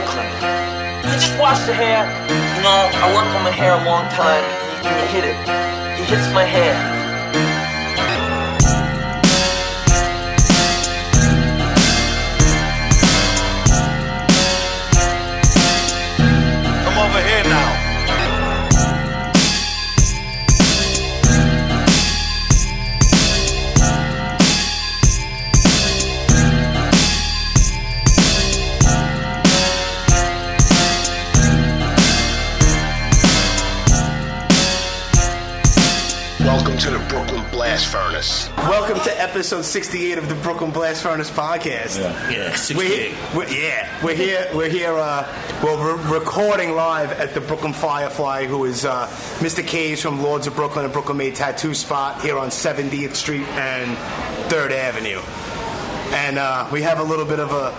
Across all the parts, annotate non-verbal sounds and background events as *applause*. You just wash your hair. You know, I worked on my hair a long time. He hit it. He hits my hair. Come over here now. Welcome to the Brooklyn Blast Furnace. Welcome to episode 68 of the Brooklyn Blast Furnace podcast. Yeah, We're, here, we're, yeah, we're here. We're here. Uh, well, we're recording live at the Brooklyn Firefly, who is uh, Mr. Cage from Lords of Brooklyn and Brooklyn Made Tattoo Spot here on 70th Street and Third Avenue. And uh, we have a little bit of a,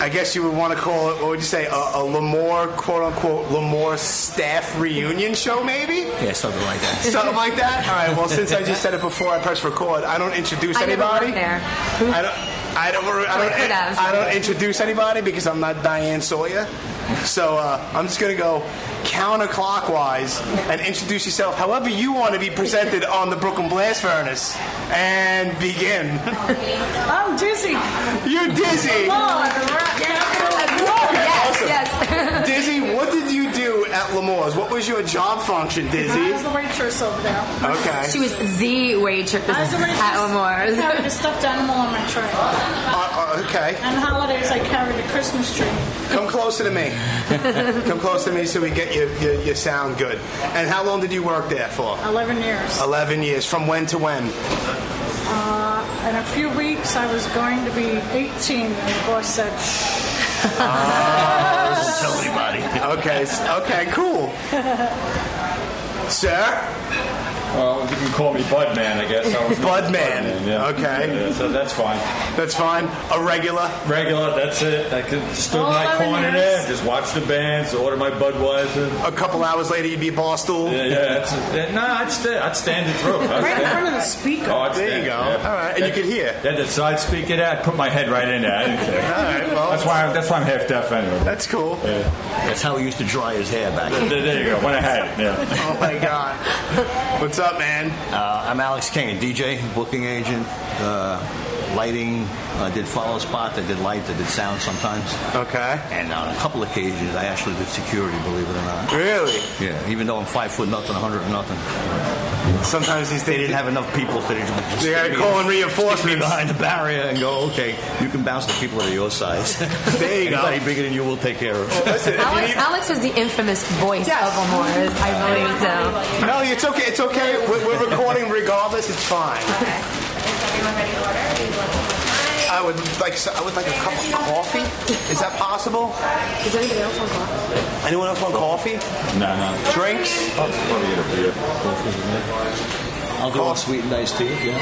I guess you would want to call it, what would you say, a, a Lamore quote unquote Lamore staff reunion show, maybe? Yeah, something like that. Something like that. All right. Well, since I just said it before, I press record. I don't introduce I never anybody. worked there. I don't. I don't. I I could don't. have. I don't introduce anybody because I'm not Diane Sawyer. So uh, I'm just gonna go counterclockwise and introduce yourself however you want to be presented on the Brooklyn Blast Furnace and begin. *laughs* I'm dizzy. You're dizzy. Oh, the rock. Yes, Awesome. yes. Dizzy, what did you do at Lamore's? What was your job function, I Dizzy? was the waitress over there. Okay. She was the waitress I was the waitress. at I carried a Lamore's. stuffed animal on my tray. Uh, uh, okay. On holidays, I carried a Christmas tree. Come closer to me. Come closer to me so we get your, your, your sound good. And how long did you work there for? 11 years. 11 years. From when to when? In a few weeks, I was going to be 18, and the boss said, "Shh." Tell anybody. Okay, s- okay, cool. Sir? Well, you can call me Budman, I guess. *laughs* I was Budman, Budman, yeah. okay. Yeah, so that's fine. That's fine. A regular. Regular, that's it. I could stood in my Oh, corner yes. there, just watch the bands, order my Budweiser. A couple hours later, you'd be at Barstool. Yeah, yeah. That's it. No, I'd, sta I'd stand it through. I'd Right in stand- front of the speaker. Oh, I'd There stand, you go. yeah. All right, and you could hear. Yeah, the side speaker there, I'd put my head right in there. I didn't care. All right, well, That's why, I'm, that's why I'm half deaf anyway. that's cool. That's how he used to dry his hair *laughs* back. There, there you go, when I had it, yeah. Oh my *laughs* God. What's up, man? Uh, I'm Alex King, a DJ, booking agent, uh, lighting. I did follow spots. I did lights. I did sound sometimes. Okay. And on a couple of occasions, I actually did security, believe it or not. Really? Yeah, even though I'm five foot nothing, a hundred and nothing, Sometimes these they things. didn't have enough people, so they just They gotta stick me- call in stick me reinforcements. behind the barrier and go, okay, you can bounce the people that are your size. There you go. Anybody bigger than you, we'll take care of. Listen, if you Alex, need- Alex was the infamous voice Yes. of Lamore's, I believe so. No, it's okay. It's okay. We're, we're recording regardless. It's fine. I would like. so- I would like a cup of coffee. Is that possible? Is anybody else on call? Anyone else want coffee? No, no. Drinks? I'll probably get a beer. Coffee, I'll go on sweet and iced tea. Yeah,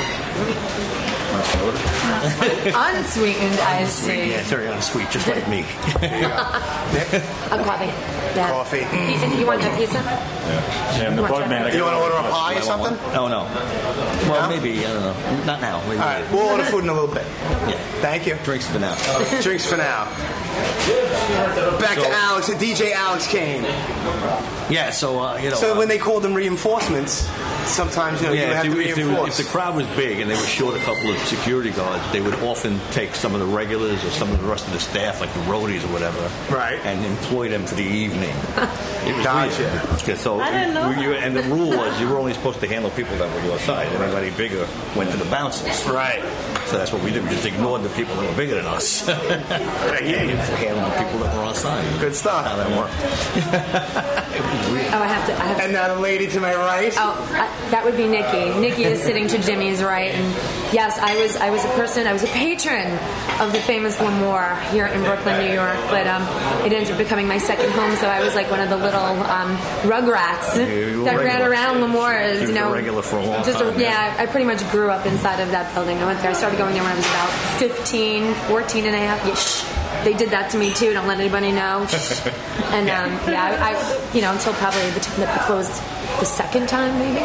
Unsweetened iced tea. yeah, very unsweet, just like me. A coffee. Yeah. Coffee. Pizza. You want a pizza? Yeah. Yeah, and the You want Budman. I You want got- to order a pie or something? All Oh, No, no. Well, maybe I don't know. Not now. Maybe right. later. We'll order food in a little bit. yeah. Thank you. Drinks for now. Drinks for now. Back to Alex, to DJ Alex Kane. yeah. So uh, you know. So uh, when they called them reinforcements, sometimes you know you yeah, have if, to they, if, they were- if reinforce. the crowd was big and they were short a couple of security guards, they would often take some of the regulars or some of the rest of the staff, like the roadies or whatever, Right. and employ them for the evening. It was Gotcha. weird. Yeah, So I didn't know you- you- and the rule was you were only supposed to handle people that were your size. Everybody bigger went to the bouncers. Right. So that's what we did. We just ignored the people that were bigger than *laughs* us. hear you. *laughs* Handled the people that were our size. Good stuff. How that worked. Oh, I have to. I have to. And now the lady to my right. Oh, I, that would be Nikki. Nikki is sitting to Jimmy's right, and yes, I was I was a person, I was a patron of the famous Lemoore here in Brooklyn, New York. But um, it ended up becoming my second home, so I was like one of the little um, rugrats you were that ran regular. around Lemoore's. You You were know, regular for a long just time, yeah, I pretty much grew up inside of that building. I went there. I started going there when I was about 15, 14 and a half. Yeah, shh. They did that to me too. Don't let anybody know. Shh. and um, yeah, I, I, you know, until probably the time that they closed the second time, maybe.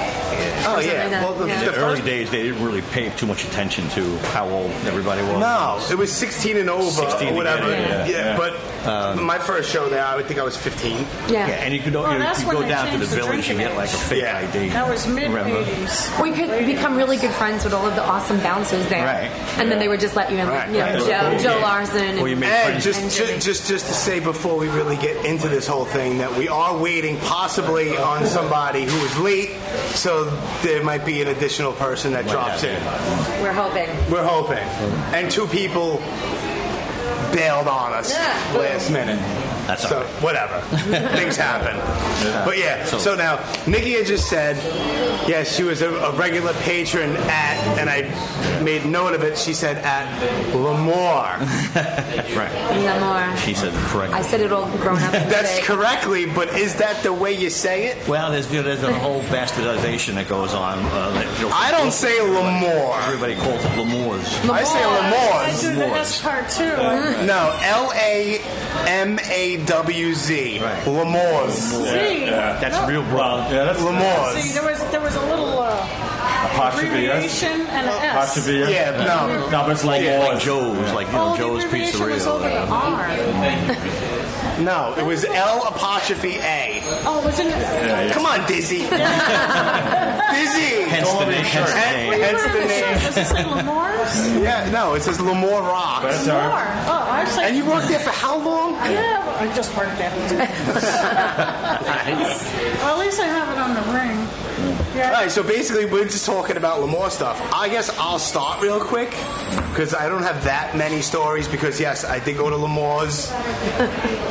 Oh Or something yeah. like that. Well, the, Yeah. In the the early first days, they didn't really pay too much attention to how old everybody was. No, it was 16 and over, 16 or to whatever. get in, yeah, Um, yeah, yeah. but My first show there, I would think I was 15. Yeah, Yeah. and you could Well, you, that's you when go they down to the changed the village and drinking get like a age. fake Yeah. ID. That was mid Remember? 80s. We could become really good friends with all of the awesome bouncers there. Right. And then they would just let you in, like, Right, you know, right. Joe, Cool. Joe Yeah. Larson. And Well, you made And friends. just, And ju- Jimmy. just just to say before we really get into this whole thing that we are waiting possibly on somebody who is late, so there might be an additional person that drops in. we're hoping. We're hoping. And two people bailed on us Yeah. last minute. That's so all *laughs* right. whatever. Things happen. But yeah, so, So- now Nikki had just said, yes, she was a, a regular patron at, and I made note of it. She said at Lemoore. *laughs* Right. No more. She said I correct. said it all grown up. and *laughs* That's big. correctly, but is that the way you say it? Well, there's you know, there's a whole bastardization that goes on. Uh, that, you know, I don't say Lemoore. Everybody calls it Lemoore's. I say I Lemoore. do the S part too. *laughs* No, L A M A W Z. Right. Lemoores. See? Yeah. That's No. real Well, broad. yeah, that's See, Lemoores. there was, there was a little uh, apostrophe S. abbreviation and an S. Apostrophe S. Yeah, no. No, but it's like, Yeah, like Laws. Joe's, like you know, Oh, the Joe's abbreviation was Pizzeria. over the R. No, it was L apostrophe A. Oh, was it? Come on, Dizzy. Dizzy. Hence the name. Hence the Hen- name. hence the Sure, name. Does it say *laughs* Lemoore's? Yeah, no, it says Lemoore Rocks. That's all Or, right. oh, I was like, And you worked there for how long? yeah, well, I just worked at it. *laughs* well, at least I have it on the ring. All Yeah, right, so basically, we're just talking about Lamar stuff. I guess I'll start real quick because I don't have that many stories. Because yes, I did go to Lamar's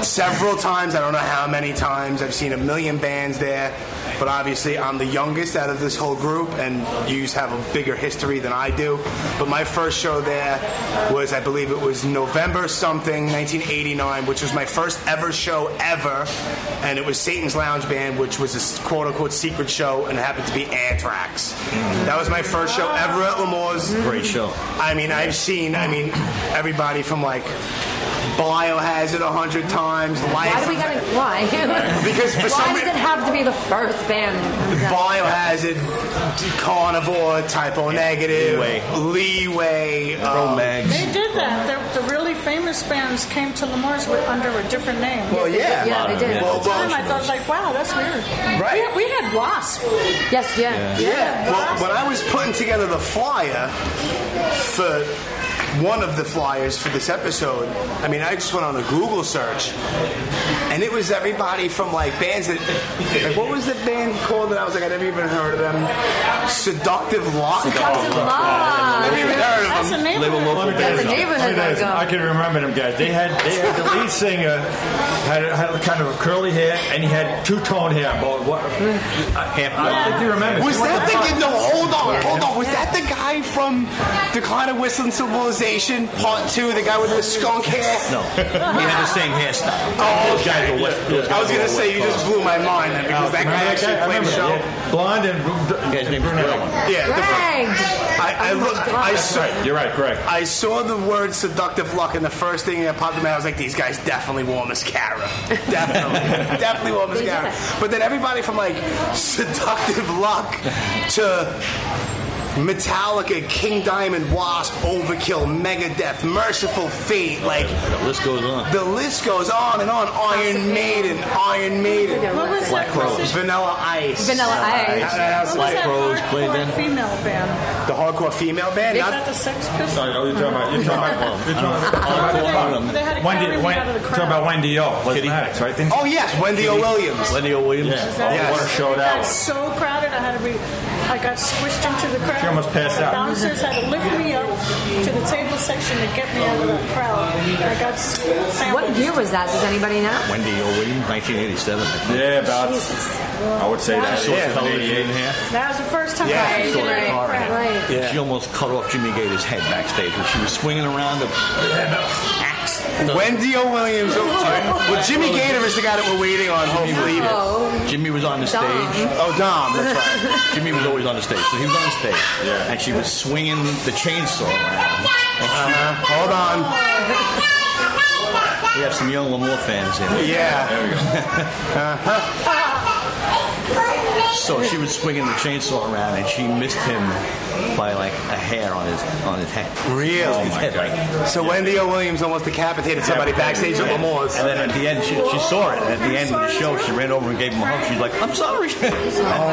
several times. I don't know how many times. I've seen a million bands there, but obviously, I'm the youngest out of this whole group, and yous have a bigger history than I do. But my first show there was, I believe, it was November something, 1989, which was my first ever show ever, and it was Satan's Lounge Band, which was a quote unquote secret show, and it happened to be Anthrax. That was my first Ah. show ever at Lamar's. Mm. Great show. I mean, I've seen, I mean, everybody from like Biohazard a hundred times, Life. Why do we gotta? Why? *laughs* Because for why some does reason- it have to be the first band? that comes out? Biohazard, Carnivore, Typo Negative, Leeway. Leeway, Pro um, Mags. they did that. The, the really famous bands came to Lemoore's with, under a different name. Well, yeah. Yeah, they did. Well, At the time, I well, thought like, wow, that's weird. Right. We had, we had Wasp. Yes, yeah. yeah. Well, when I was putting together the flyer for one of the flyers for this episode, I mean, I just went on a Google search, and it was everybody from like bands that, like, what was the band called that I was like, I never even heard of them. Seductive Lock. Cubs of Love. Never even heard of them. That's a They were neighborhood. local That's a bands. neighborhood um, Look at this. logo. I can remember them guys. They had they had the lead singer had, had kind of curly hair and he had two tone hair. But what, Half I think you remember. Was What that the fuck? guy? No, hold on, hold on. Was that the guy from Decline of Whistling Civilization Part Two? The guy with the skunk hair? No, we had the same hairstyle. Oh, Those guys were West. those I was gonna guys were say you West just blew my mind then, because that guy Remember actually I played a remember show. that, yeah. Blonde and Coast. You guys named Greg. Yeah, Greg. different. I I, Oh my look, God. I saw. You're right, Greg. I saw the word seductive luck, and the first thing that popped in my head, I was like, these guys definitely wore mascara. Definitely. definitely wore They mascara. did. But then everybody from like seductive luck to Metallica, King Diamond, Wasp, Overkill, Megadeth, Merciful Fate, like The list goes on. the list goes on and on. Iron Maiden, Iron Maiden, What was Black that? Crowes. Vanilla Ice. Vanilla Ice. How did I What pronounce was it? that Crowes hardcore played then? female band? the hardcore female band, Is not that the Sex Pistols? Sorry, oh, you're talking about you're talking about you're talking about Well, They had a Wendy. Wendy gallery out of the talking about crowd. Wendy O. Was Maddox, right? Oh yes, Wendy O. Williams. Lenny O. Williams. Yeah. Yes. Oh, what a show It that got was. so crowded, I had to be, I got squished into the crowd. She almost passed out. The bouncers had to lift me up to the table section to get me out of the crowd. I got sandwiched. What year was that? Does anybody know? Wendy O. Williams, 1987. I think. Yeah, about I would say that. Short yeah, television in 88. here. That was the first time Yeah, I she was saw in that a car. crowd. Right. She almost cut off Jimmy Gator's head backstage when she was swinging around the axe. Wendy O. Williams. Oh, sorry. Well, Jimmy Gator is the guy that we're waiting on. Hopefully. Oh, Jimmy was on the stage. Oh, Dom. That's right. Jimmy was always on the stage, so he was on the stage, and she was swinging the chainsaw. around. Uh-huh. Hold on. We have some young Lamore fans here. Yeah. There we go. So she was swinging the chainsaw around, and she missed him by like a hair on his on his head. Really? His head, like, So Wendy O. Williams almost decapitated somebody backstage at Lamore's. And then at the end, she, she saw it. And at the end of the show, she ran over and gave him a hug. She's like, "I'm sorry." *laughs* Oh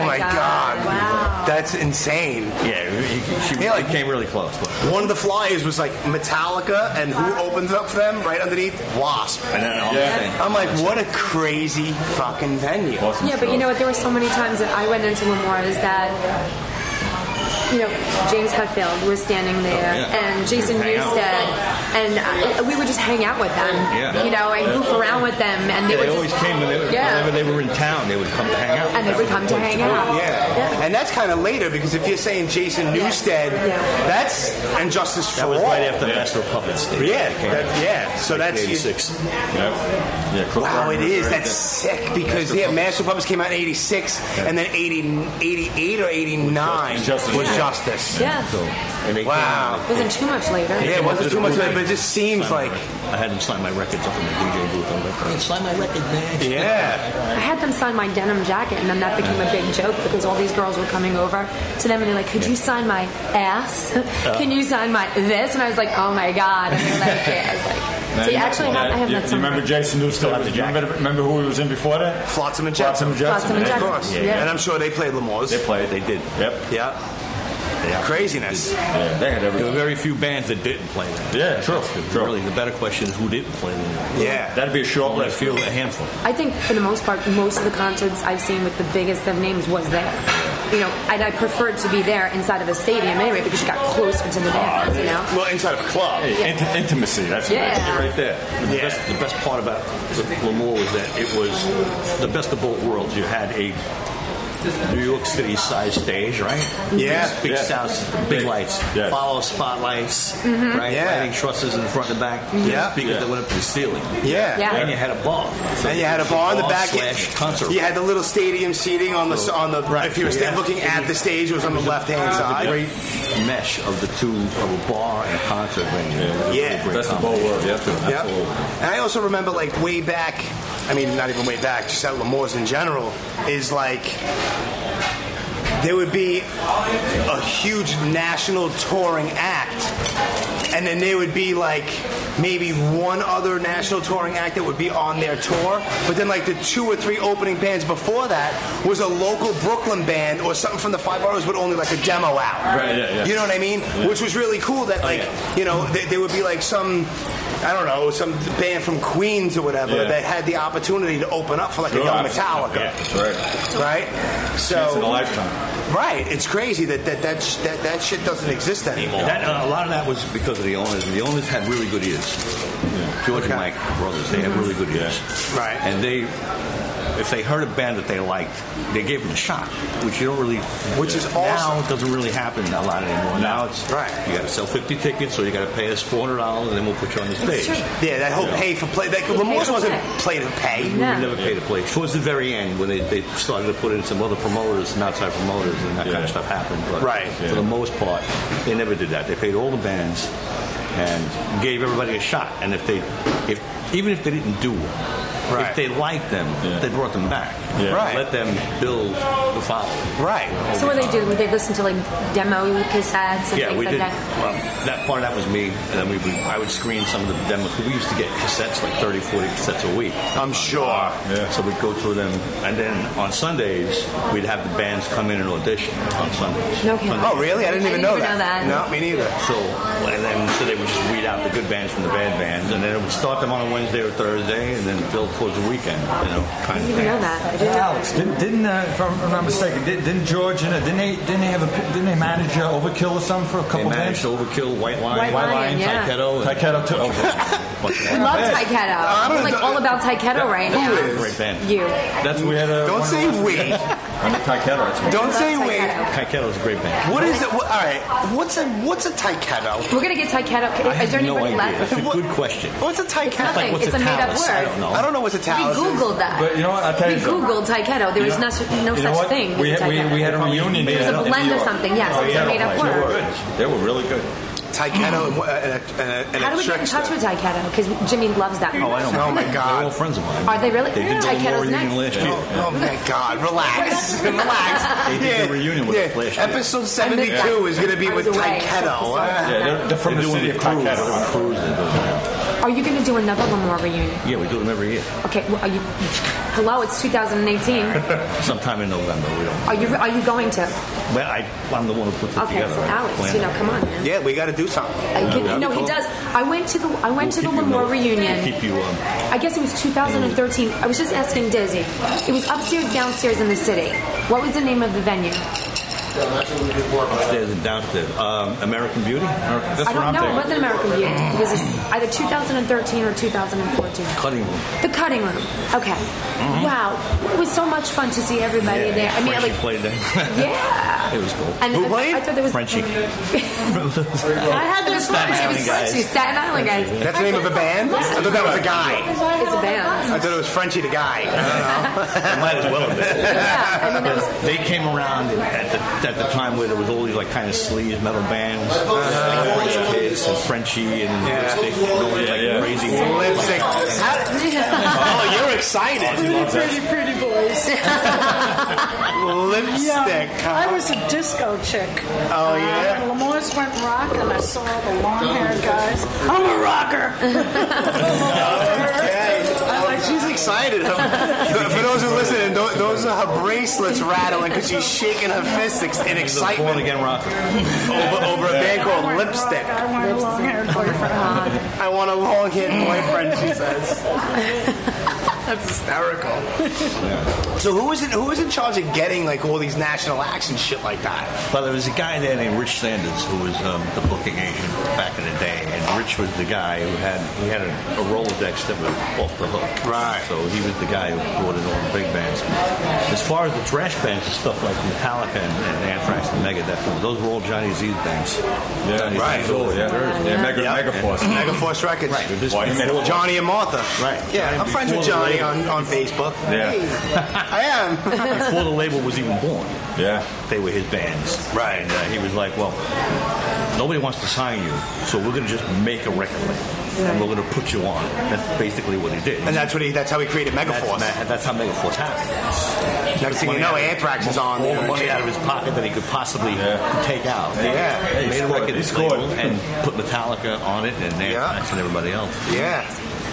my my God. God. Wow. That's insane. yeah, he- he- she Yeah, like- came really close. Look. One of the flyers was like Metallica, and who opens up for them right underneath? Wasp. And then all Yeah. the thing. I'm like, what a crazy fucking venue. Awesome Yeah, but you show. know what? There were so many times that I went into Lemoore is that. You know, James Hetfield was standing there, yeah. and Jason Hang out. Newstead, and I, we would just hang out with them, Yeah. you know, and goof around with them, and they Yeah, would they always just- came when they, were- Yeah. whenever they were in town. They would come to hang out. and they would come to hang out. Yeah. And that's kind of later because if you're saying Jason Newstead, Yeah. that's and Justice for That was All. right after Best Republic State. Yeah, They came that- out. yeah. So that's- 1986. Yeah. Yeah, Crook Wow, it Rock is. was That's sick because yeah, Master Puppets came out in '86, and then 80, 88 or '89 was Justice. Justice. Yeah. Yeah. So, and they Wow. came out. wasn't too much later. Yeah, it wasn't too much, Sign but it just seems my like record. I had them sign my records up in the DJ booth. I'm like, "Hey, sign my record, man. yeah. I had them sign my denim jacket, and then that became a big joke because all these girls were coming over to them and they're like, "Could you sign my ass? Uh. Can you sign my this?" And I was like, "Oh my god!" And they're like, yeah. I was like, Now, "So you you actually know- have, I have you, that you somewhere." remember Jason Newsted? have the jacket. Remember, remember who he was in before that? Flotsam and Flotsam Jetsam. and Jetsam. Flotsam and yeah. Of course. Yeah, yeah. And I'm sure they played Lamore's. They played. They did. Yep. Yeah. They are- Craziness. Yeah, they had There were everything. very few bands that didn't play that. Yeah, true. true. Really, the better question is who didn't play that. Yeah. That'd be a short Only a list. few, a handful. I think for the most part, most of the concerts I've seen with the biggest of names was there. You know, and I preferred to be there inside of a stadium anyway because you got closer to the band. You know, Well, inside of a club. Hey, int- intimacy. That's what Yeah. that's it right there. The, best, the best part about Lemoore was that it was the best of both worlds. You had a New York City sized stage, right? Yeah. Big Yeah. sounds, big lights, Yeah. follow spotlights, right? Mm-hmm. Yeah. Lighting trusses in the front and back, Yeah. speakers Yeah. that went up to the ceiling. Yeah. Yeah. And you had a bar. So And you had a it was bar in the back. slash concert. You had the little stadium seating on the s- on the. Right. If you were So sta- yeah. looking at the stage, it was on the left hand a side. great mesh of the two of a bar and a concert venue. Yeah. Great Best of combo. both worlds. Yeah, true. Yeah. Absolutely. And I also remember like way back. I mean, not even way back. Just at Lamore's in general is like. There would be a huge national touring act, and then there would be like maybe one other national touring act that would be on their tour. But then like the two or three opening bands before that was a local Brooklyn band or something from the Five Boroughs, but only like a demo out. Right, yeah, yeah. You know what I mean? Which was really cool. That like yeah. you know th- there would be like some. I don't know, some band from Queens or whatever Yeah. that had the opportunity to open up for like a Sure, young absolutely. Metallica, Oh. Yeah, that's right. right? Once in a So, lifetime. right, it's crazy that that that, sh- that that shit doesn't exist anymore. That, uh, a lot of that was because of the owners. The owners had really good ears. George and Mike brothers, they had really good ears. Right. And they, if they heard a band that they liked, they gave them a shot, which you don't really. Which is Now awesome. it doesn't really happen a lot anymore. Now it's Right. You got to sell 50 tickets, so you got to pay us 400 dollars, and then we'll put you on the That's stage. true. yeah, that whole pay for play. That, Lamore's to wasn't play play. to pay. No. We never paid a play. Towards the very end, when they, they started to put in some other promoters and outside promoters, and that kind Yeah. of stuff happened. But Right. For the most part, they never did that. They paid all the bands and gave everybody a shot. And if they, if even if they didn't do well, Right. if they liked them, Yeah. they brought them back. Yeah. Right. Let them build the following. Right. so what they do? Would they listen to like demo cassettes and Yeah, things we like did. that? Well, that part of that was me, and then we would, I would screen some of the demos. We used to get cassettes, like 30, 40 cassettes a week. I'm sure. Uh, Yeah. So we'd go through them, and then on Sundays we'd have the bands come in and audition on Sundays. No kidding. Oh, really? I didn't even know know that. that. No, me neither. So and then so they would just weed out the good bands from the bad bands, and then it would start them on a Wednesday or Thursday, and then build towards the weekend. You know, I kind of didn't even thing. know that. I didn't know that. Alex, didn't, didn't uh, if I'm not mistaken, didn't, didn't George and uh, didn't they didn't they have a didn't they manage uh, Overkill or something for a They couple managed minutes? to overkill White Lion, White Lion, yeah. Taiketo, and- Taiketo too. Bunch of- We love Yeah. Taiketo. I'm We're gonna like do- all about Taiketo right now. Great band. You. That's we had a. Don't say we. I'm a Taiketo. That's right. Don't say Love wait. Taiketo. Taiketo's a great band. What is it? What, all right. What's a what's a taiketo? We're gonna get I Taiketo. Is have there no anybody idea. That's left? a good question. What's a taiketo? Nothing. what's it's a a made-up talus? word. I don't know. I don't know what's a We talus. is. googled that. But you know what? I'll tell you we something. googled Taiketo. There was no, no You know such what? thing. We as had, we, Taiketo. we had a Probably reunion. Oh, made in- it up. It was a in New blend of York. something, yes. Oh, It was yeah, a made-up They were word. good. They were really good. Taikano and, wha- and a, and a, and How a do we get in trickster. touch with Taiketo? Because Jimmy loves that. Oh, I don't. Oh, my They're God. all friends of mine. Are they really? They did Yeah. the Taikedo's reunion next. last year. Oh my God! Relax, *laughs* relax. They did the reunion with the flash. Episode missed that. seventy-two is going to be I was with Uh, away. Taiketo. Oh, Yeah, they're, they're from They're the doing city the of cruise. Cruise. They're doing cruise. They're doing- Are you going to do another Lamore reunion? Yeah, we do them every year. Okay, well, are you? Hello, it's 2018. Sometime in November, we don't. Are you? Are you going to? Well, I, I'm the one who puts it Okay, together. so I Alex, plan you know, it. come on, man. Yeah, we got to do something. I could- Yeah. no, he does. I went to the I went to the Keep you Lamore know- reunion. Keep you. Um, I guess it was 2013. I was just asking Dizzy. It was upstairs, downstairs in the city. What was the name of the venue? upstairs and downstairs. Um, American Beauty. American, that's I don't what I'm know. It thinking. wasn't American Beauty. It was either 2013 or 2014. Cutting room. The cutting room. Okay. Wow, it was so much fun to see everybody Mm-hmm. Yeah, there. I mean, Frenchie like, played *laughs* that. yeah. it was cool. And Who I, played? I thought there was Frenchie. *laughs* I had those Staten Island Frenchie. guys. Staten Island guys. That's the name of a band. I thought that was a guy. It's a band. I thought it was Frenchie the guy. It might as well have been. Yeah, I mean, that was They came around at the, at the time where there was all these like kind of sleaze metal bands, like French Kiss and Frenchie and Lipstick, and all these like Yeah, yeah. crazy. Lipstick. *laughs* Oh, you're excited. Pretty, pretty, pretty boys. Lipstick. I huh? was a disco chick. Oh, yeah? Uh, Lemoore's went rock, and I saw the long-haired guys. I'm *laughs* a rocker. I like- She's excited. Her- For those who listen, tho- those are her bracelets rattling because she's shaking her fists ex- in Born excitement again rock. over, over a band I called want Lipstick. rock, I want a long-haired boyfriend. I want a long haired boyfriend, she says. That's hysterical. So who is it? Who is in charge of getting like all these national acts and shit like that? Well, there was a guy there named Rich Sanders who was um, the booking agent back in the day, and Rich was the guy who had he had a, a Rolodex that was off the hook. Right. So he was the guy who brought in all the big bands. As far as the trash bands and stuff like Metallica and, and Anthrax and Megadeth, those were all Johnny Z's bands. Johnny Z's Oh, old yeah. bands. Yeah, Mm-hmm. Mega, Yep. Megaforce. Megaforce Records. This- Why, he made it- Johnny and Martha. Right. Yeah, I'm friends with Johnny on, on Facebook. Yeah. Hey, *laughs* I *laughs* am. Before the label was even born. Yeah. they were his bands. Right. And, uh, he was like, well, nobody wants to sign you, so we're going to just make a record label, and we're going to put you on. That's basically what he did. and that's what he. That's how he created that's, Megaforce. that- that's how Megaforce happened. Next thing you Money know, out of- Anthrax is on All there. the money out of his pocket that he could possibly Yeah. take out. Yeah. He made a scored. record He scored. label and put Metallica on it and Anthrax and everybody else. Yeah.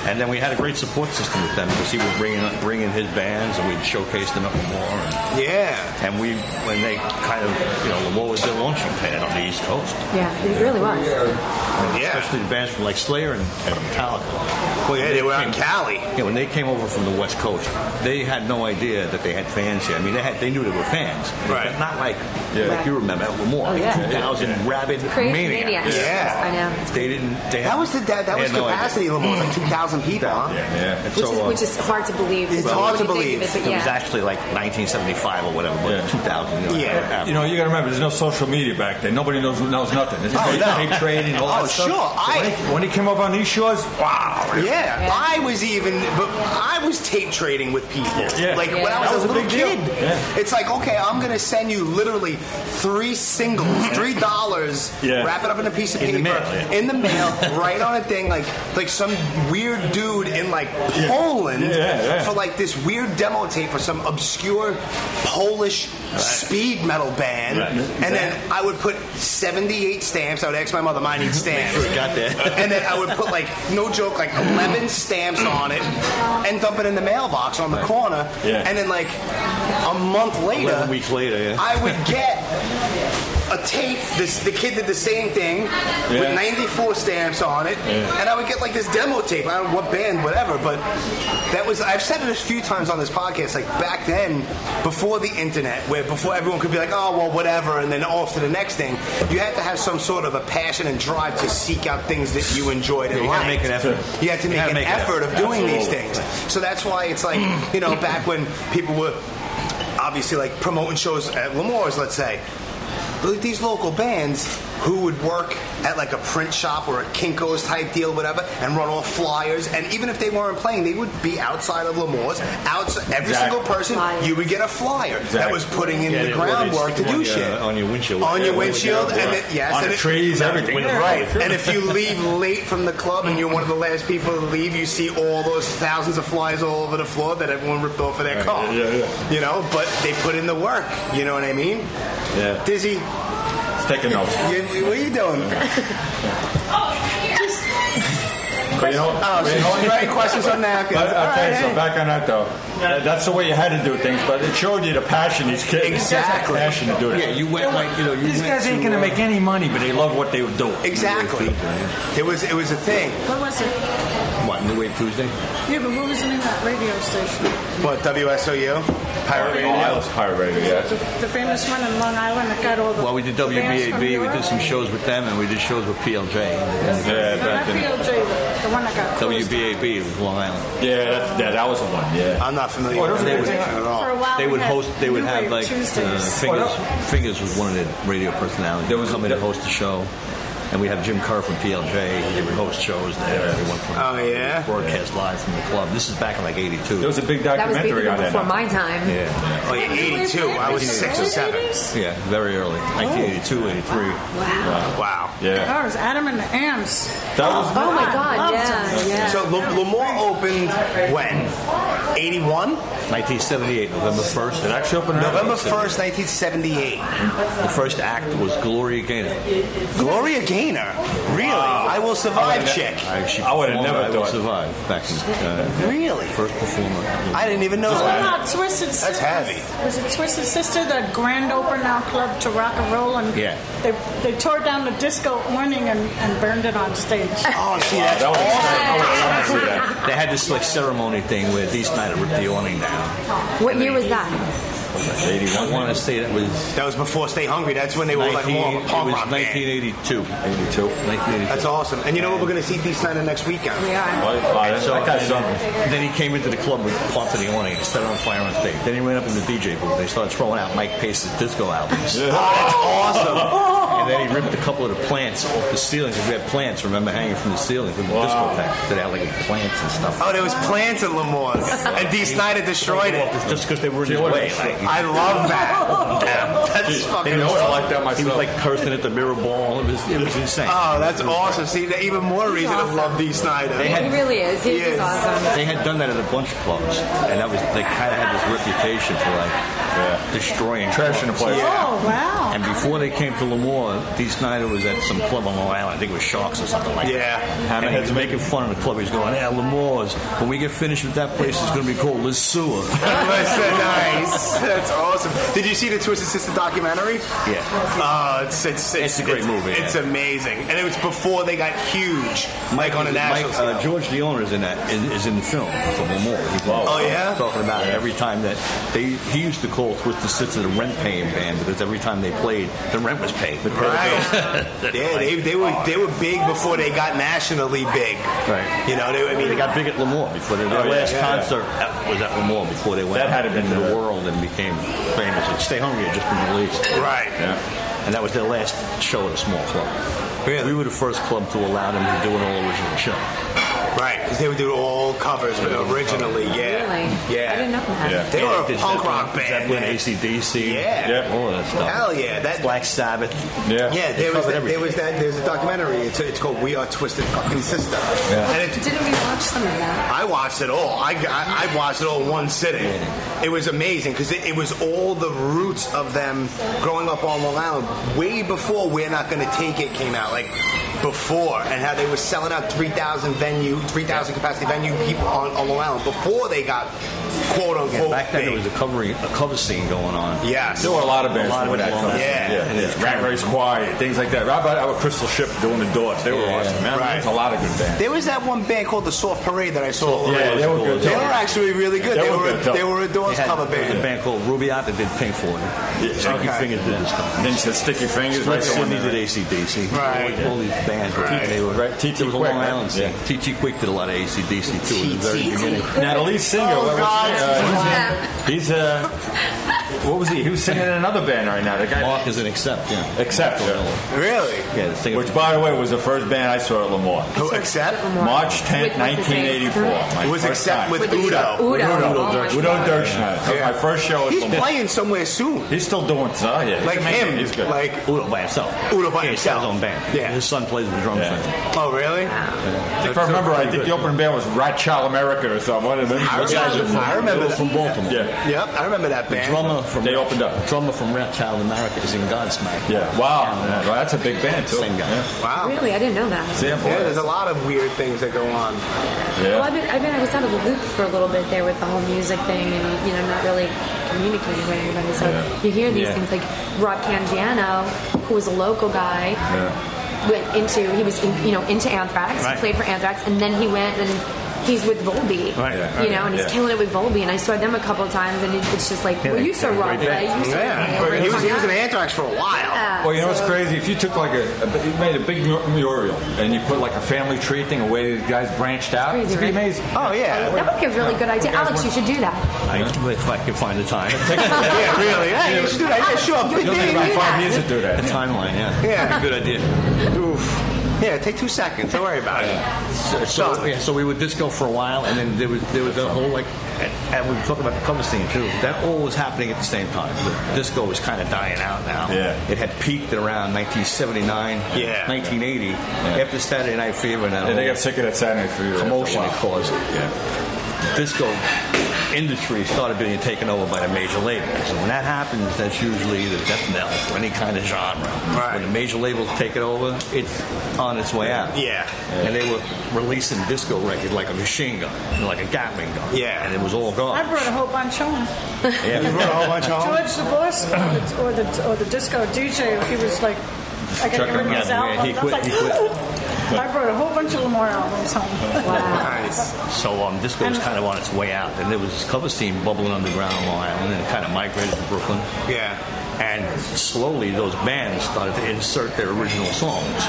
And then we had a great support system with them because he would bring in, bring in his bands and we'd showcase them at the war. And, Yeah. And we, when they kind of, you know, what was their launching pad on the East Coast? yeah, it really was. Yeah. Especially the bands from like Slayer and, and Metallica. Well, yeah, they were out in Cali. Yeah, when they came over from the West Coast, they had no idea that they had fans here. I mean, they had they knew they were fans, Right. But not like Yeah. like you remember at Lamore, Oh, yeah. two thousand rabid Crazy maniacs. maniacs. Yeah. I know. They didn't. They That had- was the that, that they was had no idea. capacity Lamar, like two thousand people. Huh? Yeah. And Which, so, is, uh, which is hard to believe. It's when hard to you think of believe. It, but It was yeah. actually like 1975 or whatever, but Yeah. 2000. You know, Yeah. after- You know, you got to remember, there's no social media back then. Nobody knows knows nothing. It's Oh, tape, no. tape trade and all Oh, that stuff. sure. So I- when, he, when he came up on these shores, wow. Yeah, I was even, but I was tape trading with people. Yeah. Like when Yeah. I was, That was a a little big deal. kid, it's like okay, I'm gonna send you literally three *laughs* singles, three dollars, Yeah. wrap it up in a piece of In paper the mail, yeah. in the mail, right on a thing, like like some weird dude in like Poland Yeah, yeah. for like this weird demo tape for some obscure Polish speed metal band, Right. and then I would put 78 stamps. I would ask my mother, *laughs* "I need stamps." sure it got there. *laughs* and then I would put like no joke like 11 stamps on it and dump it in the mailbox on the corner Yeah. and then like a month later 11 weeks later, yeah. I would get a tape this the kid did the same thing with Yeah. 94 stamps on it Yeah. and I would get like this demo tape I don't know what band whatever but that was I've said it a few times on this podcast like back then before the internet where before everyone could be like oh well whatever and then off to the next thing you had to have some sort of a passion and drive to seek out things that you enjoyed Yeah, in you gotta life make an effort. you have to You make gotta an make an effort of effort. doing these Absolutely. things so that's why it's like, you *clears throat* know, back when people were obviously like promoting shows at Lamore's, let's say, like these local bands, who would work at like a print shop or a Kinko's type deal, whatever, and run off flyers. And even if they weren't playing, they would be outside of Lemoore's. Outside, every Exactly. single person, Flyer. you would get a flyer that Exactly. was putting in Yeah, the they- well, they groundwork to stick 'em do on your- shit on your windshield. on your Yeah, windshield, yeah, and yeah. it, yes, On and the it- trees, everything. Yeah. right. And if you leave late from the club and you're one of the last people to leave, you see all those thousands of flies all over the floor that everyone ripped off of their Right, car. yeah, yeah. You know, but they put in the work. You know what I mean? Yeah. Dizzy, you, It's taking notes. what are you doing? But you know, Oh, but you she's know- writing questions on napkins. uh, But I'll All tell you right, something, hey. back on that though. That- That's the way you had to do things, but it showed you the passion these kids these guys had Exactly. passion to do it. Yeah, you went like you know. You these went guys ain't to, gonna uh, make any money, but they love what they were doing. Exactly. It was it was a thing. What was it? what New Wave Tuesday. Yeah, but what was the name of that radio station? What WSOU? Pirate Oh, I was pirate radio, The, yeah. the famous one in Long Island that got all the. Well, we did bands WBAB. from We Europe. did some shows with them, and we did shows with PLJ. Yeah, No, not back then. PLJ, though, the one that got. closed. WBAB was Long Island. Yeah, that's, that, that was the one, yeah. I'm not familiar Oh, with those that are- station at For a all. while, They we would had host. They would New have Wave like uh, Tuesdays. fingers. Fingers was one of the radio personalities. There There was was a- come in to host a show, and we have Jim Kerr from PLJ. They would host shows there. Everyone from Oh, yeah? broadcast live from the club. This is back in like '82. There was a big That was documentary basically on that. before my time. yeah, Oh, yeah, 82. I was six or seven. yeah, very early, 1982, 83. Wow. Wow. Yeah. Oh, it was Adam and the Ams. That was Ah, Oh my God. Loved Yeah. Yeah. So Le- Lemoore opened when? 81? 1978, November 1st. It actually opened November 1st, 1978. The first act was Gloria Gaynor. Gloria Gaynor? Really? I Will Oh, Survive chick? I, she I would've performed never I Will thought. Survive back in uh, Really? first performer. I didn't even know What that. about Twisted Sister? That's heavy. Was it Twisted Sister, the grand open now club to rock and roll? And Yeah. They, they tore down the disco awning and, and burned it on stage. *laughs* Oh, see, that's that was awesome. I would love to see that. They had this like ceremony thing where these Snyder ripped the awning down. What year was that? I want to say that was That was before Stay Hungry. That's when they were like 19, more of a it punk was rock band. 1982. 82. 1982. That's awesome. And you know what? We're going to see Dee Snyder next weekend. We are. Well, wow, And that, so that guy's and something. then, then he came into the club with parts of the awning and set it on fire on stage. Then he went up in the DJ booth. They started throwing out Mike Pace's disco albums. Oh, that's awesome. And then he ripped a couple of the plants off the ceilings. We had plants, remember, hanging from the ceiling from the discotheque. They had like plants and stuff. Oh, there was plants in Lemoore's. And Dee Snyder destroyed it. Just because they were in his what way. is- Like, I love that. Yeah, that's You fucking know what? I like that he was myself. like cursing at the mirror ball. It was, it was insane. Oh, that's awesome. See, that- even more reason to love Dee Snyder. They had He really is. He He is. is awesome. They had done that at a bunch of clubs, and that was they kind of had this reputation for like destroying, Trashing the clubs. place. Oh, wow. And before they came to Lemoore, Dee Snyder was at some club on Long Island. I think it was Sharks or something like Yeah. that. And he was making fun of the club. He's going, "Yeah, Lemoore's. When we get finished with that place, it's going to be called Le Sewer." That's so nice. *laughs* That's awesome. Did you see the Twisted Sister documentary? Yeah. Oh, it's, it's, it's, It's a great movie, It's yeah. amazing. And it was before they got huge, like on a Mike, national uh, scale. George, the owner, is in that is, is in the film from Lemore. He's always Oh, yeah? talking about it every time that they he used to call Twisted Sister the rent paying band because every time they played, the rent was paid. *laughs* Right. yeah, they, they were they were big before they got nationally big. Right. You know, they, I mean, They got big at Lemoore before they, Oh, their yeah, last yeah, concert at- was at Lemoore before they went That had out to been into the the- world and became famous. And Stay Hungry had just been released. right. And that was their last show at a small club. We were the first club to allow them to do an all original show. Right, because they would do all covers, but originally, yeah, Really? yeah, I didn't know that. Yeah. They were a did punk Zeppelin- rock band. Zeppelin, man. ACDC. Yeah. Yeah. All of that stuff. Hell yeah, that- Black Sabbath. Yeah. Yeah, there was that, covered there everything. was that. There's a documentary. It's, it's called "We Are Twisted Fucking Sister," and it's Didn't we watch some of that? I watched it all. I, I, I watched it all in one sitting. It was amazing because it, it was all the roots of them growing up on Long Island way before We're Not Gonna Take It came out. Like before, and how they were selling out 3,000 venue, 3,000 capacity venue people on, on Long Island before they got quote Yeah, unquote. back then there big. was a covering, a cover scene going on. Yes. There were a lot of bands A lot doing of that. it along Yeah. yeah. And it's Rat kind of- Race Quiet, things like that. How about our Crystal Ship doing the doors? They were Yeah. awesome. Man, Right. There's a lot of good bands. There was that one band called the Soft Parade that I saw. Yeah, earlier. they were good, They too. were actually really good. They They were were good, too. they were a They Doors had- cover there was a band. band called Rubiat that did Pink Floyd. Sticky Okay. Fingers did this stuff. Then you said Sticky Fingers. Red Right there, Sydney one did there. ACDC. Right. All these bands. Right. They were, Right, T.T. There was a Quick, Long right? Island scene. T.T. Quick did a lot of ACDC too in the very T.T. beginning. Natalie Singer. Oh, what was God. her name? Uh, Yeah. Yeah. He's uh, what was he? He was singing in another band right now. The guy, Mark is an except, yeah. Accept, yeah. Really? Yeah, the singer. which by the way was the first band I saw at Lamar. Who accept? March 10th, tenth, 1984. my Was first Accept time. with With Udo. Udo. Udo. Oh, my Udo, Udo God. Dirkschneider. So Yeah. My first show at He's Lamar. playing somewhere soon. He's still doing so, yeah. he's Like amazing. him. He's good. Like Udo by himself. Udo by yeah, he's got himself. His own band. Yeah. His son plays the drums. Yeah. Yeah. Oh, really? I think if I remember, I think the opening band was Rat Child America or something. One of them. I remember, I remember that. from Baltimore. Yeah. Yep, I remember that The band. drummer from They opened up. The drummer from Rat Child America is in Godsmack. Yeah. Wow. Yeah, well, that's a big band too. Same guy. Yeah. Wow. Really, I didn't know that. Sam Yeah, Boyd. there's a lot of weird things that go on. Well, I've Yeah. been, I've been, I was out of the loop for a little bit there with the whole music thing, and you know, not really communicating with anybody. So Yeah. you hear these Yeah. things like Rob Cangiano, who was a local guy, went into he was you know into Anthrax, Right. played for Anthrax, and then he went and he's with Volby, Right. Yeah. you know, and he's Yeah. killing it with Volby. And I saw them a couple of times, and it, it's just like, well, you saw Rob play, you saw Yeah. Rob He was, he play. was in Anthrax for a while. Yeah, Well, you know what's so- crazy? If you took like a, a you made a big mur- mural and you put like a family tree thing away, the guys branched out. Crazy, It'd be right? amazing. Oh, yeah. That would be a really good idea, Alex. You should do that. I, if I could find the time. *laughs* Yeah, really. Hey, you should do that. Yeah, sure. You're It'll They take about do five that. years to do a *laughs* that. timeline, yeah. Yeah. Good idea. Oof. Yeah, take two seconds. Don't worry about it. So, so, yeah, so we would disco for a while, and then there was there was a whole like, and, and we were talking about the cover scene too. That all was happening at the same time. The disco was kind of dying out now. Yeah. it had peaked around 1979, Yeah. 1980. After Saturday Night Fever and that Yeah, they whole got sick of that Saturday for you. commotion it After a while. caused, Yeah. disco industry started being taken over by the major labels. And when that happens, that's usually the death knell for any kind of genre. Right. When the major labels take it over, it's on its way out. Yeah. And they were releasing disco records like a machine gun, and like a Gatling gun. Yeah. And it was all I gone. brought a whole bunch home. Yeah. George the Boss, or the, or the or the disco DJ, he was like, I got to Chuck remember his him out. album. Yeah, he I quit, was like, he quit. I brought a whole bunch of Lamar albums home. Nice. So um, disco was kind of on its way out, and there was this cover scene bubbling underground on Long Island, and it kind of migrated to Brooklyn. Yeah. And slowly, those bands started to insert their original songs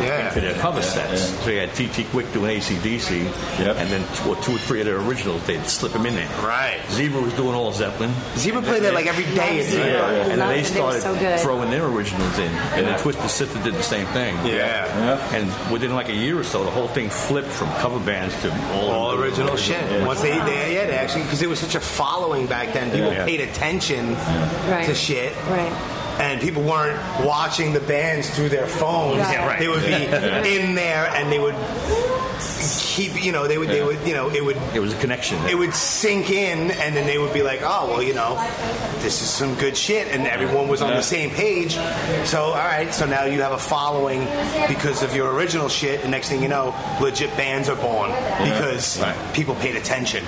Yeah. into their cover sets. So you had T.T. Quick doing ACDC, Yep. and then two or, two or three of their originals, they'd slip them in there. Right. Zebra was doing all Zeppelin. Zebra played that like every day. It's Yeah, Zebra. And then Loved they it. They were started so good. throwing their originals in, and then Twisted Sister did the same thing. Yeah. And within like a year or so, the whole thing flipped from cover bands to all, All original shit. Yeah. Once they, they yeah, they actually, because it was such a following back then, people Yeah. paid attention Right. to shit. Right. And people weren't watching the bands through their phones. Yeah, right. They would be in there, and they would keep, you know, they would, they would, you know, it would It was a connection. it would sink in, and then they would be like, "Oh, well, you know, this is some good shit," and everyone was on the same page. So, all right, so now you have a following because of your original shit, and next thing you know, legit bands are born because Right. people paid attention.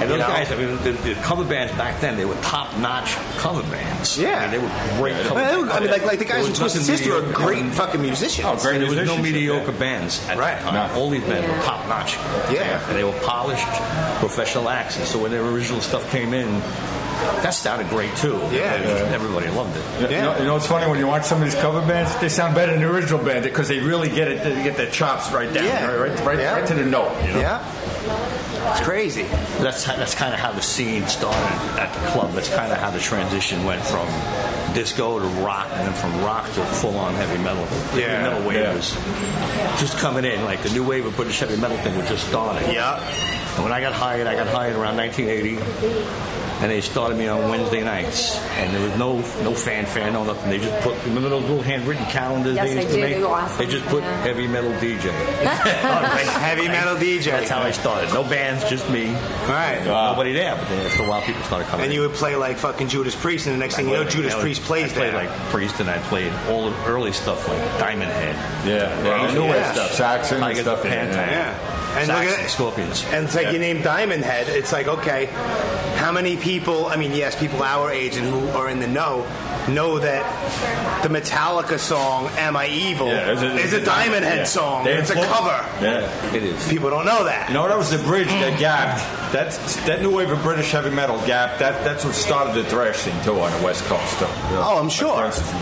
And those You know? guys, I mean, the, the cover bands back then, they were top-notch cover bands. Yeah. I mean, they were great cover Well, they bands. were- I mean, like, like the There guys was from Twisted nothing Sister are mediocre. great fucking musicians. Oh, great There was no musicianship, mediocre yeah. bands at Right. that time. No. All these bands were Yeah. top-notch. Yeah. And they were polished professional acts. And so when their original stuff came in, that sounded great, too. Yeah. Everybody, everybody loved it. You know, you know what's funny when you watch some of these cover bands, they sound better than the original band because they really get it, they get their chops right down, Yeah. right, right, right, Yeah. right to the note. You know? Yeah, it's crazy. That's, how- that's kind of how the scene started at the club. That's kind of how the transition went from disco to rock and then from rock to full-on heavy metal. The Yeah, heavy metal wave yeah. was just coming in. Like the new wave of British heavy metal thing was just starting. Yeah, And when I got hired, I got hired around 1980, and they started me on Wednesday nights. And there was no no fanfare, no nothing. They just put remember those little handwritten calendars Yes, they I used do. to make. They were awesome. They just put Yeah. heavy metal *laughs* DJ. heavy metal DJ. That's how I started. No bands, just me. All right. Nobody there. But then after a while, people started coming. Uh, And in. you would play like fucking Judas Priest, and the next thing you know, Judas I would- Priest plays I played there. like Priest, and I played all the early stuff like Diamond Head, Yeah, yeah. The new Yeah. wave stuff, Saxon and Tigers, stuff. Pantera, yeah, yeah. Yeah. And Saxon, look at Scorpions. And it's like you name Diamond Head. It's like okay, how many people? I mean, yes, people our age and who are in the know know that the Metallica song "Am I Evil" Yeah, is a, Diamond Head yeah. song. They it's a influ- cover. Yeah. It is. People don't know that. You know, that was the bridge that gapped. That's that new wave of British heavy metal gap. That that's what started the thrash scene too on the West Coast. Too. Oh, I'm sure. Like, for instance,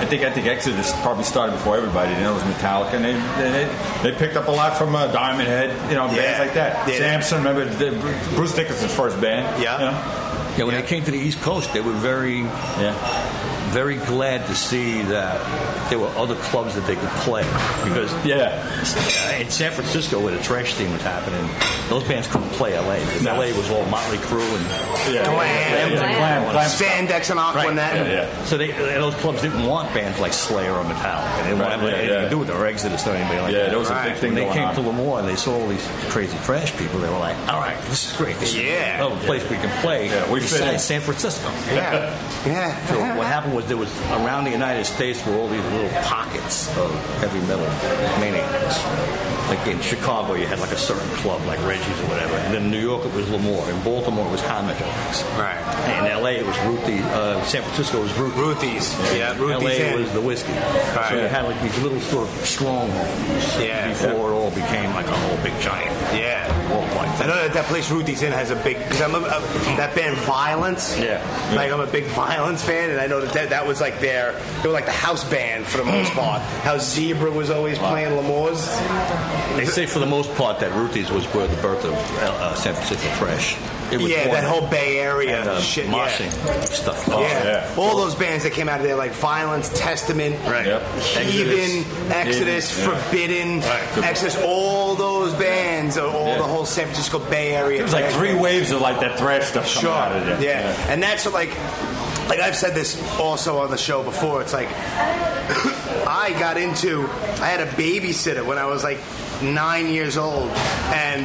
I think I think Exodus probably started before everybody. You know, it was Metallica, and they they, they, they picked up a lot from uh, Diamond Head. You know, Yeah. bands like that. Yeah. Samson, remember the, Bruce Dickinson's first band? Yeah. You know? that when they came to the East Coast, they were very, very glad to see that there were other clubs that they could play because Yeah. in San Francisco where the trash scene was happening, those bands couldn't play LA. Because LA was all Motley Crue and Yeah. Glam. and Glam. all that stuff. Spandex and Aquanet. Yeah. So they, and those clubs didn't want bands like Slayer or Metallica. They didn't Right, want yeah, anything yeah. to do with it, or Exodus or anybody like Yeah, that. there was a big Right. thing When they going came on. to Lamore and they saw all these crazy trash people, they were like, all right, this is great. This Yeah. is another place we can play Yeah, we fit in. besides San Francisco. *laughs* Yeah. Yeah. So what happened was there was around the United States were all these little pockets of heavy metal maniacs. Like in Chicago, you had like a certain club, like Reggie's or whatever. And then in New York, it was Lamore. In Baltimore, it was Comic Jones. Right. And in L.A., it was Ruthie. Uh, San Francisco was Ruthie. Ruthie's. Yeah, Ruthie's L.A. Inn. was the whiskey. So you had like these little sort of strongholds Yeah. before it all became like a whole big giant Yeah. worldwide I thing. know that that place Ruthie's Inn has a big because I'm a, a, that band Violence. Yeah. Like I'm a big Violence fan, and I know that that, that was like their they were like the house band for the *clears throat* most part. How Zebra was always playing Lamore's. They say for the most part that Ruthie's was where the birth of uh, uh, San Francisco trash. It was Yeah, born that whole Bay Area and, uh, shit. moshing Oh, Yeah. stuff. Yeah. yeah. all those bands that came out of there, like Violence, Testament, Right. Yep. Heathen, Exodus. Exodus, Yeah. Forbidden, Good Exodus. All those bands, are all Yeah. the whole San Francisco Bay Area. It was like trash three bands. waves of like that thrash stuff coming Sure. out of Yeah. there. and that's what, like, like I've said this also on the show before. It's like *coughs* I got into. I had a babysitter when I was like nine years old, and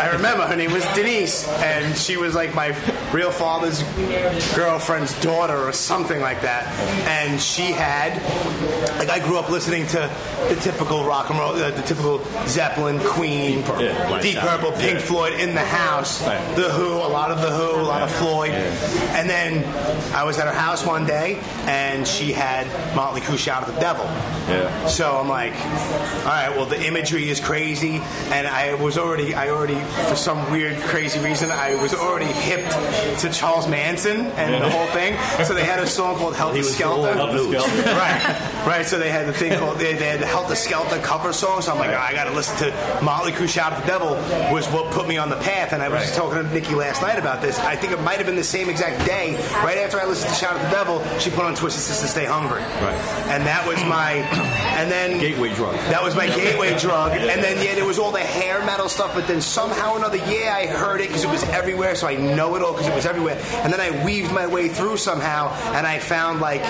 I remember her name was Denise, and she was like my real father's girlfriend's daughter or something like that. And she had, like, I grew up listening to the typical rock and roll, uh, the typical Zeppelin, Queen, Deep Purple, Yeah. Pink Floyd in the house. Right. The Who, a lot of The Who, a lot of Floyd. And then I was at her house one day, and she had Motley Crue shout at the devil. Yeah. So I'm like, all right, well, the imagery is crazy, and I was already, I already, for some weird, crazy reason, I was already hipped to Charles Manson and the whole thing. So they had a song called Helter was Skelter. all Helter Skelter. right, right. So they had the thing called, they, they had the Helter Skelter cover song. So I'm like, I got to listen to Motley Crue Shout at the Devil was what put me on the path. And I was talking to Nikki last night about this. I think it might have been the same exact day. Right after I listened to Shout at the Devil, she put on Twisted Sister Stay Hungry. Right. And that was my, and then Gateway drug. that was my gateway drug. And then, yeah, there was all the hair metal stuff, but then somehow or another, yeah, I heard it because it was everywhere, so I know it all because it was everywhere. And then I weaved my way through somehow, and I found like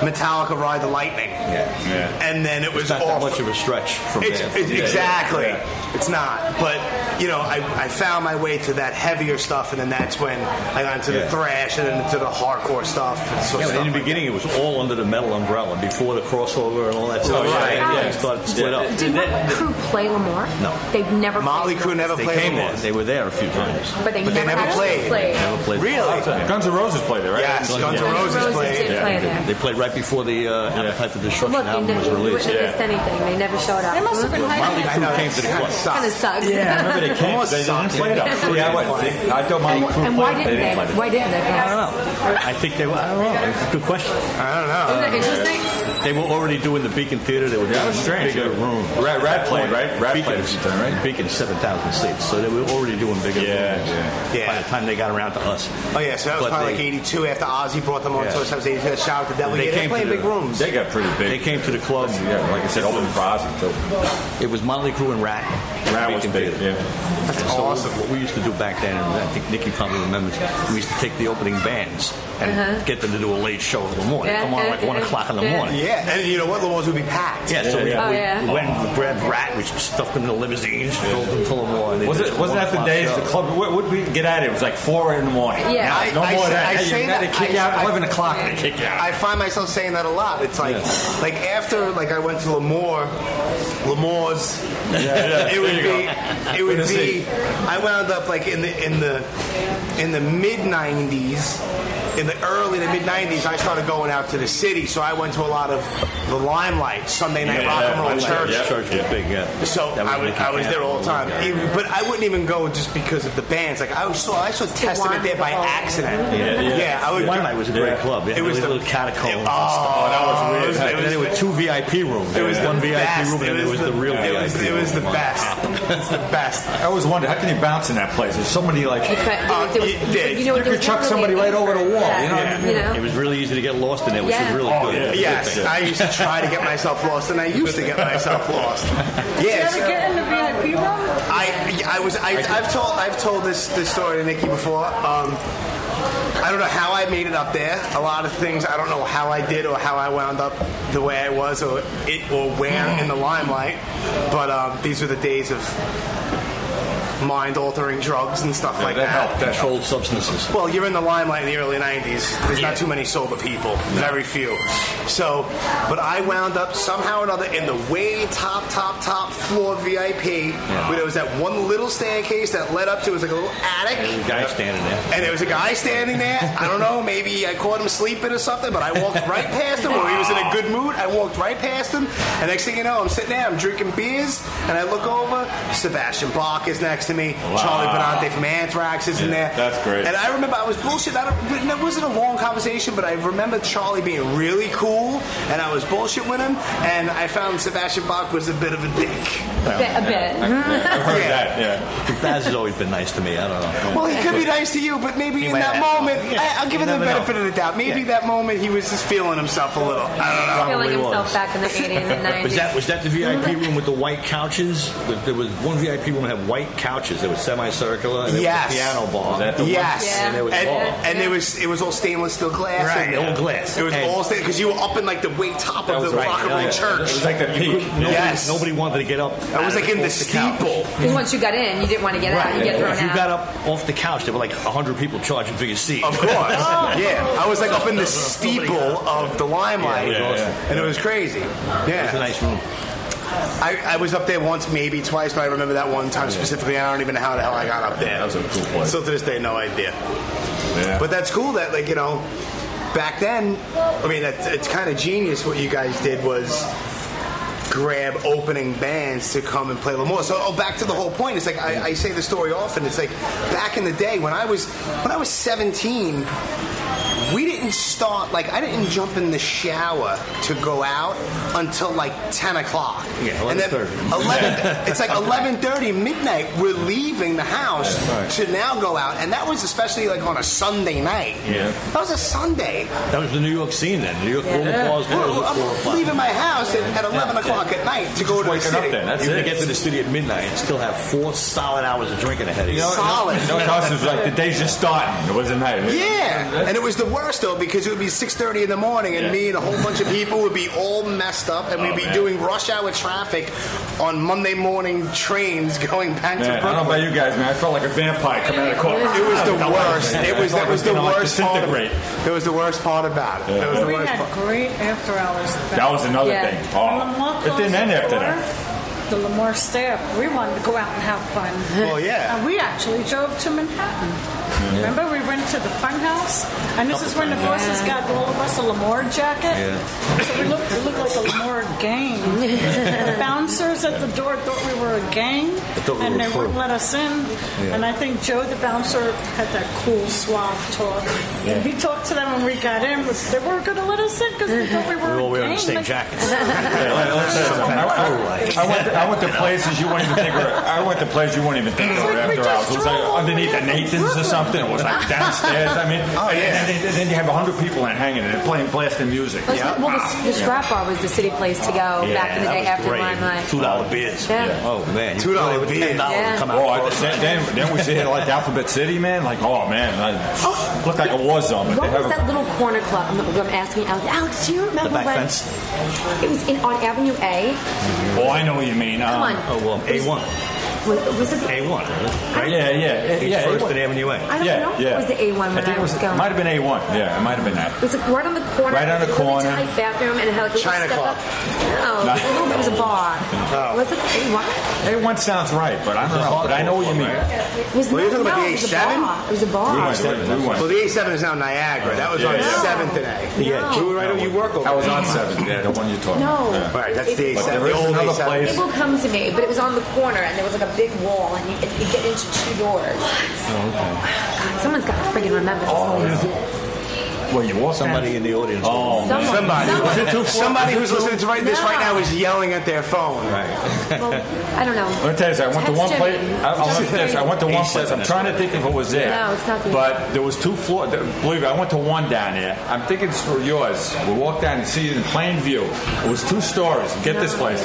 Metallica Ride the Lightning. Yeah. And then it was It's not all that much of a stretch from it's, there. it's- Yeah, yeah, exactly. yeah. It's not. But you know, I, I found my way to that heavier stuff, and then that's when I got into the Yeah. thrash and then into the hardcore stuff. And sort Yeah, of but stuff in the like beginning, it was all under the metal umbrella before the crossover and all that stuff. right, Yeah, yeah. It started to split up. Did Motley Crue play Lamore? No. They've never that. Motley played Crue never They played. came before. there. They were there a few times. But they, but they never actually played. Never played. Really? Guns N' Roses played it, right? Yes, Guns N' Guns N' Roses Roses played. did Yeah, play They, there. they played right before the uh, Appetite for Destruction Look, they album was never released. witnessed anything. They never showed up. They must have been Motley hiding. Crue came to the club. Kind of sucks. Yeah, I remember they came. Almost They didn't sucked. play it up. Yeah, I was. They- I thought Motley Crue And why played it. didn't they? play it. Why didn't they? I don't know. I think they were. I don't know. It's a good question. I don't know. Isn't that interesting? They were already doing the Beacon Theater. They were doing That was strange. bigger Yeah. rooms. Rat- Rat At that played, point, right? Rat played a few times, right? Beacon seven thousand seats, so they were already doing bigger Yeah, rooms. yeah. By Yeah. the time they got around to us. Oh yeah, so that was But probably they- like '82 after Ozzy brought them on. Yeah. So it was '82. Shout out to Devil. They yeah, they came play in to big the- rooms. They got pretty They big. came to the club. Yeah, like I said, open for Ozzy too. It was Motley Crue and Rat. Rat was Beacon big. Theater. Yeah. That's So awesome. What we used to do back then, and I think Nikki probably remembers, we used to take the opening bands and get them to do a late show in the morning. Uh-huh. Yeah, Come on, yeah, like one yeah. o'clock in the Yeah. morning. Yeah, and you know what? The walls would be packed. Yeah, so Yeah, we, yeah. Oh, yeah. we went and grabbed rat, we stuffed them in the limousines, filled them full of water. and they Was did it? a Wasn't one that the o'clock days show. the club? What would we get at? It It was like four in the morning. Yeah. Now, I- no I more of say- that. I Hey, say you got to that- kick I- you out I- eleven o'clock. They kick you out. I find myself saying that a lot. It's like, like after like I went to Lemoore, Lemoore's, *laughs* it would There you be, it would Let's be. see. I wound up like in the in the in the mid '90s. in the early to mid '90s, I started going out to the city, so I went to a lot of the Limelight Sunday night rock and roll church. Church was big, yeah. So That I was, Nicky I was there Campbell. all the time, Yeah. Even- but I wouldn't even go just because of the bands. Like I was so I saw Testament there by wonderful. accident. Yeah, yeah. I would. One night was a great club. It, Oh, It was was a the- little catacomb. Oh, that was weird. It and was then there the- were two VIP rooms. It was one the VIP best. room, and it there was the, real it VIP was, room. It was the One. best. It's the best. *laughs* I always wondered how can you bounce in that place? There's so many like. You could, Uh, there was, you you, did. could- you know, You there could was chuck never somebody really right over the anchor. wall, Yeah, you know what I mean? It was really easy to get lost in there, which Yeah. was really Oh, good. yeah. Yes, I used to try to get myself lost, and I used to get myself *laughs* lost. Did you Yes. ever get in the VIP room? I, I was I, I've told I've told this this story to Nikki before. Um, I don't know how I made it up there. A lot of things I don't know how I did or how I wound up the way I was or it or where in the limelight. But um, these were the days of mind altering drugs and stuff like that that. helped. Controlled substances. Well, you're in the limelight in the early 90s. There's not too many sober people, very few. So, but I wound up somehow or another in the way top, top, top floor VIP where there was that one little staircase that led up to, it was like a little attic. The guy standing there. And there was a guy standing there. I don't know, maybe I caught him sleeping or something, but I walked right past him, or he was in a good mood. I walked right past him, and next thing you know, I'm sitting there, I'm drinking beers, and I look over. Sebastian Bach is next to me. Charlie Benante from Anthrax is in Yeah, there. that's great. And I remember I was bullshit. I don't, it wasn't a long conversation, but I remember Charlie being really cool, and I was bullshit with him, and I found Sebastian Bach was a bit of a dick. Bit- A bit. I've heard Yeah. that. Yeah. Baz has always been nice to me. I don't know. Well, he could be nice to you, but maybe in might that have- moment, yeah, I, I'll give you him the never benefit know. of the doubt. Maybe that moment he was just feeling himself a little. I Feeling Probably himself was. back in the 80s and 90s. Was that was that the *laughs* VIP room with the white couches? With- There was one VIP room that had white couches. There was semicircular. And there Yes. Was a piano bar. that don't know. Yes, Yeah. And there was and, bar. and there was it was all stainless steel glass. Right, in there. all glass. It was And- all stainless because you were up in like the way top of the was right, rock and roll yeah. church. It was like the *laughs* peak. Nobody, yes. nobody wanted to get up. I was out of like in the off couch. steeple. Because once you got in, you didn't want to get out. You get thrown If you out. got up off the couch, there were like 100 people charging for your seat. Of course, Oh. yeah. I was like up in *laughs* the steeple of the limelight, Yeah, yeah, yeah. and it was crazy. It was a Yeah, nice room. I, I was up there once, maybe twice, but I remember that one time specifically. I don't even know how the hell I got up there. That was a cool place. Still to this day, no idea. Yeah. But that's cool that, like, you know, back then, I mean, that's, it's kind of genius what you guys did was grab opening bands to come and play Lamore. So, oh, back to the whole point. It's like, I, I say the story often. It's like, back in the day, when I was, when I was 17, we didn't start, like, I didn't jump in the shower to go out until, like, 10 o'clock. Yeah, And then 11:30. 11 it's like 11.30 midnight we're leaving the house to now go out and that was especially like on a sunday night Yeah. that was a sunday That was the New York scene then. New York yeah. was We're- closed at 4 i'm o'clock. leaving my house at, at 11 o'clock at night to go to the waking up city then. That's you could it. get to the studio at midnight and still have four solid hours of drinking ahead of you. solid No, it was like the day's just starting. It wasn't night. Yeah, and it was the worst though because it would be six thirty in the morning, and me and a whole bunch of people would be all messed up, and we'd Oh, be man. doing rush hour traffic on Monday morning trains going back to Man, I don't know Brooklyn. about you guys, man. I felt like a vampire coming out of the corner. It was the worst. It was that was the Gonna, like, worst part. Of, disintegrate. it was the worst part about it. It was the We worst had part. great after hours. back That was another Yeah. thing. When Lamar Oh, it closed didn't end the after door, that. The Lamar staff, we wanted to go out and have fun. Well, yeah. And we actually drove to Manhattan. Remember, we went to the fun house, and this is when the bosses got all of us a Lamar jacket. So we looked, we looked like a Lamar gang. the bouncers at the door thought we were a gang, thought we and were they a crew. wouldn't let us in. And I think Joe, the bouncer, had that cool suave talk. And he talked to them when we got in. but They weren't going to let us in because they thought we were We a all wearing gang. the same *laughs* Like, jackets. Yeah, let- let's say something. I, Alright. I, I went to, I *laughs* went to places you wouldn't even think were. I went to places you wouldn't even think It's were like we after just hours. It was like drove underneath the over here from Nathan's or Brooklyn. something. It was *laughs* like downstairs. I mean, Oh, yeah. And then, and then you have hundred people in hanging and they're playing blasting music. Wasn't it- Well, Wow. the, the scrap bar was the city place to go back in the that day was after great. Limelight. Two dollar beers. Yeah. Oh man, you $2 really with beers. Ten dollars Yeah. come out. Oh, I, then, then, then we sit here like Alphabet City, man. Like, oh man, I looked like a war zone. But they What have was a- that little corner club? I'm, I'm asking Alex. Alex, do you remember the back when fence. it was in on Avenue A? Oh, I know what you mean. Come Um, on. Oh well, A one. Was, was it? A1, right? Yeah, yeah, It's yeah. First A1. and Avenue A. I don't yeah, know if yeah. it was the A1 when I think I it was. was going. Might have been A one. Yeah, it might have been It that. was like right on the corner. Right on It the was a really corner. Tight bathroom and it had like a little China step Club. up. No, it was a little- it was a bar. Was it a what? A one sounds right, but I don't know. But I know what you mean. It was Well, you're talking about not- no, the it was a A7? bar. It was a bar. We went. We Well, went. the A7 is now Niagara. That was on Yeah, yeah. 7th and A. Yeah. You were right over, you work over I was there. on seven. Yeah, the one you talking. No. about. Yeah. All right, that's the But A7. there The is old another A7. place. It will come to me, but it was on the corner, and there was like a big wall, and you, it- you get into two doors. Oh, God, someone's got to friggin' remember this Oh, place. Well, you walk Somebody in the audience. Oh, Someone, Somebody, someone. somebody who's listening to right, this right No. now is yelling at their phone. *laughs* Well, I don't know. Let me tell you, something. I went to Text one Jimmy. place. I, I went to this. I went to one He place. said I'm that. trying to think if it was there. No, it's not the- But there was two floor. th- Believe it, I went to one down there. I'm thinking it's for yours. We walked down and see it in plain view. It was two stories. Get this place.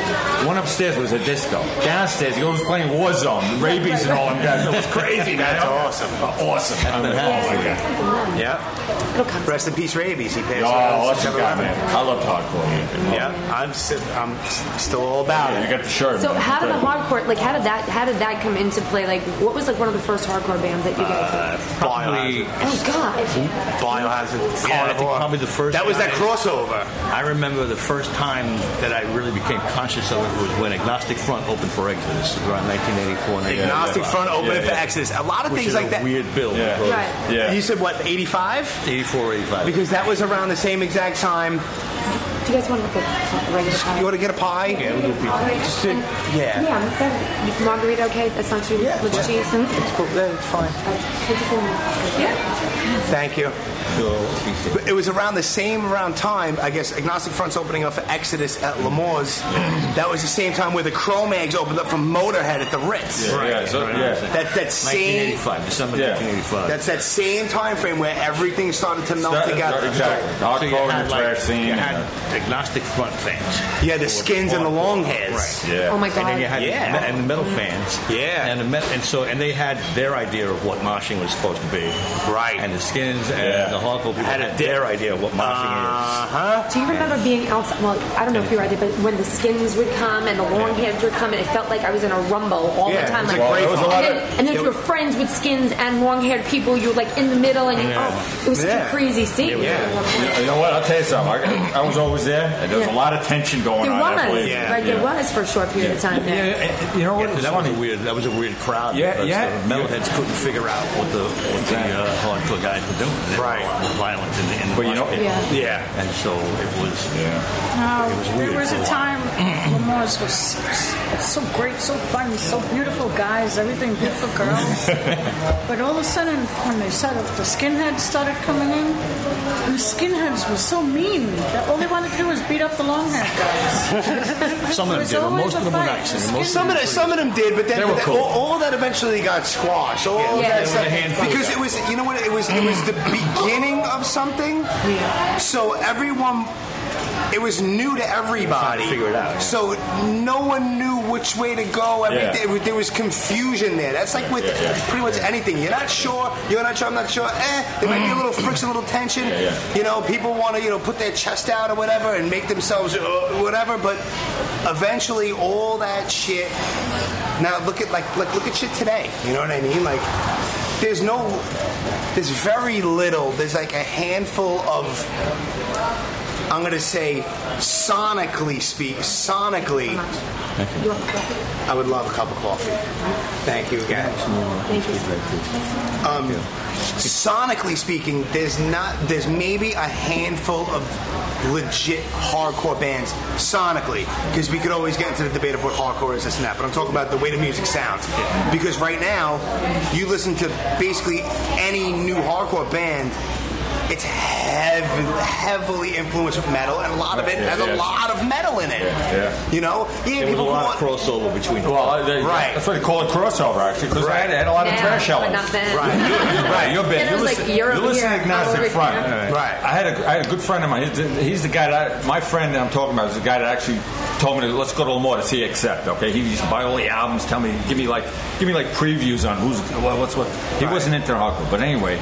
One upstairs was a disco. Downstairs, you was playing Warzone, rabies and all them guys. It was crazy, man. That's awesome. Awesome. I mean, oh, my God. Yeah. It'll come. Rest in peace, rabies. He passed Oh, away on awesome September guy, 11th. man. I loved hardcore. Yeah, I'm, si- I'm s- still all about Yeah, you it. got the shirt. So man. how did the hardcore like how did that how did that come into play? Like what was like one of the first hardcore bands that you guys? Uh, Probably, oh God! Biohazard. Yeah, I think Carnivore. probably the first That was that guy- crossover. I remember the first time that I really became conscious of it was when Agnostic Front opened for Exodus around 1984. Agnostic Front opening for Exodus. A lot of Which things is like a that. weird build. Yeah. because Right. Yeah. You said what, 85? 84, 85. Because that was around the same exact time. Do you guys want to look at regular? You want to get a pie? Yeah, we'll get pie. Just a- Um, Yeah, yeah. that, margarita okay? That's not too much cheese. It's cool. Yeah, it's fine. Yeah. Thank you. But it was around the same around time, I guess, Agnostic Front's opening up for Exodus at Lamore's. that was the same time where the Cro-Mags opened up for Motorhead at the Ritz. Yeah, yeah, so- yeah. That, that same 1985, December Yeah. 1985. That's that same time frame where everything started to melt That- together. Exactly. So you Hardcore had, and the like, trash scene. You and had the- agnostic front fans. Yeah, the skins and the long hairs. Yeah. Oh my God. And then you had Yeah. the, and the metal fans. Yeah. And the met, and so and they had their idea of what moshing was supposed to be. Right. And the skins and Yeah. the hardcore people had, their idea of what moshing Uh huh. Do you remember being outside? Well, I don't know if you were there, but when the skins would come and the long hands would come, and it felt like I was in a rumble all Yeah, the time. it was Like, a great and, vibe. then, and then if you were friends with skins and long-haired people, you were like in the middle, and you, oh, it was such Yeah. a crazy scene. You know- You know what? I'll tell you something. I, I was always there, and there was Yeah. a lot of tension going There on. I was, believe. Yeah. right? There was for a short period of time. Yeah, There. and- and you know what? is. It's That was funny. a weird. That was a weird crowd. Yeah, because yeah. The metalheads couldn't figure out what the what the uh, hardcore guys were doing. They Right. Were a lot more violent in the, in the But you mosh know- pit. Yeah. Yeah. And so it was. Yeah. was No, Uh, there weird was for a a while. time Lamar's was so, so great, so fun, so beautiful guys, everything beautiful girls. but all of a sudden, when they started, the skinheads started coming in. and The skinheads were so mean that all they wanted to do was beat up the long haired guys. Some of them It was did, but always most a of them were fight. nice, The and most Some of, the, some of them did, but then They were but that- cool. all, all that eventually got squashed. All of Yeah. that There was stuff, a handful because it was you know what it was it was the beginning of something. So everyone, it was new to everybody. Trying to figure it out, yeah. So no one knew which way to go. Yeah. Everything, it was- there was confusion there. That's like with pretty much anything. You're not sure. You're not sure. I'm not sure. Eh, there might Mm. be a little friction, a little tension. yeah. You know, people want to you know put their chest out or whatever and make themselves uh, whatever, but. Eventually, all that shit now look at like look look at shit today. You know what I mean? Like there's no there's very little. There's like a handful of I'm gonna say sonically speak sonically. You want coffee? I would love a cup of coffee. Thank you again. Thank you. Um, sonically speaking, there's not there's maybe a handful of legit hardcore bands sonically because we could always get into the debate of what hardcore is this and that. But I'm talking about the way the music sounds because right now you listen to basically any new hardcore band. It's heavily, heavily influenced with metal, and a lot of it Yeah, has yeah. a lot of metal in it. yeah. You know, yeah, There was a people lot of want, crossover between. Well, I- they- Right. That's what they call it crossover, actually, because Right. I had, had a lot of Now, trash but elements. not then. *laughs* Right. Right, you're big. Then it You was listen, like Europe you listen to here, Agnostic over Front. here. Right. I had a, I had a good friend of mine. He's the- He's the guy that I, my friend that I'm talking about is the guy that actually told me to let's go to Lamore to see Accept. Okay, he used to buy all the albums, tell me, give me like give me like previews on who's what- what's what. He wasn't into hardcore, but anyway,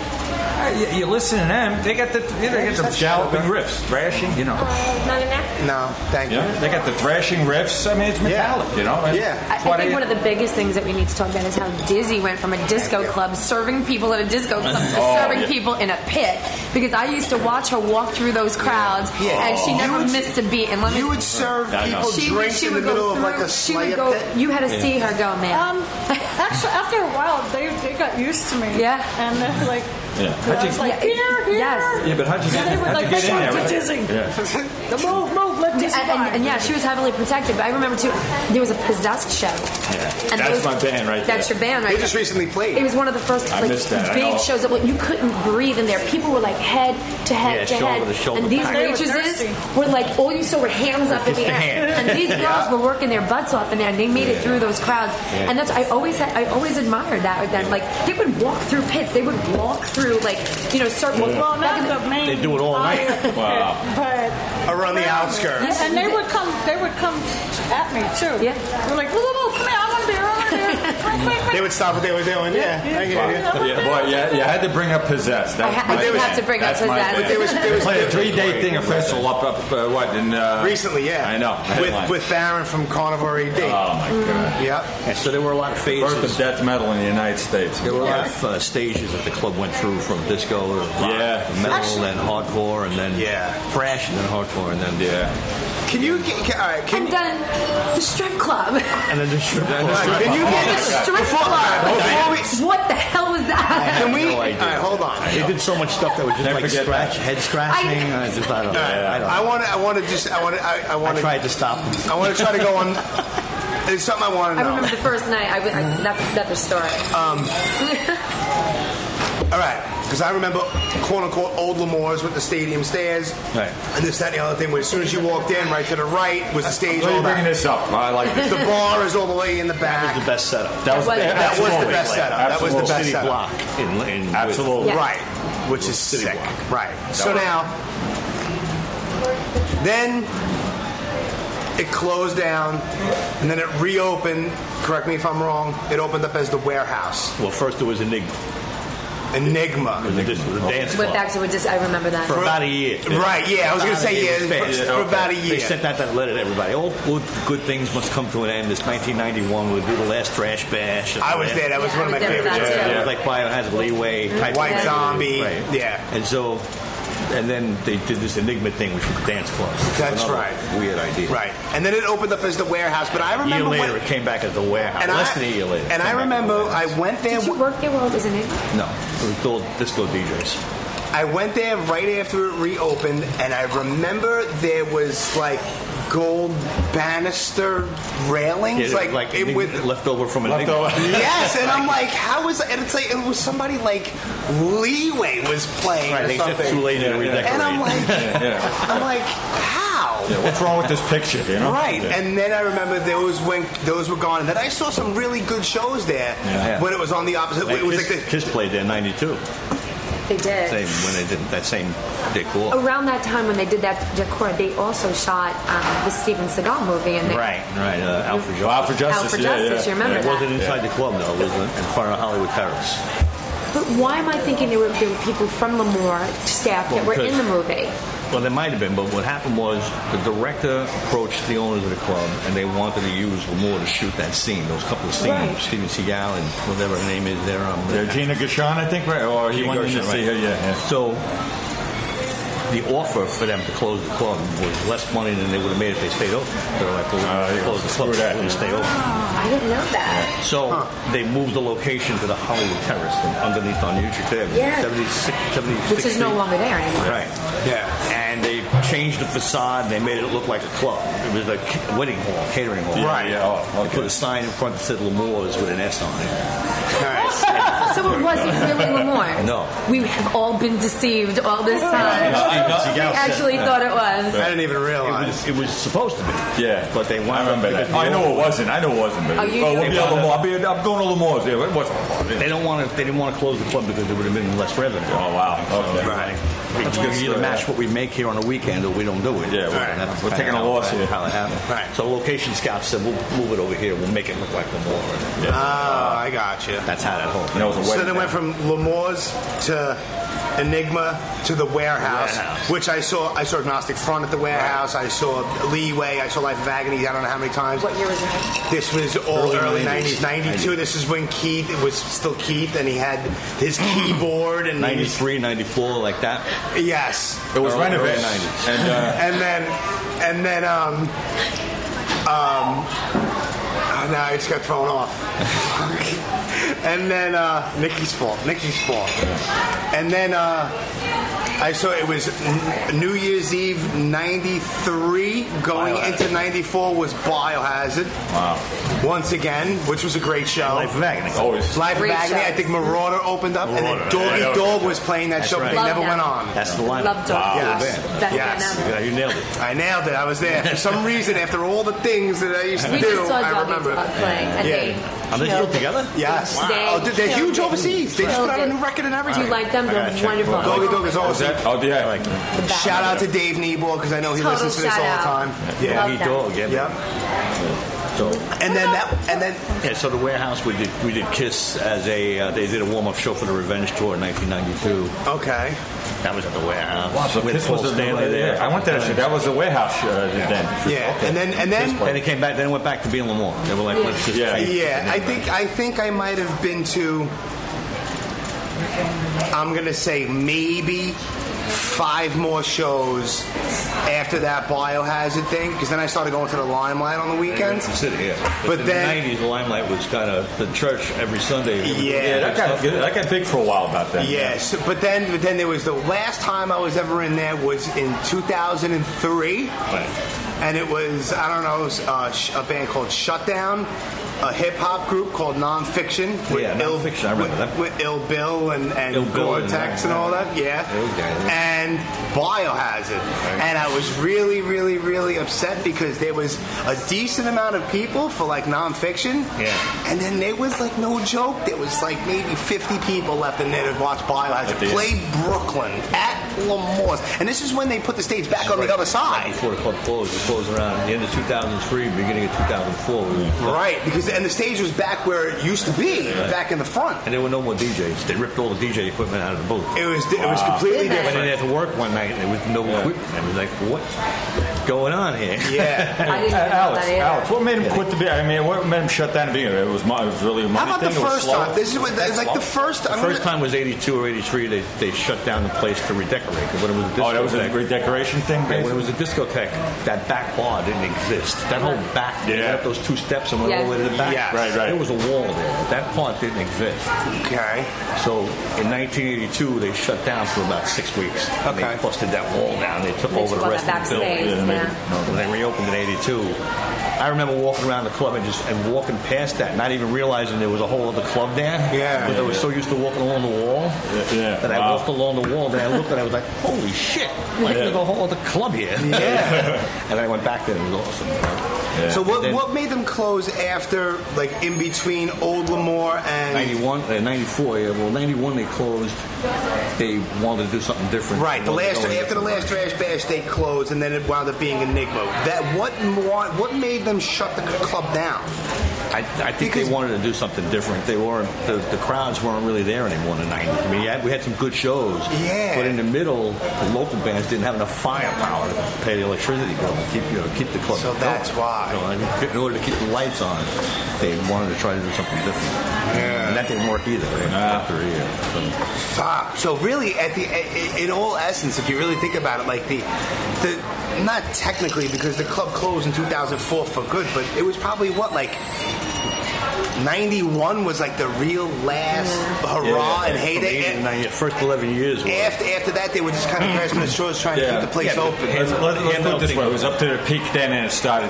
Uh, you, you listen to them. They got the you know, they got the galloping riffs, thrashing. You know, Not in there? No, thank you. yeah. They got the thrashing riffs. I mean, it's metallic. You know. and Yeah. I, that's I why think they- one of the biggest things that we need to talk about is how Dizzy went from a disco club serving people at a disco club to Oh, serving yeah. people in a pit. Because I used to watch her walk through those crowds, Yeah. and she You never would- missed a beat. And let me You would serve I know. people she, would- drinks she in the would go middle of through- like a she would Slayer go, pit. You had to see her go, man. Um, actually, after a while, they, they got used to me. Yeah. And they're like, Yeah. I How'd you- was like, Yeah, here, here. yes. Yeah, but how'd you So get, they were how'd like, you get in there? "Shut the dizzy." *laughs* Yeah. Move, move, let Dizzy And, and, by. and yeah, she was heavily protected. But I remember too, there was a possessed show. And That's those- my band right That's there. your band right They just there. recently played. It was one of the first I like, missed that. I know. big shows that well, you couldn't breathe in there. People were like head to head Yeah, to shoulder head, to shoulder and these back. They were waitresses thirsty. were like all you saw were hands up in Just the the air, hand. and these girls were working their butts off in there, and they made it through those crowds. And that's I always had, I always admired that. That like they would walk through pits, they would walk through like you know circles. well, Back in not the main. They do it all night. aisle, *laughs* Wow. But Around the outskirts. Yes, And they you would come. They would come at me too. Yeah. They're like, "Woo, woo, woo, come here! I want to be *laughs* around here. Quick, quick, They would stop what they were doing. Yeah, I get it. Yeah. Yeah, boy, yeah, you had to bring up possessed. That's I ha- I my did band. have to bring up That's my Possessed. band. But there was- there was- They played a three-day thing, a festival up, up, uh, what in uh, Recently, yeah. I know. With with Farron from Carnivore AD. oh my god, Yep. And so there were a lot of birth phases. of death metal in the United States. There were a lot of uh, stages that the club went through from disco to rock, Yeah. to metal, then hardcore, and then Yeah. thrash, and then hardcore, and then Yeah, Can you get? Can, all right. Can, And then the strip club. and then the strip club. can you Oh, the get? strip club. Before we, What the hell was that? can we? no all idea. right, hold on. They did so much stuff that was just Never like forget scratch, head scratching. I, just, I don't know. I, don't I want to. I want to just. I want to. I, I want I to. tried to stop them. I want to try to go *laughs* on. There's something I want I to remember know. the first night. I, was- I that's another story. All right, because I remember quote unquote old Lemoore's with the stadium stairs. Right. And this, that, and the other thing. Where as soon as you walked in, right to the right was the stage. Why are All you bringing that. this up? I like this. *laughs* The bar is all the way in the That was back. the best setup. That was, That was- that That was the absolutely. best setup. That was the Absolutely. best city setup. block in, in with- Absolutely. Yeah. Right. Which is City sick. block. Right. so now, then it closed down, and then it reopened. Correct me if I'm wrong. It opened up as the warehouse, Well, first it was Enigma, Enigma. the, dis- the dance Went club, back to a dis- I remember that. for about a year. Right. Yeah, I was gonna About a say year yeah, it was for, fixed. for about a They year. sent out that letter to everybody. All good, good things must come to an end. This 1991 would be the last trash bash. I was there. That was Yeah, one of my I was there favorite for that, shows. too. It was like Biohazard Leeway type White of thing. Zombie, yeah. And so, and then they did this Enigma thing, which was the dance club. which was That's another right. Weird idea. Right. And then it opened up as the warehouse. But I A year remember later, when- it came back as the warehouse. and Less I, than a year later. it And came I back as the remember I warehouse. went there. Did you work there while it was in it? No, it was all disco DJs. I went there right after it reopened, and I remember there was like gold banister railings, Yeah, like, it with. left over from *laughs* a Yes, and I'm like, how was and it's like it was somebody like Leeway was playing Right, or they said something, too late to redecorate. and I'm like, yeah. I'm like, how? Yeah, What's wrong with this picture? You know? Right, Yeah. and then I remember those went, those were gone, and then I saw some really good shows there Yeah. when it was on the opposite. Like, it was Kiss, like the Kiss played there in '92. They did. Same when they did that same decor. Around that time when they did that decor, they also shot um, the Steven Seagal movie in there. Right, right. Uh, Alfred Johnson. Wow, for Out justice. for yeah, Justice, yeah. you remember It that. wasn't inside the club though. It was in front of Hollywood Terrace. But why am I thinking there were, there were people from Lemoore staff that were in the movie? Well, there might have been, but what happened was the director approached the owners of the club, and they wanted to use Lamore to shoot that scene. Those couple of scenes, Right. Steven Seagal and whatever her name is there. Um, Yeah, Gina Gershon, I think, right? Or he Gina went in to Gershon, see right. her. Yeah, So the offer for them to close the club was less money than they would have made if they stayed open. They're like, well, Ah, we're yeah. gonna close the club Screw that. and stay open. Oh, I didn't know that. So they moved the location to the Hollywood Terrace and underneath on Utrecht Avenue, Yeah. 76, 76 Which is no feet. longer there *laughs* anymore. Right. Yeah. And they changed the facade. They made it look like a club. It was a ca- wedding hall, catering hall. Yeah, Right. yeah, oh, They put a sign in front that said Lamore's with an S on it. So it wasn't *laughs* really Lemoore. No. We have all been deceived all this time. No, I know. we actually thought it was. I didn't even It realize. was, it was supposed to be. yeah. yeah. But they wound I up remember because that. the I know old- it wasn't. I know it wasn't. But Oh, you oh, knew we'll it be on Lamar. I'll be- I'm going to Lamar's. Yeah, it wasn't. They don't want to. They didn't want to close the club because there would have been less revenue. Oh, wow. Okay. Right. It's going to either match what we make here on a weekend, or we don't do it. Yeah, we're- And that's we're kinda taking a how- loss here. How it happened. Right. So location scouts said, "We'll move it over here. We'll make it look like Lamore." Oh, I got you. That's how that whole thing. You know, it was a So wedding then it went band. from Lemoore's to Enigma to the warehouse, Warehouse. which I saw. I saw Agnostic Front at the warehouse. I saw Leeway. I saw Life of Agony. I don't know how many times. What year was that? This was all Early early, 90s. 90s, 92. This is when Keith it was still Keith, and he had his keyboard and he was- 93, 94, like that. Yes, It was Early renovated. 90s. *laughs* And uh, and then and then um um. Oh, now I just got thrown off. *laughs* and then uh, Nikki's fault. Nikki's fault. And then uh, I saw it was N- New Year's Eve '93, going Biohazard. into '94 was Biohazard. Wow. Once again, which was a great show. Life of Agony. always. Live Great Magni, show. I think Marauder opened up, and Marauder, then Doggy yeah. Dog was playing that That's show, right. but they Love never that. went on. That's the line. Loved it. Yes. That Yes. dynamic. Yeah, you nailed it. I nailed it. I was there. For some reason, after all the things that I used to We do, just saw I Doggy remember. Dog playing, and Yeah. they Are they still killed it. together? Yes. Wow. They Oh, dude, they're huge killed it. overseas. They just Killed put out a new it. record and everything. Do you like them? I gotta They're check. wonderful. Doggy Dog is Was awesome. that? Oh, yeah. Shout out to Dave Niebuhr because I know he Total listens to this all the shout out. time. Love Doggy that. Dog. Yeah. Yep. So And then that, and then yeah, so the warehouse we did we did Kiss as a uh, they did a warm up show for the Revenge tour in 1992. okay. That was at the warehouse. Wow, so With Kiss Paul was the Stanley there. I went to that show. That was the warehouse show uh, then. Yeah. And then and then Then it came back. Then it went back to being Lamar. They were like, let's just Yeah. Yeah, I think I think I might have been to. I'm gonna say maybe five more shows after that biohazard thing because then I started going to the limelight on the weekends. City, yeah. But in then- the 90s, the limelight was kind of the church every Sunday. Yeah, Yeah, that got, that got big for a while about that. Yes, but then but then there was the last time I was ever in there was in 2003, and it was I don't know it was, uh, sh- a band called Shutdown, a hip hop group called Nonfiction with Yeah, Ill Nonfiction, I remember with, that. with Ill Bill and and Ill Bill and Gore-Tex that, and all yeah. that, yeah, Okay, yeah. and Biohazard, and I was really really really upset because there was a decent amount of people for like Nonfiction, Yeah. and then there was like no joke. There was like maybe 50 people left in there to watch Biohazard At the play Brooklyn at Lamore's. And this is when they put the stage back on the other side. Before the club closed, it closed around the end of 2003, beginning of 2004. We were- Right, because and the stage was back where it used to be, back in the front. And there were no more DJs. They ripped all the DJ equipment out of the booth. It was it was completely I went in different. there to work one night and there was no equipment. I was like, what's going on here? Yeah. I didn't Uh, even know Alex, that either. Alex, what made him quit the band? I mean, what made him shut down the beginning? It was, mo- it was really a money How about the thing. It was first slow. time? This is what it's like the first. *laughs* The I'm first gonna- time was 82 or 83. They, they shut down the place to redecorate. it. When it was a discotheque, Oh, that was a redecoration thing. yeah, when it basically? was a discotheque, that back bar didn't exist. That whole back, you Yeah. got those two steps and went all the way to the back. Yes. Right, right. There was a wall there. That part didn't exist. Okay. So in 1982, they shut down for about six weeks. And Okay. They busted that wall down. They took They over the took all rest that of the building. backstage, Yeah, they made it- yeah. When they reopened in '82, I remember walking around the club and just and walking past that, not even realizing there was a whole other club there. Yeah. Because I was so used to walking along the wall Yeah, yeah. that I Wow. walked along the wall. Then I looked and I was like, "Holy shit! Like Yeah. there's a whole other club here." Yeah. *laughs* and I went back there. and It was awesome. Yeah. So what Then- what made them close after like in between Old Lamore and 91, uh, 94, yeah. Well, 91 they closed. They wanted to do something different. Right, They the wanted to last go in a after the different last direction. Trash Bash, they closed, and then it wound up being Enigma. That what more, what made them shut the club down? I, I think Because- they wanted to do something different. They weren't the, the crowds weren't really there anymore in the '90s. I mean, yeah, we had some good shows, Yeah. but in the middle, the local bands didn't have enough firepower to pay the electricity bill to keep you know, keep the club. So going. that's why. You know, and in order to keep the lights on, they wanted to try to do something different. Yeah. And that didn't work either. After a year, so. Fuck. So really, at the i- in all essence, if you really think about it, like the the not technically because the club closed in 2004 for good, but it was probably what like. 91 was like the real last hurrah and From heyday. 80 to And 90, first 11 years. were- after, after that, they were just kind of grasping at straws trying to keep the place Yeah, but- open. Let's, let's, let's put it this Yeah. way: it was up to the peak then, and it started.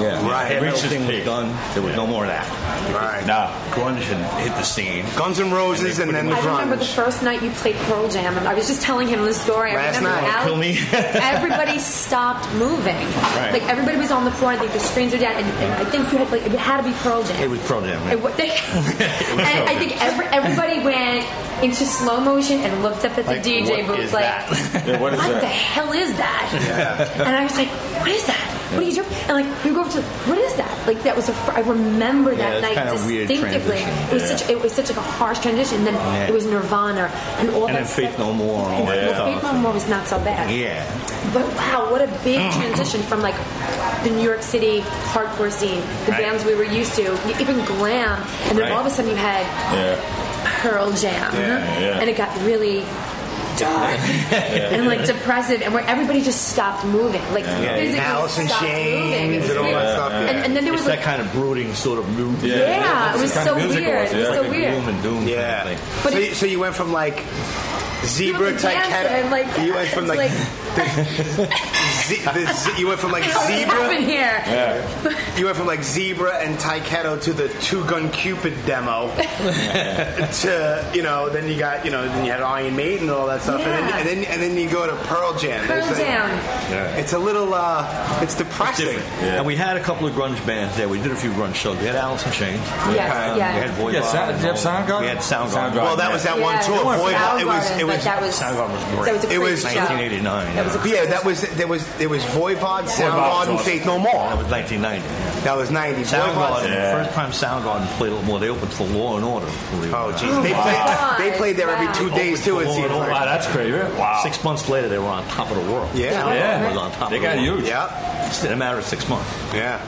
Yeah, Right. The It reached metal its thing was peak. done. There was no more of that. Right. No. Grunge had hit the scene. Guns N' Roses and, then the I remember the grunge. first night you played Pearl Jam, and I was just telling him the story. Last I remember night. Al- Kill me. *laughs* everybody stopped moving. Right. Like everybody was on the floor. Like the screens were down, and, and I think you had like it had to be Pearl Jam. It was Pearl Jam, yeah. It wa- *laughs* and I think every, everybody went into slow motion and looked up at the Like, DJ what booth is like. that? *laughs* Yeah, what is what that? the hell is that? *laughs* And I was like, what is that? What are you doing? And like, we go up to, what is that? Like, that was a, fr- I remember that it's night kinda a weird distinctively. transition. It was Yeah. such, it was such like a harsh transition. And then Yeah. it was Nirvana and all And then that Faith stuff. No More and all that And stuff. Faith No More was not so bad. Yeah. Mm. But wow, what a big transition from like the New York City hardcore scene, the Right. bands we were used to, even glam, and then Right. all of a sudden you had Pearl Jam, yeah. and it got really dark and like depressive, and where everybody just stopped moving, like Yeah. physically Alice in stopped moving. It Chains was and all weird. that stuff. And, and then there was It's like that kind of brooding sort of mood. Yeah. yeah, it That's was the kind so of music it weird, was, it was yeah. so Like Like weird. gloom and doom Yeah. kind of thing. But so, it- you, so you went from like You zebra were type dancing, cat. *laughs* like, you went from it's like, ze- the ze- you went from *laughs* like What zebra. happened here? You went from like zebra and Taiketo to the Two Gun Cupid *laughs* demo. to you know, then you got you know, then you had Iron Maiden and all that stuff, Yeah. and, then, and then and then you go to Pearl Jam. Pearl It's like- Jam. It's a little uh, it's depressing. And we had a couple of grunge bands there. We did a few grunge shows. We had Alice in Chains. Yes, yeah. We had Void. Yeah, Sound- did you have Soundgarden? We had Soundgarden. Soundgarden. Well, that was that one Yeah, tour. it was Boy, Soundgarden, it was it but was that was Soundgarden was great. That was a It crazy was show. 1989. That was a crazy yeah, that was there was there was Voivod, Voivod, Soundgarden, so- Faith No More. That was 1990. That was 90. Soundgarden. Boycott- First time Soundgarden played a little more. They opened for Law and Order. Believe it or Oh, not. jeez. They, Wow. played, they played there every Wow. two days, too, *laughs* it seems like. Wow, that's crazy. Wow. Six months later, they were on top of the world. Yeah. Yeah. was on top They of the got world. huge. Yeah. Just in a matter of six months. Yeah.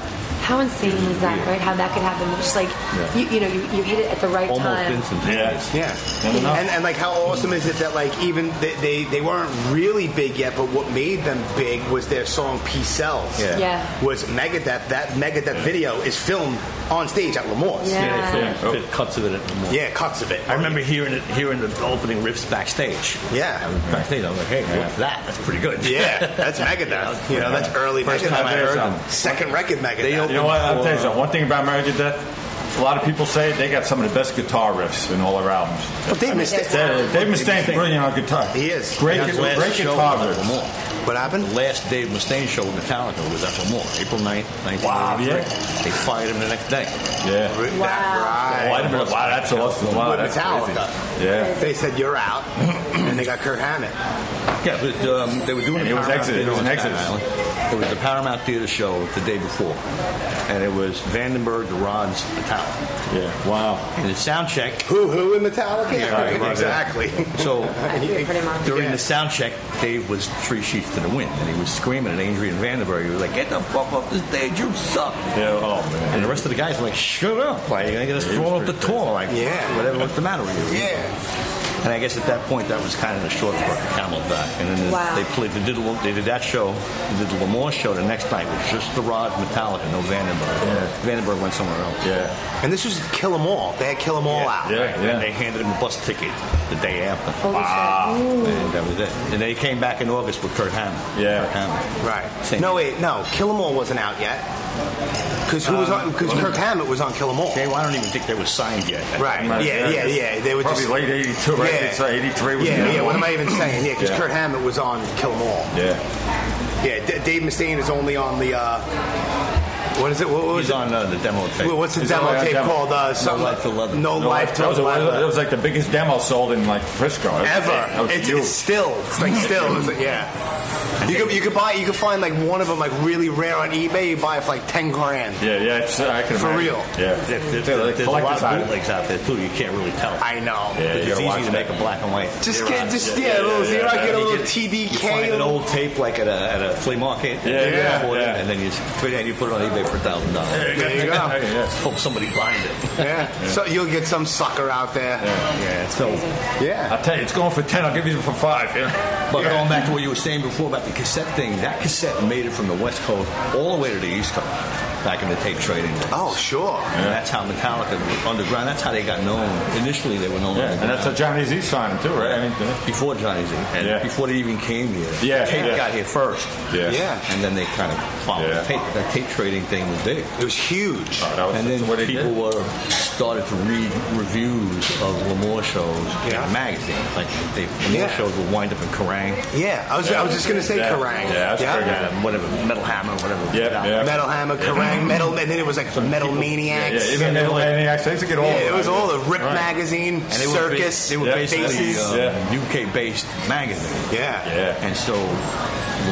How insane is that, right? How that could happen. It's just like, you, you know, you, you hit it at the right Almost time. instantaneous. Yeah. And, and, like, how awesome is it that, like, even they, they, they weren't really big yet, but what made them big was their song Peace Sells. Yeah. Yeah. Was Megadeth. That Megadeth video is filmed on stage at Lamore's. Yeah. Yeah, they fit- fit cuts of it at the moment. Oh, Yeah, cuts of it. I remember hearing it, hearing the opening riffs backstage. Yeah. I was backstage. I was like, "Hey, what's that? That's pretty good." Yeah, *laughs* that's Megadeth. You know, that's early First Megadeth. time I heard them. Second record Megadeth. They You know what? I'll tell you something. One thing about American Death, a lot of people say they got some of the best guitar riffs in all their albums. But Dave Mustaine. Dave, Dave Mustaine's brilliant on guitar. He is. Great, His last great show guitar was at riffs. Lamar. What happened? The last Dave Mustaine show with Metallica was at Lamar, April 9th, 1983. Wow, yeah. They fired him the next day. Yeah. That- Wow. right. Wait a minute. Wow, that's awesome. Wow, With Oh, that's Metallica. crazy. Yeah. They said you're out, *clears throat* and they got Kirk Hammett. Yeah, but um, they were doing And the it was Paramount Exodus. It Theater was an on Staten Exodus. Island. It was the Paramount Theater show the day before, and it was Vandenberg, Rod's Metallica, Yeah. Wow. and it's sound check. Who who in Metallica? right, right. exactly. So *laughs* pretty much. during Yeah. the sound check, Dave was three sheets to the wind, and he was screaming at Adrian Vandenberg. He was like, "Get the fuck off the stage, you suck!" Yeah. Oh man. And the rest of the guys were like, "Shut up! Like, you're gonna get us thrown up the tour, like, Yeah. whatever. What's the matter with you?" yeah. And I guess at that point, that was kind of the short for Camelback. And then Wow. they played, they did, they did that show, they did the Lamore show the next night with just the Rod Metallica, no Vandenberg. Vandenberg went somewhere else. Yeah. And this was Kill 'Em All. They had Kill 'Em All out. Yeah. And then they handed him a bus ticket the day after. Holy shit. And that was it. And they came back in August with Kurt Hammett. Yeah. Kirk Hammett. Right. Same. No wait, no. Kill 'Em All wasn't out yet. Because who Um, was on? Because Kirk Hammett was on Kill 'Em All. They, I don't even think they were signed yet. Right. Yeah, yeah, yeah. They were Probably just late '82, right? Yeah. It's uh, '83. was the Yeah, yeah. album. What am I even saying? Yeah, because Yeah. Kurt Hammett was on Kill 'Em All. Yeah. Yeah, D- Dave Mustaine is only on the. Uh, what is it? What, what was He's it? on uh, the demo tape. What's the He's demo on that tape demo. called? Uh, something- Life Till Leather. No, No, life that till was, a- leather. that was like the biggest demo sold in like Frisco That was- that ever. was It's, huge. it's still, it's like still, it's like, yeah. You could, you could buy, you could find like one of them like really rare on eBay. You buy it for like ten grand. Yeah, yeah, it's, uh, I can For imagine. real. Yeah. There- there- They're there- like there's a lot collector's of item. bootlegs out there, too. You can't really tell. I know. Yeah, you it's gotta watch easy to that. make a black and white. Just Xerox. get, just Yeah, yeah, a little yeah, Xerox, yeah. get a You little get- You find TDK. an old tape like at a, at a flea market. Yeah, you yeah, afford it, yeah. And then you put it, you put it on eBay for thousand dollars. There you go. *laughs* yeah. Hope somebody finds it. *laughs* Yeah. So you'll get some sucker out there. Yeah. So, Yeah. I'll tell you, it's going for 10. I'll give you for 5. Yeah. but going back to what you were saying before about the cassette thing, that cassette made it from the West Coast all the way to the East Coast. back in the tape trading days. Oh, sure. And that's how Metallica underground. That's how they got known. Initially, they were known Yeah, and underground. that's how Johnny Z signed him too, right? I mean, uh, before Johnny Z, and Yeah. before they even came here. Yeah, tape yeah. got here first. yeah, Yeah. and then they kind of followed Yeah. the tape. That tape trading thing was big. It was huge. Oh, that was And that's then what he people did. were started to read reviews of Lamore shows Yeah. in magazines. Like the Lamore Yeah. shows would wind up in Kerrang! Yeah, I was, I was just going to say Yeah. Kerrang. Yeah, that's pretty good. uh, whatever, Metal Hammer, whatever. Yeah, yeah. Metal Hammer, Kerrang, Metal, and then it was like Metal Yeah, Maniacs. even Yeah, middle and I used to get all. it of was that. all the Rip Right. magazine, And they were, Circus, ba- they were Yeah. basically Faces. um, Yeah. UK-based magazines. yeah. uh, Yeah. And so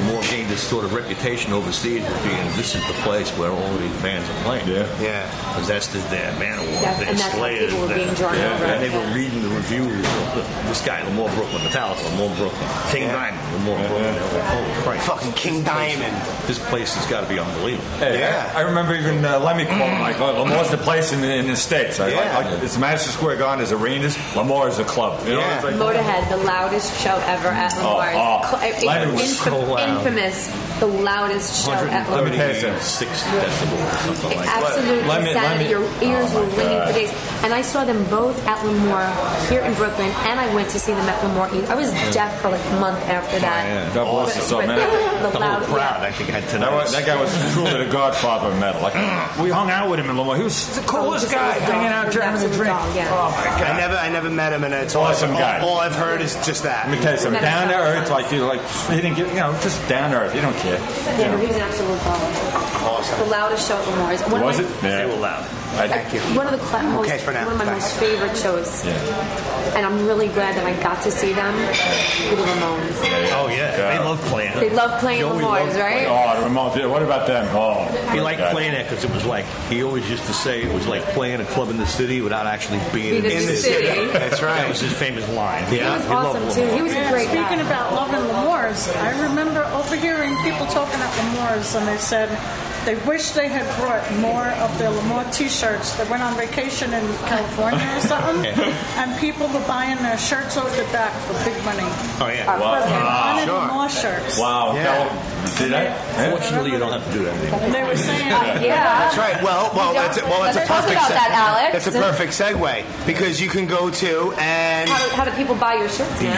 Lamore gained this sort of reputation overseas as being this is the place where all these bands are playing. yeah, Yeah. Because that's the damn man of war. That- thing, and that's why Slayers, people were that- being drawn Yeah, over. And they were reading the reviews of the- this guy, Lamore Brooklyn, Metallica, Lamore Brooklyn, King Yeah. Diamond, Lamore Brooklyn. Oh, Christ. Fucking King Diamond. This place has got to be unbelievable. Hey, Yeah. I, I remember even uh, Lemmy quoting like, oh, "Lamore's the place in the, in the states. I, Yeah. like, "Oh, it's Madison Square Garden is arenas. Lamore is a club. You know, Yeah. it's like, Motorhead, the loudest show ever at Lamar's. oh. Cl- it- Lennon was inf- so loud. Infamous, the loudest show at Let me tell Lamar's. you something. 136 decibels or something like that. Absolute Let me- let insanity. me- Your ears Oh, were my ringing for God. days. And I saw them both at Lemoore here in Brooklyn, and I went to see them at Lemoore. East. I was deaf for like a month Oh, after that. yeah. God bless you so But- but much. *laughs* The, The loud, whole crowd, I think, had That, tonight. was, that guy was truly the godfather of metal. Like, mm, we hung out with him in Lamar. He was the coolest just guy, a dog. hanging out, drinking a Absolute drink. dog, yeah. Oh my I god! never, I never met him, and it's Awesome all, guy. All, I've heard is just that. Let me tell you something. Down to Never saw earth, like you like he didn't get you know just down to earth. You don't care. Yeah, but he was an absolute baller. Awesome. The loudest show at Lamar's. One of Was my- it? Yeah. They were loud. I, Thank you. One of the cla- most, Okay, for now. one of my Thanks. most favorite shows, Yeah. and I'm really glad that I got to see them. with The Ramones. Oh, yeah. They love playing. They love playing Joey Lamar's, loved right? Oh, the remote. yeah, What about them? Oh, He liked God. playing it because it was like, he always used to say it was like playing a club in the city without actually being in the In city. the city. That's That right. was his famous line. He was He loved awesome too. Lamar. He was a Yeah, great speaking guy. about loving Lamores, I remember overhearing people talking at Lamores, and they said they wish they had brought more of their Lamore T-shirts. They went on vacation in California or something, and people were buying their shirts off the back for big money. Oh, Uh, yeah. Wow. They wanted Sure. Lamar shirts. Wow. Yeah. Cal- See that? Fortunately, you don't have to do that anymore. And they were *laughs* saying, like, Yeah. That's right. Well, well, We don't- that's a, well, that's a let's talk perfect. about that, Alex. That's a perfect segue because you can go to and How do, how do people buy your shirts now?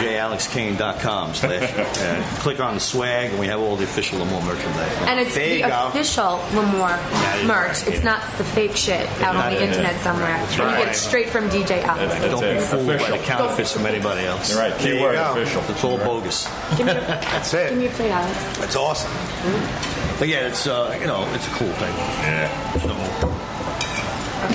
*laughs* DJAlexCane.com slash. uh, click on the swag, and we have all the official Lamore merchandise. And it's There the you go. official Lamore is merch. right, It's yeah. not the fake shit out on the Not- internet somewhere. You right. get it straight from DJ Alex. That's Don't it. be fooled by Official. the counterfeits from anybody else. You're right. There you Keyword go. official. It's all bogus. Give me your, that's give me it. your plate, Alex. That's awesome. But yeah, it's uh, you know, it's a cool thing. Yeah. So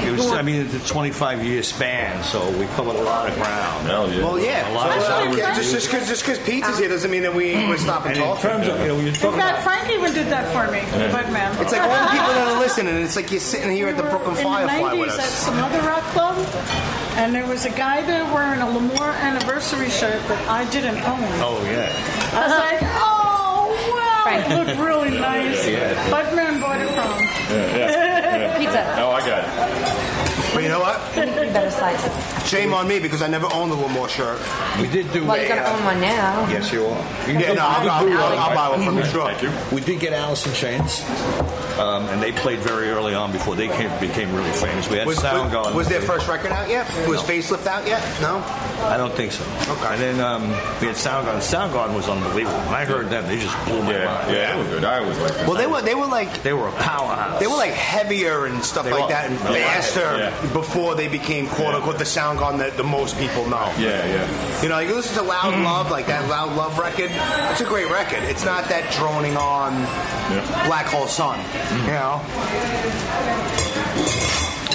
it was. I mean, it's a 25 year span, so we covered a lot of ground. Hell yeah. Well, yeah. A lot of So, genres. yeah, just because just because Pete's here doesn't mean that we we're stopping And in talking. terms of you know, we were in talking about fact, Frank even did that for me, Budman. It's like all *laughs* the people that are listening. It's like you're sitting here at the We were Brooklyn Firefly in the with 90s at us. some other rock club, and there was a guy there wearing a Lamore anniversary shirt that I didn't own. oh yeah, I was like, oh, wow, Frank. it looked really nice. Budman bought it from him. Pizza. Oh, I got it. But you know what? You better slice. Shame on me because I never owned a Lamore shirt. we did do. Well, a, you're going to uh, own one now. Yes, you are. You Yeah, did- no, I'll, I'll, you did do I'll, I'll buy one from you. Sure. Thank you. We did get Alice in Chains, um, and they played very early on before they came, became really famous. We had Was, was, Soundgarden. was their first record out yet? Was Facelift out yet? No. I don't think so. Okay. And then um, we had Soundgarden. Soundgarden was unbelievable. When I heard them, they just blew my Yeah, mind. yeah, that was good. I was like, Well, they were they were like They were a powerhouse. They were like heavier and stuff They like were. that, and They were. faster Yeah. before they became quote unquote the sound gun that the most people know. yeah, yeah. You know, you listen to Loud Mm. Love, like that Loud Love record. It's a great record. It's not that droning on Black Hole Sun. Mm. You know,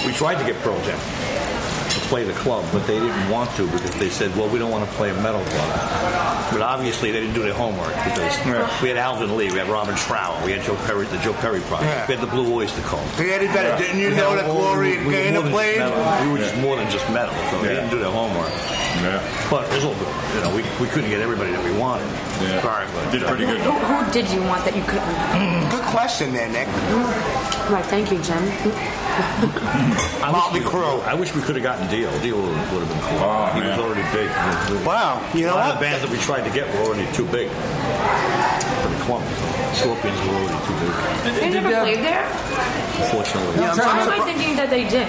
We tried to get Pearl Jam to play the club, but they didn't want to because they said, well, we don't want to play a metal club. But obviously, they didn't do their homework because we had Alvin Lee, we had Robin Trower, we had Joe Perry, the Joe Perry Project, Yeah. we had the Blue Oyster Cult. they had it better. Didn't you We know had that all- Glory we were Gaynor more than just played? metal. We were just more than just metal, so they didn't do their homework. Yeah. But it was all good. You know, we, we couldn't get everybody that we wanted. Yeah. All right, but, Did uh, pretty good. Who, who did you want that you couldn't? Good question there, Nick. Right, thank you, Jim. I wish Motley we- Crue. I wish we could have gotten Deal. Deal would have been cool. Oh, he man. was already big. Wow, you a know lot what? of the bands that we tried to get were already too big for the clump. Scorpions were already too big, They never uh, played there? unfortunately. I'm Why am surprised- I thinking that they did?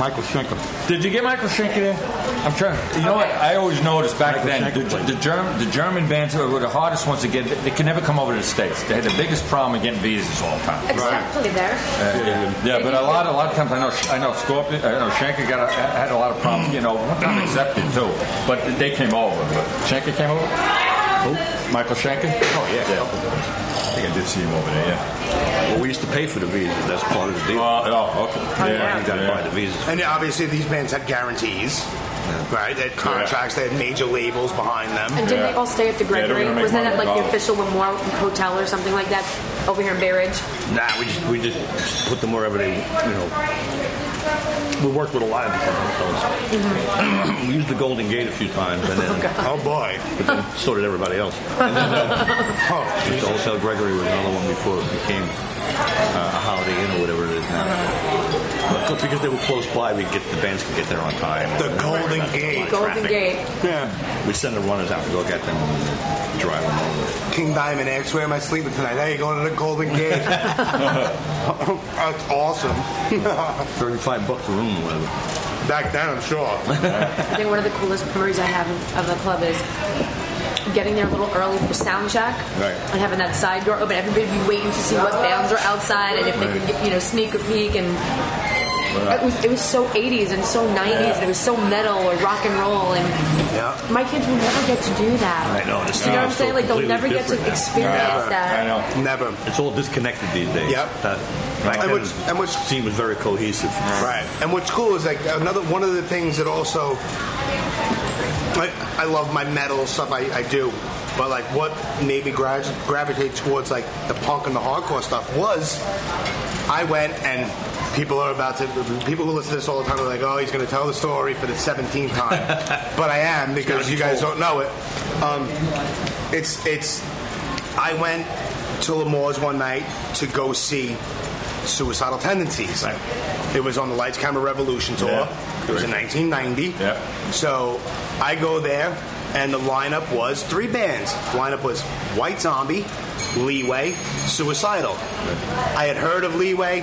Michael Schenker. Did you get Michael Schenker there? I'm trying. You know what? I always noticed back Michael then Schenker played. the, the, Germ, the German bands were the hardest ones to get. They could never come over to the states. They had the biggest problem in getting visas all the time. Except played there. Yeah, but a lot, a lot of times I know, I know Scorpion, I know Shanker got a, had a lot of problems. You know, one time accepted too, but they came over. But Shanker came over. Who? Michael Shanker? Oh yeah, I think I did see him over there. Yeah. Well, we used to pay for the visas. That's part of the deal. oh, okay. yeah, you got to buy the visas. And obviously, these bands had guarantees, right? They had contracts, they had major labels behind them. And didn't Yeah. they all stay at the Yeah, they're Gregory? gonna make Wasn't that money like the off. official Lemoore Hotel or something like that over here in Bay Ridge? Nah, we just we just put them wherever they you know. We worked with a lot of different hotels. *clears throat* we used the Golden Gate a few times, and then Oh boy. but then so did everybody else. And then, uh, *laughs* Oh, the Hotel Gregory was another one before it became uh, a Holiday Inn or whatever it is now. But because they were close by, we get the bands could get there on time. The Golden Gate. Golden Traffic. Gate. yeah. We'd send the runners out to go get them and drive them over. King Diamond X, where am I sleeping tonight? Hey, going to the Golden Gate. That's awesome. 35 bucks a room, whatever. Back then, I'm sure. I think one of the coolest memories I have of the club is getting there a little early for sound check Right. and having that side door open. Everybody would be waiting to see what bands are outside and if they could, get, you know, sneak a peek. And it was, it was so 80s and so 90s and it was so metal or rock and roll. And Yeah. my kids will never get to do that. I know, this You know town what I'm is so saying? Like they'll completely never get to different now. experience Never. that. I know. Never. It's all disconnected these days. Uh, Yep. That, back And then, what's- and what's- scene was very cohesive. Right. And what's cool is like another one of the things that also I, I love my metal stuff I, I do, but like what made me gra- gravitate towards like the punk and the hardcore stuff was I went and people are about to people who listen to this all the time are like oh he's going to tell the story for the 17th time, but I am because you guys don't know it. Um, it's it's I went to Lamore's one night to go see Suicidal Tendencies. It was on the Lights Camera Revolution tour. Yeah. It was in 1990. Yeah. So I go there, and the lineup was three bands. lineup was White Zombie, Leeway, Suicidal. I had heard of Leeway,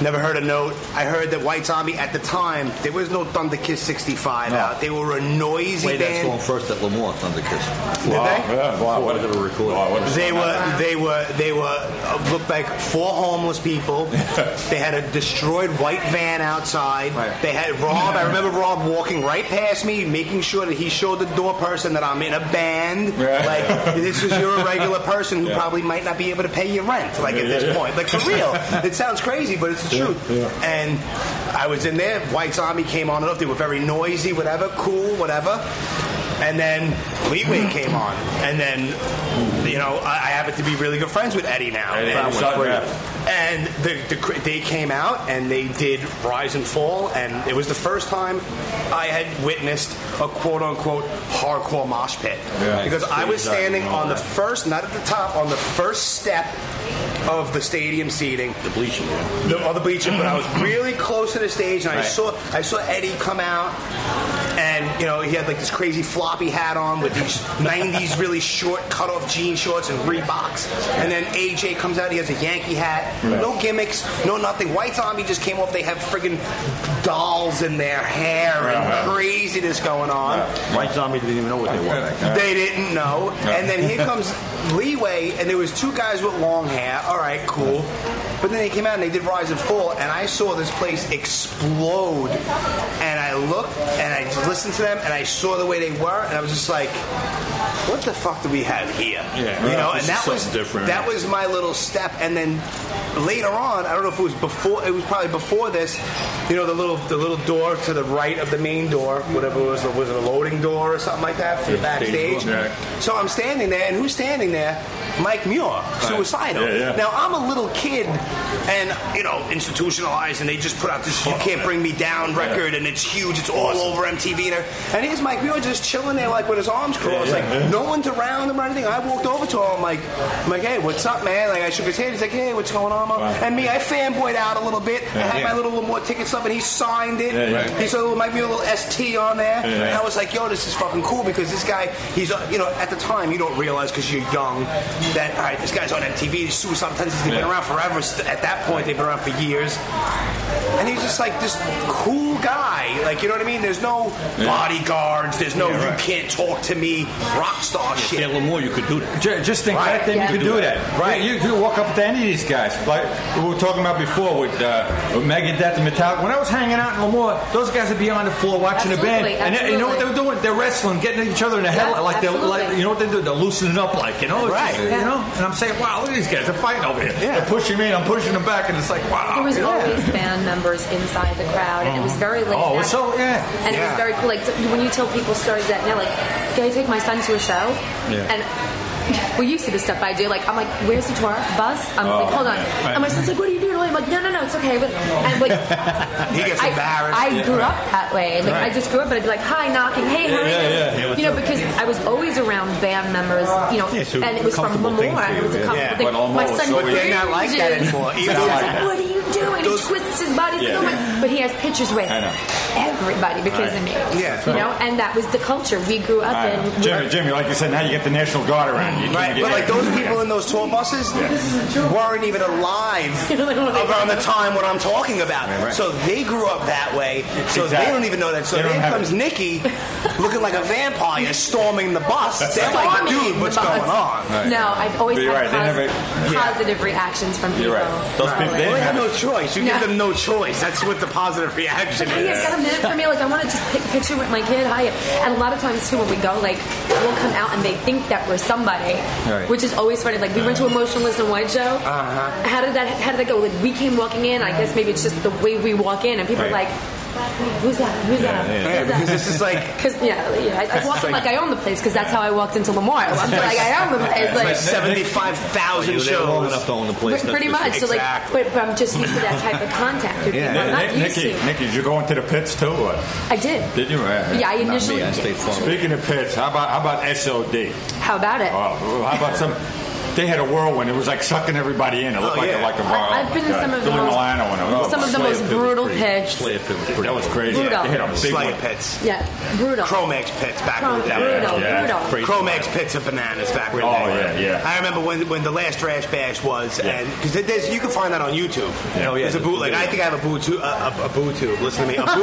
never heard a note. I heard that White Zombie at the time there was no Thunder Kiss 65 out. They were a noisy Played that band. song first at Lamore, Thunderkiss. Did they? Yeah, wow, what a Before they were recorded. wow, what a- They were, they were, they were uh, looked like four homeless people. they had a destroyed white van outside. Right. They had Rob. I remember Rob walking right past me, making sure that he showed the door person that I'm in a band. Yeah. Like this is you're a regular person who probably might not be able to pay your rent. Like at this point, like for real, it sounds crazy, but it's the truth. And I was in there. White Zombie came on and off. They were very noisy, whatever, cool, whatever. And then Leeway came on, and then you know I, I happen to be really good friends with Eddie now. Eddie, That Eddie's was out great. now. And the, the, cr- they came out and they did Rise and Fall, and it was the first time I had witnessed a quote unquote hardcore mosh pit Yeah. because I was Stage diving standing and all on the that. first, not at the top, on the first step of the stadium seating The Bleacher, yeah. the, on the bleacher, but I was really close to the stage, and I saw I saw Eddie come out, and you know he had like this crazy floppy hat on with these '90s really short cut-off jean shorts and Reeboks, and then AJ comes out, he has a Yankee hat, no gimmicks, no nothing. White Zombie just came off; they have friggin' dolls in their hair and craziness going on. White Zombie didn't even know what they were back then. They didn't know. And then here *laughs* comes Leeway, and there was two guys with long hair. All right, cool. But then they came out and they did Rise and Fall, and I saw this place explode. And I looked and I just listened to them, and I saw the way they were, and I was just like, "What the fuck do we have here?" Yeah, you know. And this is that was something different. that was my little step. And then later on, I don't know if it was before. It was probably before this. You know, the little the little door to the right of the main door, whatever it was, was it a loading door or something like that for the backstage? door. Yeah. So I'm standing there, and who's standing there? Mike Muir, suicidal. Yeah, yeah. Now I'm a little kid, and you know, institutionalized, and they just put out this "You Can't Bring Me Down" record, and it's huge, huge. It's all over MTV. And, and here's Mike. We were just chilling there, like with his arms crossed, like no one's around him or anything. I walked over to him, like, I'm like, Oh, hey, what's up, man? Like I shook his hand. He's like, hey, what's going on? man? And me, I fanboyed out a little bit. I had my little Lamore ticket stuff, and he signed it. Yeah, right. He said "Oh, it might be a little ST on there. Yeah. And I was like, yo, this is fucking cool because this guy, he's uh, you know, at the time you don't realize because you're young that all right, this guy's on MTV. These suicide tendencies, they've been Yeah. around forever. St- At that point, they've been around for years. And he's just like this cool guy. Like, you know what I mean? There's no bodyguards. There's no, Yeah, you right. can't talk to me, rock star shit. Yeah, Lamore, you could do that. Ju- Just think Right. back then Yeah. you could do that. Right. You, you could walk up to any of these guys. Like we were talking about before with, uh, with Megadeth and Metallica. When I was hanging out in Lemoore, those guys would be on the floor watching Absolutely, the band. And they- you know what they were doing? They're wrestling, getting each other in the head. Yeah, Like, they're, like absolutely. you know what they do? They're loosening up like, you know? it's Right. just, You know? And I'm saying, wow, look at these guys. They're fighting over here. Yeah. They're pushing me and I'm pushing them back. And it's like, wow. There was you know? always band members inside the crowd, and it was very late. Oh, so, yeah. And it Yeah. was very cool. Like so when you tell people stories that now, like, can I take my son to a show? Yeah. And well, you see the stuff I do. Like, I'm like, where's the tour bus? I'm Oh, like, hold on. yeah. And my son's like, what are you doing? I'm like, no, no, no, it's okay. But and like, He gets I, embarrassed. I Yeah, grew right. up that way. Like, Right. I just grew up, but I'd be like, hi, knocking, hey, Yeah, how are yeah, you? yeah. Hey, what's you know, up? because I was always around band members. You know, Yeah, so and it was from comfortable Lemoore. thing for It was you, a yeah. comfortable Yeah. thing. But Lemoore my was son so weird. They're not like that anymore. cringes. Even He's now, like, like that. what are you doing? Those- he twists his body. Yeah. Yeah. Like, but he has pictures with I know. everybody because of me. Yeah. You know, and that was the culture we grew up I in. know. Jimmy, Jimmy, like you said, now you get the National Guard around you. You Right, can't but get- like those people in those tour buses weren't even *laughs* alive around the time what I'm talking about. right. So they grew up that way, so they Exactly. don't even know that. So They don't here have comes it. Nikki looking like a vampire storming the bus. They're like, Storming dude, the what's bus. going on? No, I've always But had you're right, they posi- never- positive reactions from people. You're right. Those Right. people- they Well, they have have no choice. You No. give them no choice. That's what the positive *laughs* reaction Like, hey, is. you got a minute for me? Like, I want to just pick a picture with my kid. Hi. And a lot of times, too, when we go, like, we'll come out and they think that we're somebody, Right. which is always funny. Like, we went to Emotionless and White Show. Uh-huh. How did that How did that go? Like, we came walking in. I guess maybe it's just the way we walk in, and people are Right. like, who's that? Who's yeah, that? Yeah, Who's that? because this is like Cause yeah, yeah I, I walked in like I own the place because that's how I walked into Lamar. I walked in like I own the place. *laughs* Like, seventy-five thousand You're there long shows. enough to own the place. pretty that's much. for So like, Exactly. but, but I'm just used to that type of contact. with Yeah. people. I'm not used Nick- Nikki, to. Nikki, did you go into the pits too? Or? I did. Did you? Yeah, I sure. Not initially. me, I did. stayed far away. Speaking of pits, how about how about SOD? How about it? Oh, how about some? They had a whirlwind. It was like sucking everybody in. It looked Oh, like yeah. a, like a I- I've been to some of the Philly most- Milano and oh, some of the Slayer most pit was brutal pretty- pits. Slayer Pit was pretty That was cool. crazy. Brutal. They had a big Slayer one. pits, Yeah, brutal. Chromex pits back in Chrome- the brutal, day. yeah. brutal. Crazy. Chromex pits of bananas back when. Oh, yeah, yeah. I remember when when the last Trash Bash was, and because there's you can find that on YouTube. Yeah. Oh, yeah, There's a the- bootleg. I think I have a boot a, a, a boot tube. Listen to me, a, boot,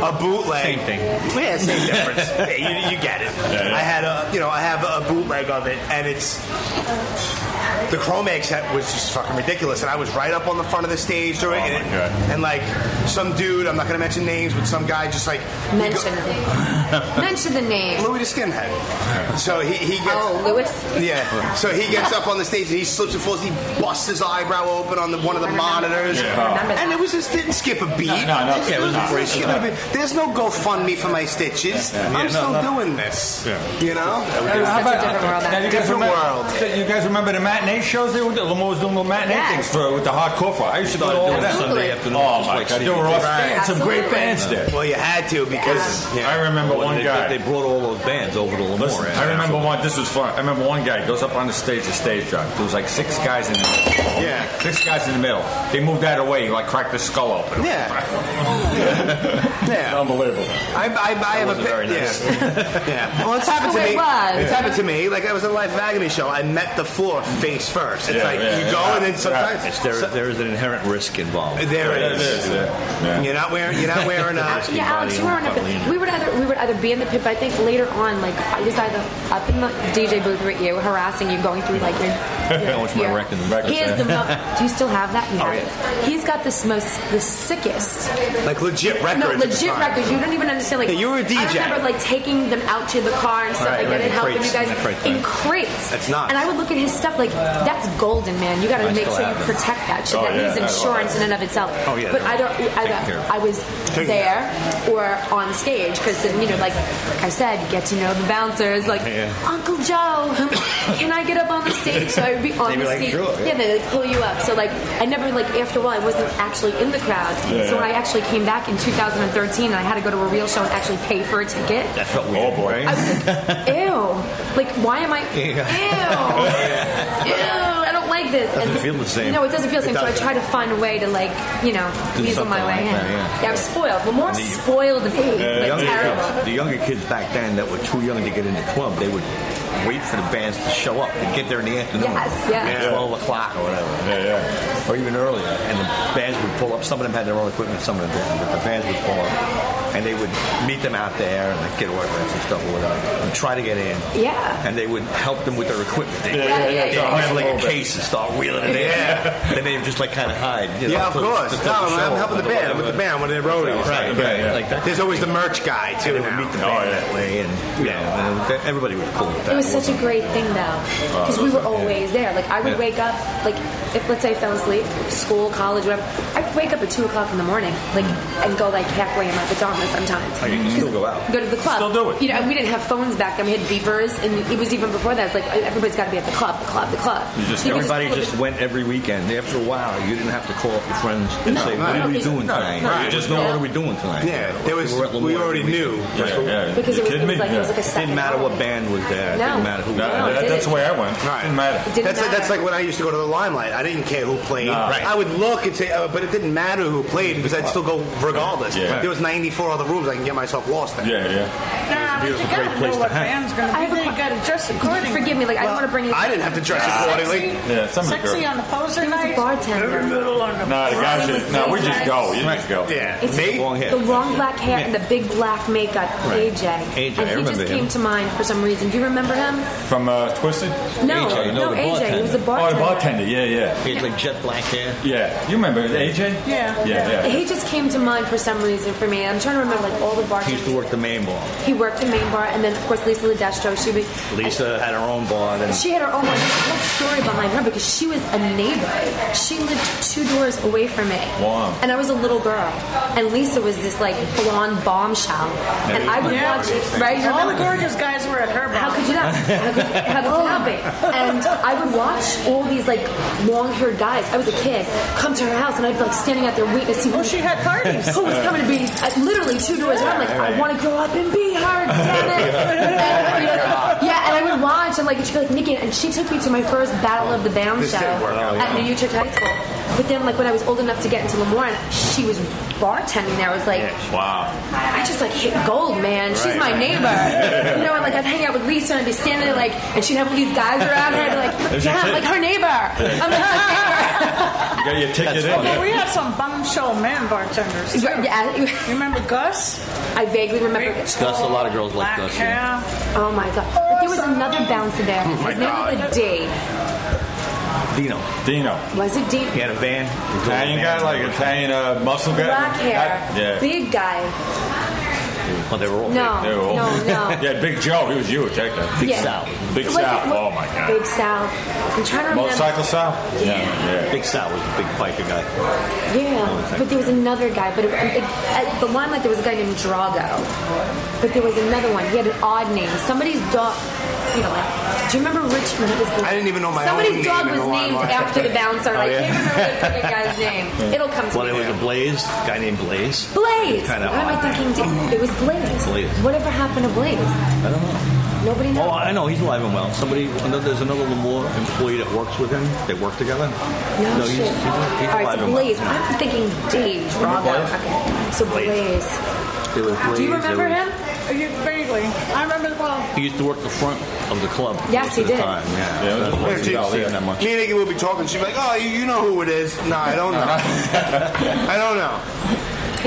a bootleg. Same thing. Yeah, same difference. Yeah, you, you get it. I had a you know I have a bootleg of it, and it's the Chromex set was just fucking ridiculous, and I was right up on the front of the stage during Oh, it, my God. and like some dude, I'm not gonna mention names, but some guy just like Mention the name. Mention the name. Louis the Skinhead. So he, he gets. Oh, Lewis. Yeah. So he gets up on the stage and he slips and falls. He busts his eyebrow open on the, one of the I remember- monitors. I remember that. And it was just didn't skip a beat. no, no, It it was was not. didn't skip a beat. There's no GoFundMe for my stitches. I'm no, still no. doing this. Yeah. You know. Hey, how such a different world back now you then. guys remember, Different world. You guys remember the matinee shows? They were, Lamar was doing the matinee Yes. things for, with the hardcore. fight. I used to go to Started all doing that. Sunday Absolutely. afternoon. Oh just my like God! There CDJs. were all bands, some Absolutely. great bands there. Well, you had to because I remember When one they- guy. They brought all those bands over to uh, Lamore. Listen, I remember one. This was fun. I remember one guy goes up on the stage, a stage job. There was like six guys in the middle. Yeah. six guys in the middle. They moved out of the way, like cracked the skull open. *laughs* yeah. yeah. unbelievable. I, I, I have a wasn't pic- very nice. Yeah. *laughs* yeah. Well, it's happened to Wait, me. what? It's happened to me. Like I was at a Life of Agony show. I met the floor face first. It's Yeah, like yeah, you yeah. go and then sometimes It's there, so- there is an inherent risk involved. there it It is. is. Yeah. You're not wearing. You're not wearing. Uh, Actually, yeah, Alex, you were on a pit. We would either we would either be in the pit, but I think later on, like I was either up in the DJ booth with you, harassing you, going through like your. your That was my your- record. He is the most. Do you still have that? You Oh, have it. He's got this most the sickest like legit records. No, at the legit time. records. You don't even understand. Like Yeah, you were a I DJ. remember like taking them out to the car and stuff Right, like right, in that, and helping crates, you guys in the crate in thing. crates. That's nuts. And I would look at his stuff like that's golden, man. You got to I make still sure you have them. protect that shit. Oh, that yeah, needs I love insurance in and of itself. Oh, yeah, But they're I don't. taken care Either of. I was Taken there or on stage because then you know, like, *coughs* like I said, you get to know the bouncers. Like Uncle Joe, can I get up on the stage? So I I would be on They'd be the like, stage. "Sure, yeah." Yeah, they like pull you up. So like, I never like after a while I wasn't actually in the crowd. so when I actually came back in 2013, and I had to go to a real show and actually pay for a ticket. That felt weird. Oh, boy. right? I was like, ew. Like, why *laughs* am I? Ew. Ew. I don't like this. Doesn't feel the same. No, it doesn't feel the It same. So I doesn't. try to find a way to, like, you know, Do weasel something my like way in. that, yeah. I was spoiled. Well, more The- spoiled than paid. The like, younger, terrible. kids, the younger kids back then that were too young to get in the club, they would wait for the bands to show up and get there in the afternoon. Yes, yes. At 12 o'clock or whatever. Yeah, yeah. Or even earlier. And the bands would pull up. Some of them had their own equipment, some of them didn't. But the bands would pull up. And they would meet them out there and like, get autographs and stuff or whatever. And try to get in. Yeah. And they would help them with their equipment. They Yeah, yeah, yeah. They'd Yeah. have like Yeah. a case and start wheeling it in. Yeah. Then they would just like kind of hide. you know, Yeah, of till the- course. till the No, I'm show helping the or band with the whatever. band with the roadies. Right, Yeah, right. yeah. Like that. There's always the merch guy too. They would meet the now. band that way, and yeah, and th- everybody was cool with that. It was such a wasn't great thing though, because we were always there. Like I would Uh, Yeah. wake up, like if let's say I fell asleep, school, college, whatever, I'd wake up at two o'clock in the morning, like and go like halfway in my pajamas sometimes. Oh, you can still go out. Go to the club. Still do it. You know, and we didn't have phones back then. We had beepers, and it was even before that. It's like everybody's got to be at the club, the club, the club. You just- You could everybody pull up just the- went every weekend. After a while, you didn't have to call up your friends and say, "What no, are we no, doing no, tonight?" no, you you just just know go. what are we doing tonight. Yeah, You know, there was- were at Lemoore we already every knew. weekend. Yeah, yeah. Because you it was, kidding it was me? like it was Yeah. like a second. Didn't matter what home. band was there. It No. Didn't matter who. No, was That- there. that- did that's it. the way I went. Right. Didn't matter. Didn't That's like, that's matter. like when I used to go to the limelight. I didn't care who played. Right. I would look and say, uh, but it didn't matter who played because I'd still go regardless. Yeah. There was 94 other rooms. I can get myself lost in. Yeah, yeah. Nah, but It was you a great gotta place know to what hang. band's I gonna be have a there. You gotta dress accordingly. Forgive me, like I don't want to bring. it I up. didn't have to dress accordingly. Yeah, some of the Sexy girls. on the poser There was a night. bartender. Very little on the Nah, the guys Right. just, no, we just go. You just go. Yeah. It's Me? Long hair. the long black hair and the big black makeup, Right. AJ. AJ, and I he just remember him. came to mind for some reason. Do you remember him? From uh, Twisted? No, AJ, no, no, the AJ. He was a Oh, the bartender. bartender. Yeah, yeah. He had like jet black hair. Yeah. You remember AJ? Yeah. Yeah, yeah. He just came to mind for some reason for me. I'm trying to remember like all He the used bartenders. to work the main bar. He worked in main bar, and then of course Lisa Ledestro. She was. Lisa had her own bar. Then She had her own whole story behind her because she was a neighbor. She lived two doors away from me. Wow. And I was a little girl. And Lisa was this like blonde bombshell. And I would Yeah. watch it, right? You All the remember- gorgeous guys were at her bar. How could you not? How could, how could you not be? And I would watch all these like long-haired guys. I was a kid. Come to her house, and I'd be like standing out there waiting to see who, Oh, she had *laughs* parties. who was coming to be. uh, literally two doors. And I'm like, I want to grow up and be her. Damn it! And, yeah, and I would watch, and like she'd be like, Nikki, and she took me to my first Battle of the Bound This show didn't work out. at New Utrecht High School. But then, like when I was old enough to get into Lemoore, and she was bartending there. I was like. Wow. I just like hit gold, man. She's my neighbor. you know, and like I'd hang out with Lisa and I'd be standing there, like, and she'd have all these guys around her, and like, There's your yeah, I'm kid. like her neighbor. I'm like her You got your ticket That's in. funny. Well, we had some bum show man bartenders. Too. neighbor. *laughs* yeah, You remember Gus? I vaguely remember. Gus, a lot of girls like Gus, yeah. Oh my god! But there was another bouncer there. my His name was God. a D. Dino. Dino. Was it D? He had a van. Italian guy, like Italian uh, muscle guy. Black hair, That- yeah. big guy. Well, they were all No, They were all- no, no. yeah, Big Joe. He was huge. That guy. Big Yeah. Sal. *laughs* Big Like, Sal. what- Oh my God. Big Sal. I'm trying to remember. Motorcycle Sal. Yeah. Big Sal was a big biker guy. Yeah, but there was another guy. But it, it, at the limelight, there was a guy named Drago. But there was another one. He had an odd name. Somebody's dog. You know, like, do you remember Richmond? It was the- I didn't even know my own Somebody's name dog in the was named limelight. after the bouncer. and I yeah. can't remember the fucking guy's name. It'll come to Well, me. there was a Blaze, a guy named Blaze. Blaze. Kinda Why am I odd. thinking? Di- it was Blaze. Blaze. Whatever happened to Blaze? I don't know. Nobody knows. Oh, I know he's alive and well. Somebody, another, there's another Lamore employee that works with him. They work together. no, he's, shit. he's, he's All alive right, so and well. Blaze. I'm thinking Dave Drago. Blaze? Okay, so Blaze. Blaze. There was Blaze. Do you there remember was- him? Are you vaguely? I remember well. He used to work the front of the club. Yes, most he of the did. Time. Yeah, Yeah, So it was a he wasn't place out to there that much. Me and Iggy will be talking. She'd be like, "Oh, you, you know who it is?" No, I *laughs* don't know. I don't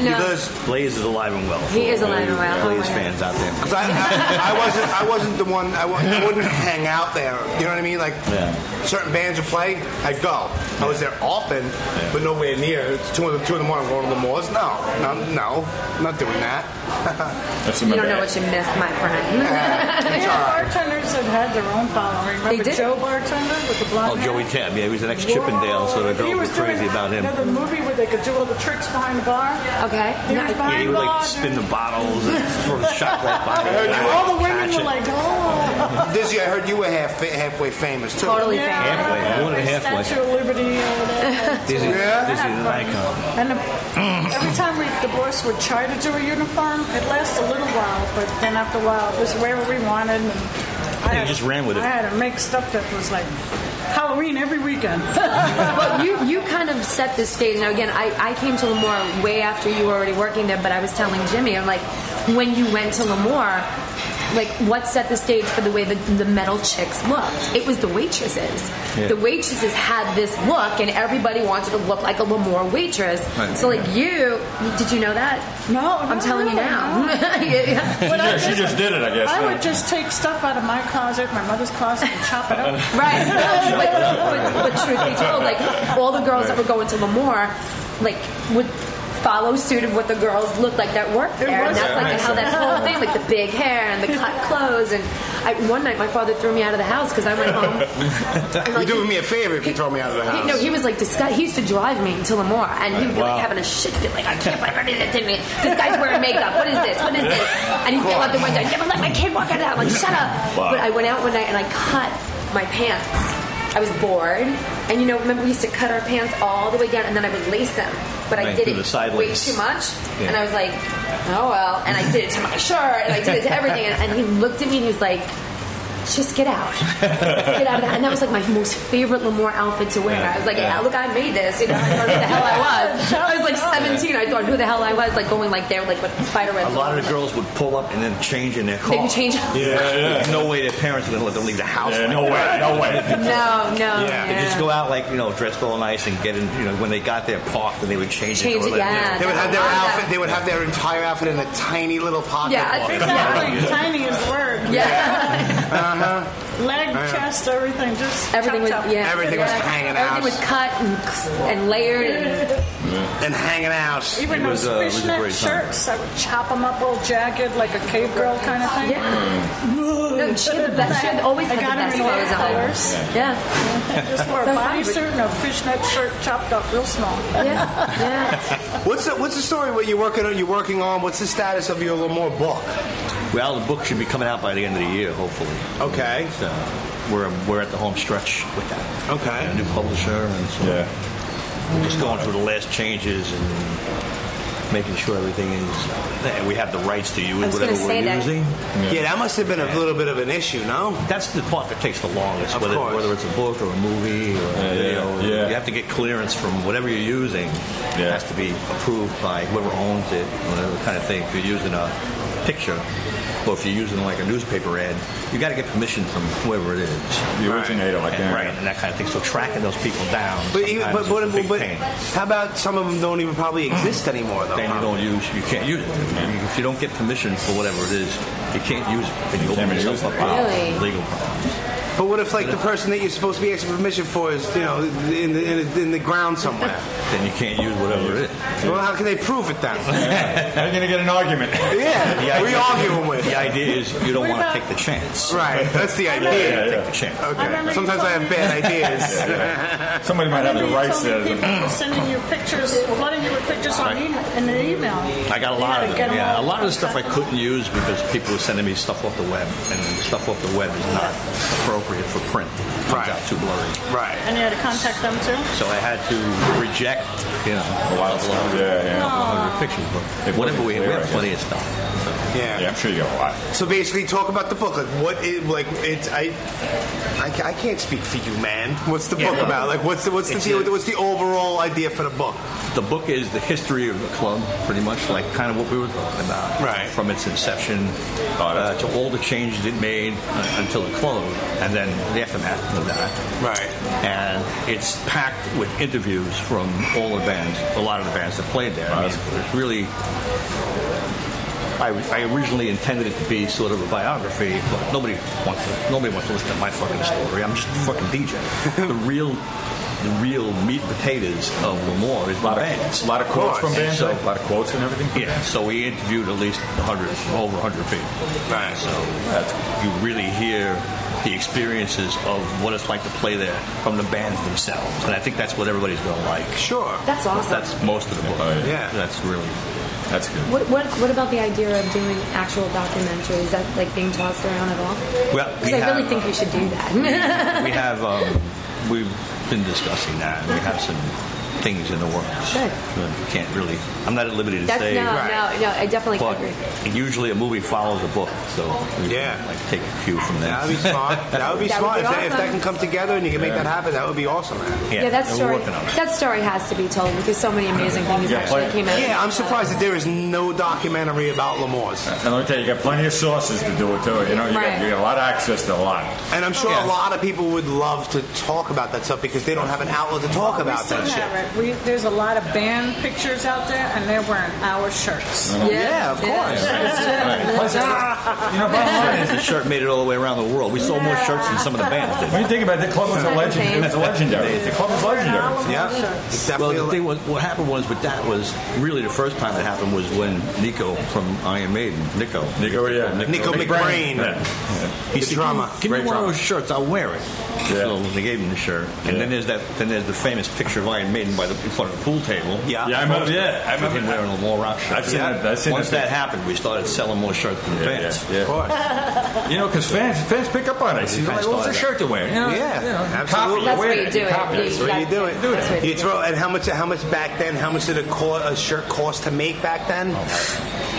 know No. because Blaze is alive and well. He is alive Blaze- and well. Oh, Blaze my God. fans out there. 'cause I, I, I wasn't I wasn't the one I, w- I wouldn't hang out there. You know what I mean? Like Yeah. certain bands would play, I'd go. I was there often, but nowhere near. It's two in the two in the morning. I'm going to the malls. No, no, no, I'm not doing that. Yeah. That's You my don't know bad. what you missed, my friend. They It's all had right. bartenders that had their own following. Remember did. Joe bartender with the blonde Oh, hair? Joey Tab. Yeah, he was an ex-Chippendale, so the girls He were was crazy doing about him. Another movie where they could do all the tricks behind the bar. okay. He No, was I- Yeah, behind he would the bar. like spin the bottles and throw the shot right by heard you him. were- all the women Catch were it. like, oh. This Lucy, I heard you were half halfway famous too. Totally Yeah, famous. Halfway, I more than remember halfway. Statue of Liberty over there. This is, Yeah? this is an icon. And the- every time we, the boys were tried to do a uniform, it lasted a little while, but then after a while, it was wherever we wanted. And I Yeah, you just ran with it. I had to make stuff that was like Halloween every weekend. *laughs* Well, you, you kind of set this stage. Now, again, I, I came to Lemoore way after you were already working there, but I was telling Jimmy, I'm like, when you went to Lemoore, like, what set the stage for the way the, the metal chicks looked? It was the waitresses. The waitresses had this look, and everybody wanted to look like a Lemoore waitress. So, like, you, did you know that? No, I'm not telling you really, now. no. *laughs* Yeah, yeah. *laughs* What I Yeah, she did- just did it, I *laughs* guess. I would just take stuff out of my closet, my mother's closet, and chop *laughs* it up. Right. *laughs* No, but, but, but truth be told, like all the girls that were going to Lemoore, like would follow suit of what the girls looked like that worked there, and was- that's like makes how that sense. whole thing, like the big hair and the cut clothes, and I, one night my father threw me out of the house because I went home. and, You're like, doing me a favor if you throw me out of the he- house. no, he was like disgust. He used to drive me to Lemoore, and he would be like having a shit fit, like I can't believe I did that to me. This guy's wearing makeup. What is this? What is this? And he'd yell out the window. I never let my kid walk out of that. I'm like, shut up. But I went out one night and I cut my pants. I was bored, and you know, remember we used to cut our pants all the way down, and then I would lace them. But I Right, did do it the side way lace. too much, Yeah. and I was like, oh well. And I did it to my shirt, and I did it to everything. And, and he looked at me and he was like just get out. get out of that. And that was like my most favorite Lemoore outfit to wear. I was like, yeah, look, I made this. You know, I don't know who the hell I was. I was like 17. I thought who the hell I was, like going like there, like with spider A webs. lot of the girls would pull up and then change in their car. They would change. Yeah, yeah. No way their parents would let them leave the house. Yeah, like no way, that. no way. No, no. They just go out like you know, dressed all nice and get in. You know, when they got there parked, and they would change. Change it, it, yeah. They would have their I love that. outfit. They would have their entire outfit in a tiny little pocket. Yeah, I book. think Exactly. Tiny is the word. Yeah. Leg, chest, everything, just *laughs* Everything was chopped up. yeah. Everything was hanging out. Everything was cut and, *laughs* and layered. And, and hanging out. Even It was, those uh, it was a fishnet great time. shirts, I would chop them up all jagged, like a cave girl kind of thing. Mm. no, she had the best. She had always I had the got 'em best in all clothes on. colors. Yeah. *laughs* Just wore a So funny, but- bodysuit and a fishnet shirt chopped up real small. Yeah. Yeah. What's the What's the story? What you're working on? You're working on? What's the status of your Lamore book? Well, the book should be coming out by the end of the year, hopefully. Okay. So we're we're at the home stretch with that. Okay. And a new publisher, and so Yeah. we're just going through the last changes and making sure everything is. that We have the rights to use was whatever gonna say we're that. using. Yeah. that must have been a little bit of an issue, no? That's the part that takes the longest, Of whether, course. whether it's a book or a movie or a Yeah, video. yeah, yeah. You have to get clearance from whatever you're using. It Yeah. has to be approved by whoever owns it, whatever kind of thing. If you're using a picture or if you're using like a newspaper ad, you got to get permission from whoever it is. The originator, like and, that. right, and that kind of thing. So tracking those people down. But even, sometimes but, but, is a big but, but pain. how about some of them don't even probably exist anymore though? Then you huh? don't use, you can't use it. If you don't get permission for whatever it is, you can't use it. Then you open can't yourself use up it. Really? to legal problems. But what if like the person that you're supposed to be asking permission for is you know in the in the, in the ground somewhere? Then you can't use whatever it is. well, how can they prove it then? How you gonna get an argument? yeah, The we idea- arguing with. The idea is you don't What want about- to take the chance. Right, that's the idea. Take the chance. Okay. remember you Sometimes I told have me- bad ideas. *laughs* *laughs* Somebody might have Remember the you rights told me to. people were sending you pictures, flooding you with pictures on email, in an email. I got a You lot had of to them. get Yeah, a all lot of the stuff I couldn't use because people were sending me stuff off the web, and stuff off the web is not appropriate for print. It Right. comes out too blurry. Right. And you had to contact them too. So I had to reject, you know, a lot of stuff, yeah, yeah. lot of pictures, but It whatever we wasn't we clear, have I plenty of stuff. Yeah, I'm sure you got a lot. So basically, talk about the book. Like, what is like? It's I, I, ca- I can't speak for you, man. What's the Yeah, book no. about? Like, what's the what's the It's deal? a- with it? what's the overall idea for the book? The book is the history of the club, pretty much like kind of what we were talking about, Right. From its inception Got it. uh, to all the changes it made uh, until it closed, and then the aftermath of that. Right. and it's packed with interviews from all the bands, a lot of the bands that played there. I mean, it's really. I, I originally intended it to be sort of a biography, but nobody wants to. Nobody wants to listen to my fucking story. I'm just a fucking *laughs* DJ. the real, the real meat and potatoes of Lemoore is my bands. A lot of quotes course. from bands, So- like, a lot of quotes and everything. Yeah, so we interviewed at least 100, over 100 people. Right. So you really hear the experiences of what it's like to play there from the bands themselves. And I think that's what everybody's going to like. Sure. That's awesome. That's most of the book. Oh, yeah. Yeah. That's really That's good. What, what, what about the idea of doing actual documentaries? That like being tossed around at all? Well, we because I really have- think we should do that. we have um, we've been discussing that. We have some things in the works. Good. But Can't really. I'm not at liberty to That's, say. no, no, no. I definitely But agree. usually a movie follows a book, so we Yeah. can, like take a cue from That that. would be smart. *laughs* That would be That would smart. be if, that, if that awesome. can come together and you can make that happen, that would be awesome, man. Yeah, that and we're story. working on it. That story has to be told because so many amazing things Yeah, actually play- came out. Yeah, I'm surprised that there is no documentary about Lemoore's. And let me tell you, you got plenty of sources to do it too. You know, you, Right. got, you got a lot of access to a lot. And I'm sure a lot of people would love to talk about that stuff because they don't have an outlet to talk We about still that shit. have it. We, there's a lot of band pictures out there, and they're wearing our shirts. Mm-hmm. Yeah, Yeah, of course. Right. Plus, you know, bottom line is, the shirt made it all the way around the world. We sold more shirts than some of the bands did. when you think about it, the club was a legend. It was legendary. The club was legendary. Our Yeah, shirts. it's Well, definitely. the thing was, what happened was with that was really the first time it happened was when Nico from Iron Maiden, Nico, Nico, yeah. Nico McBrain. he The said, drummer. Give me Great one drummer. of those shirts. I'll wear it. Yeah. So they gave him the shirt, and then there's that. Then there's the famous picture of Iron Maiden by the in front of the pool table. Yeah. Yeah, I remember. Yeah, I With remember. him wearing a more rock shirt. I've seen that- I've seen Once that that, happened, we started selling more shirts for the Yeah, fans. yeah, Of course. You know, because fans, fans pick up on it. You know, like, what's the shirt to wear? You know, Yeah, you know, copy, absolutely. That's wear where you it, do it. copy it. You- So you- You do it. That's what *laughs* it You throw and how much? How much back then? How much did a, co- a shirt cost to make back then?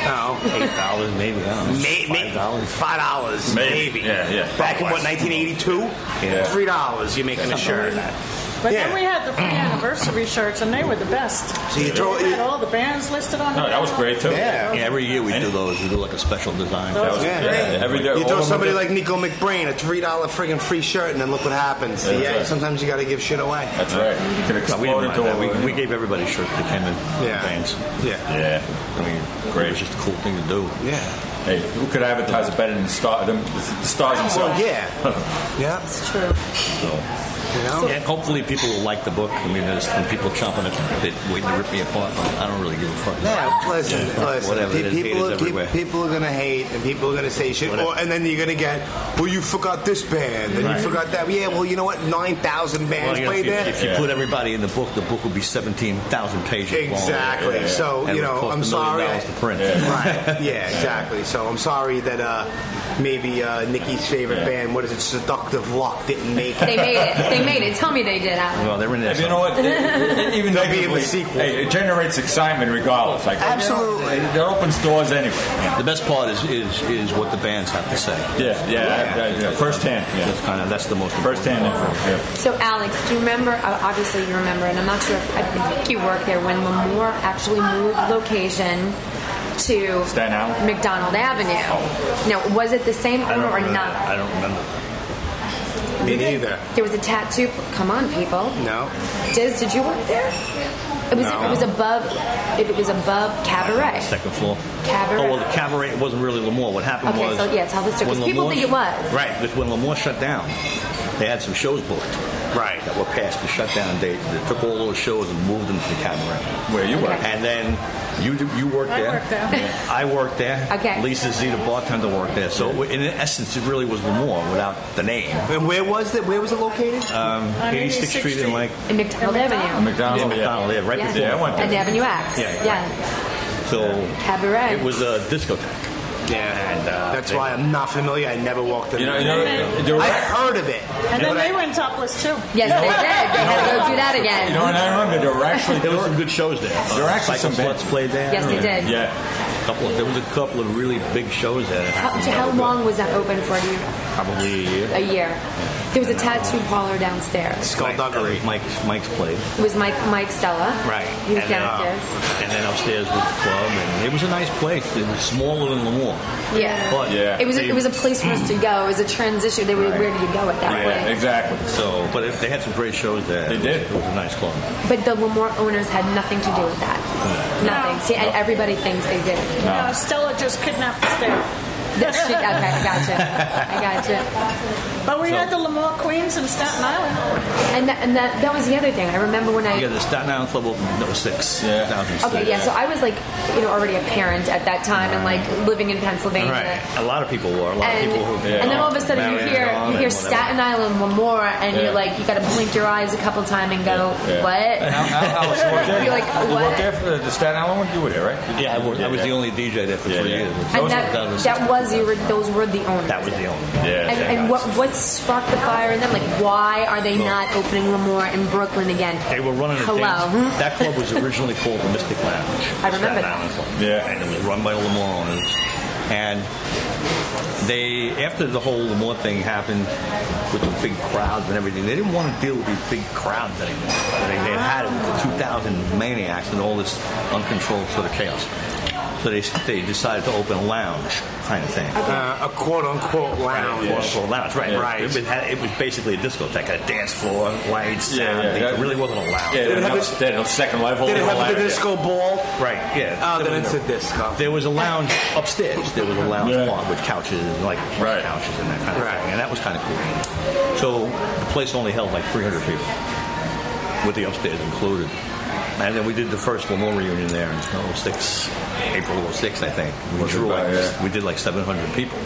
No, Oh, Eight dollars, maybe. I don't know, May- may- five dollars. Five dollars, Maybe. maybe. Yeah, yeah. Back in what 1982? Yeah. Three dollars. You're making a shirt. But Yeah. then we had the free anniversary shirts, and they were the best. So you throw. We had You, all the bands listed on. No, the that was catalog. great too. yeah. Yeah, every year we do those. We do like a special design. That That was Yeah. yeah. Every day, You all throw of them somebody did- like Nico McBrain a three dollar friggin' free shirt, and then look what happens. Yeah, yeah, right. sometimes you got to give shit away. That's right. You could No, we, explode didn't into mind that. a- We, we gave everybody shirts that came in. Yeah. Bands. Yeah. Yeah. I mean, great. It was just a cool thing to do. Yeah. Hey, who could advertise it better than the star, them, the stars themselves? Well, yeah. yeah. It's true. You know. And hopefully people will like the book. I mean, there's some people chomping at the bit, waiting to rip me apart. But I don't really give a fuck. Yeah, listen, listen. Whatever, pe- there's people, haters pe- everywhere. people are gonna hate, and people are gonna say shit, or, Whatever. and then you're gonna get, well, you forgot this band, and Right. you forgot that. Yeah, well, you know what? Nine thousand Well, bands you know, played if, you, there. if you Yeah. put everybody in the book, the book would be 17,000 pages long. Exactly. So, And you it would know, cost I'm a million sorry. dollars to print. Right. Yeah, exactly. So I'm sorry that uh, maybe uh, Nikki's favorite band, what is it, Seductive Luck, didn't make it. They made it. They made it. Tell me they did, Alan. Well, they're in there. You *laughs* know what? It, it, even They'll be in the negatively, sequel. Hey, it generates excitement regardless. Like, Absolutely. It, it opens doors anyway. the best part is, is is what the bands have to say. Yeah, yeah, yeah. I, I, yeah. firsthand. That's Yeah, kind of that's the most important. firsthand. info, Yeah. So, Alex, do you remember? uh, Obviously, you remember, and I'm not sure if I think you worked there when Lemoore actually moved location to Staten Island? McDonald Avenue. Now, was it the same I owner don't or remember. not? I don't remember. Me neither. There was a tattoo. Come on, people. No. Diz, did you work there? It was. No. It was above. It was above cabaret. Second floor. Cabaret. Oh well, the cabaret wasn't really Lemoore. What happened Okay, was so, yeah, tell the story, 'cause when people Lemoore- think it was. right. But when Lemoore shut down, they had some shows booked Right. that were past the shutdown date. They took all those shows and moved them to the cabaret. Where you were. And then you you worked I there. worked there. I worked there. Okay. Lisa Z, the bartender, worked there. So in essence, it really was Lemoore without the name. And where was it? Where was it located? Uh, On 86th Street and like In McDonald In On Avenue. McDonald's. yeah, McDonald, yeah, right Yeah. before. Yeah, I went At Avenue X. Yeah, So Cabaret. it was a discotheque. yeah. And uh, That's they- why I'm not familiar. I never walked in You know, there. you know, you're I right. heard of it. And then but I- they went topless too. Yes, they did. They had to go do that again. You know, and I remember there were actually There were some good shows there. There were actually Cycle some bad- Sluts played there. Yes, they did. Yeah, A couple of, there was a couple of really big shows there. How, so how long was that open for? Do you? Probably a year. A year. There was a tattoo parlor downstairs. Skullduggery. Mike, Uh, Mike's played. It was Mike Mike Stella. He was and, then, uh, downstairs. and then upstairs was the club, and it was a nice place. It was smaller than Lemoore. yeah. But Yeah. It was a, they- it was a place for us to go. It was a transition. They were where do you go at that yeah, point? exactly. So, but it, they had some great shows there. They did. It was a nice club. But the Lemoore owners had nothing to do with that. Nothing. See, and everybody thinks they did. No, Stella just kidnapped the staff. That she, okay, I gotcha. I gotcha. But we had the Lamar Queens in Staten Island. And that, and that that was the other thing. I remember when I Yeah, the Staten Island Club opened in 06. Yeah. 2006. Okay, yeah. So I was like, you know, already a parent at that time and like living in Pennsylvania. Right. A lot of people were. A lot And, of people who. and then all of a sudden you Marion hear Island you hear and whatever. Staten Island Lamore, and Yeah. you're like you got to blink your eyes a couple times and go Yeah. what? *laughs* Alex worked there. You're like, You what? worked there for the, the Staten Island one? You were there, right? Yeah, I, worked, I was Yeah, the yeah. only DJ there for Yeah, three yeah. years. And Those that, were- was- that was you were those were the owners. that was the only. Yeah. And, and what what sparked the fire in them? Like why are they not opening Lamore in Brooklyn again? They were running a Hello. dance. That club was originally called the Mystic Lounge. I remember Staten that. Island Club. Yeah. And it was run by Lamore owners. And they, after the whole Lamore thing happened with the big crowds and everything, they didn't want to deal with these big crowds anymore. They, they had had it with the 2,000 maniacs and all this uncontrolled sort of chaos. So they, they decided to open a lounge kind of thing. Uh, a quote unquote lounge. Quote unquote lounge, right? Right. It was, it was basically a discotheque, a dance floor, lights, Yeah, sound. yeah, thing. that- it really wasn't a lounge. Yeah, they Did it don't have have, a- they don't have second life. Did it have the Yeah. disco ball? Right. Yeah. Oh, There then was it's a disco. There was a lounge upstairs. There was a lounge Yeah. part with couches and like Right. couches and that kind of Right. thing, and that was kind of cool. So the place only held like 300 people, with the upstairs included. And then we did the first Lamore reunion there in 06, April 06, I think. We, Was it drew like, about, yeah. we did like 700 people.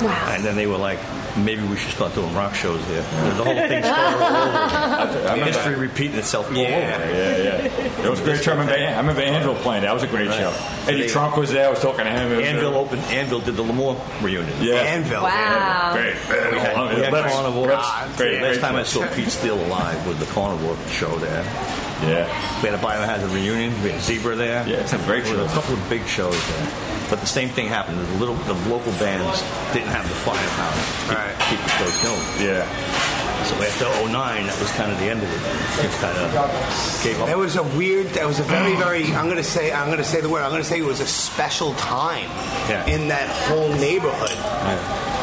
Wow. And then they were like, maybe we should start doing rock shows there. The whole thing started all over. I remember History repeating itself all over. Yeah, yeah, yeah. It was a great show. I remember, I remember Anvil playing. That was a great Right. show. Eddie They- Trunk was there. I was talking to him. It was- Anvil opened. Anvil did the Lamore reunion. Yeah. Anvil. Wow. Great. We had, we had Reps- carnivore. reps- Great. Last great time I show. saw Pete Steele alive was the carnivore show there. Yeah. We had a biohazard reunion. We had Zebra there. Yeah, it's a great There were A show. couple of big shows there. But the same thing happened. The little, the local bands didn't have the firepower to Right. keep, keep the shows going. Yeah. So after 09, that was kind of the end of it. It kind of gave up. That was a weird. That was a Mm. very, very. I'm gonna say. I'm gonna say the word. I'm gonna say it was a special time Yeah. in that whole neighborhood.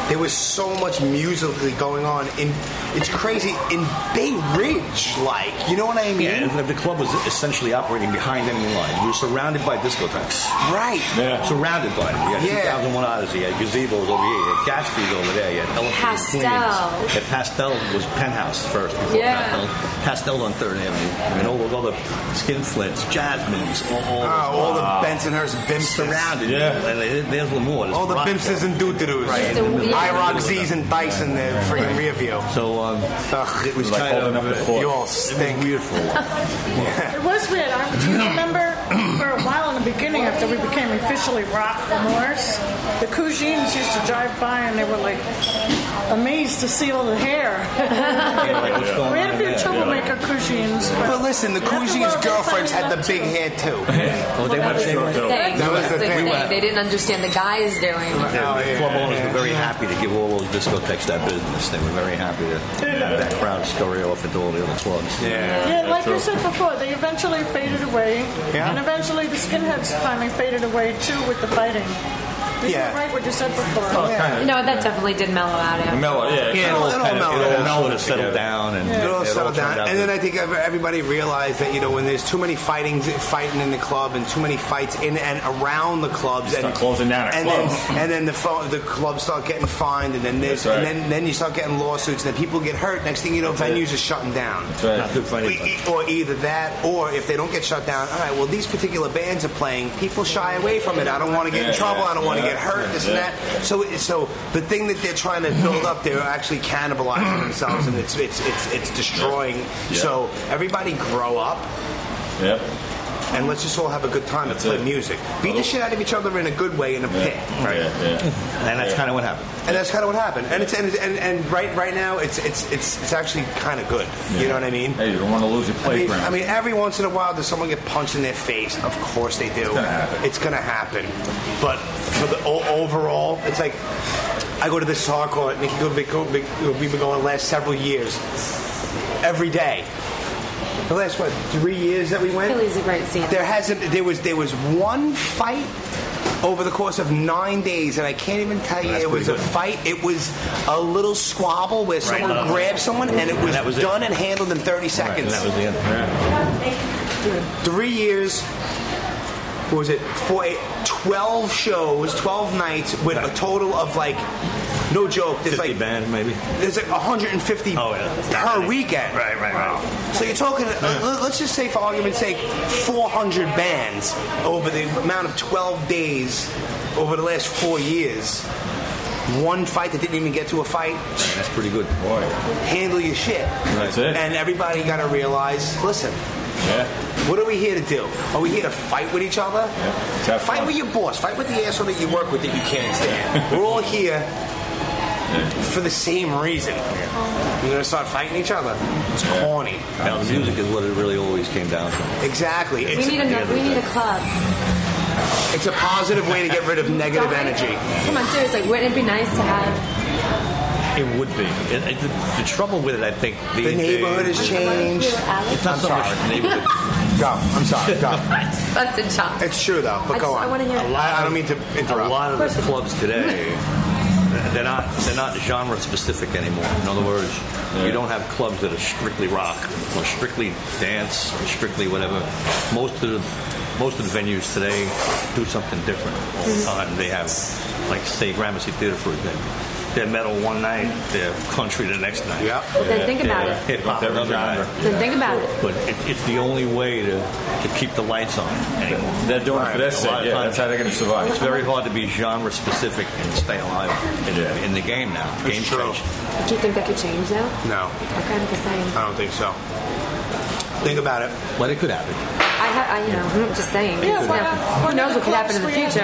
There was so much musically going on. In it's crazy in Bay Ridge, like you know what I mean? yeah, and the club was essentially operating behind enemy lines. We were surrounded by discotheques. Right. Yeah. Surrounded by them. You had Yeah. 2001 Odyssey, you had gazebos over here, you had Gatsby's over there, you had Elephant and Pastel. Queens. Yeah, Pastel was Penthouse first before Yeah. Pastel. Pastel on 3rd Avenue. I mean, all those other skinflints, jasmines, all, all, Oh, all the Bensonhurst those Bimsters. surrounded. Yeah. And they- there's Lamore. there's All the Rockdale. Bimsters and Doodadoos. Right. The weird- IROC Z's and Bison, the freaking rear view. So um, Ugh, it was Like kind holding of up the fort. You all it was stink. weird for a while. It was weird. I, do you remember for a while in the beginning after we became officially rock Morse, the Cousins used to drive by and they were like amazed to see all the hair. Like, what's going *laughs* we on had a in few there? troublemaker Cousins. But listen, the Cousins' girlfriends had the big hair too. Well, they went- they went- Thing. That was That's the thing. We were- They didn't understand the guys doing. it. Oh, The yeah. club owners were very happy to give all those discotheques that business. They were very happy to have that crowd scurry off into all the other clubs. Yeah. Yeah, like you said before, they eventually faded away, Yeah. and eventually the skinheads finally faded away too with the fighting. You Yeah. were right what you said before. Oh, No, that definitely did mellow out. After. Mellow, yeah. It all- it all It all mellowed out. sort of settled down and It all settled turned down, out and then that- I think ev- everybody realized that you know when there's too many fightings, fighting in the club, and too many fights in and around the clubs, start and closing down at and clubs. then and then the pho- the clubs start getting fined, and then this, That's and right. then then you start getting lawsuits, and then people get hurt. Next thing you know, it. venues are shutting down. not good for We- anybody. e- Or either that, or if they don't get shut down, all right. Well, these particular bands are playing. People shy away from it. I don't want to get in Yeah, trouble. I don't want to yeah, get hurt. yeah, This yeah. and that. So, it- so the thing that they're trying to build up, they're actually cannibalizing themselves, and it's it's it's it's destroying. Yeah. So everybody grow up, Yep. and let's just all have a good time That's and play it. Oh. music. Beat the shit out of each other in a good way in a pit. Yeah, yeah. And that's kind of what happened. And that's kind of what happened. And it's and, it's- and, and right right now, it's it's it's it's actually kind of good. You know what I mean? Hey, you don't want to lose your I mean, playground. I mean, every once in a while, does someone get punched in their face? Of course they do. It's gonna happen. It's gonna happen. But for the o- overall, it's like I go to this hardcore, and it could be, could be, we've been going the last several years, every day. The last what three years that we went? Philly's a great scene. There hasn't. There was. There was one fight over the course of nine days, and I can't even tell you. It was a fight. It was a little squabble where someone no. grabbed someone, and it was, Uh, that was it. done and handled in thirty And seconds. that was the end. Three years. What was it? Four, eight, Twelve shows, twelve nights, with a total of like, no joke. There's 50 like band, maybe. there's like 150 Oh, yeah. per weekend. Right, right, right. So you're talking, uh, let- let's just say for argument's sake, 400 bands over the amount of 12 days over the last four years. one fight that didn't even get to a fight. That's pretty good. Boy. Handle your shit. That's it. And everybody got to realize, listen, Yeah. what are we here to do? Are we here to fight with each other? Let's have Fight fun. with your boss. Fight with the asshole that you work with that you can't *laughs* stand. We're all here for the same reason. We're gonna start fighting each other. It's corny. Now the music is what it really always came down to. Exactly. We It's need a we need a club. it's a positive way to get rid of negative Don't we? energy. Come on, seriously, wouldn't it be nice to have? It would be. It, it, the, the trouble with it, I think, these The neighborhood days, has Like, changed. here, Alex, It's not I'm so much sorry. the neighborhood. Go. I'm sorry. Go. that's a *laughs* chop. It's true though. But I go just- on. I wanna hear it. A I don't mean to a interrupt. lot of the clubs *laughs* today they're not they're not genre specific anymore in other words you don't have clubs that are strictly rock or strictly dance or strictly whatever most of the most of the venues today do something different all Mm-hmm. the time they have like say gramercy theater for example they're metal one night they're country the next night Yep. Well, then think about they're it. hip-hop Every another genre. night. Then think about it. but it, it's the only way to, to keep the lights on anymore They're doing it for their a sake. lot of Yeah, times- that's how they're going to survive. it's very hard to be genre specific and stay alive in, Yeah. in the game now. It's Game true. change. Do you think that could change though? No, Okay, because I Uh, I, don't think so. Think about it. But it could happen. I, ha- I, you know, I'm just saying. Yeah, You why know, not? who knows what could happen in the future?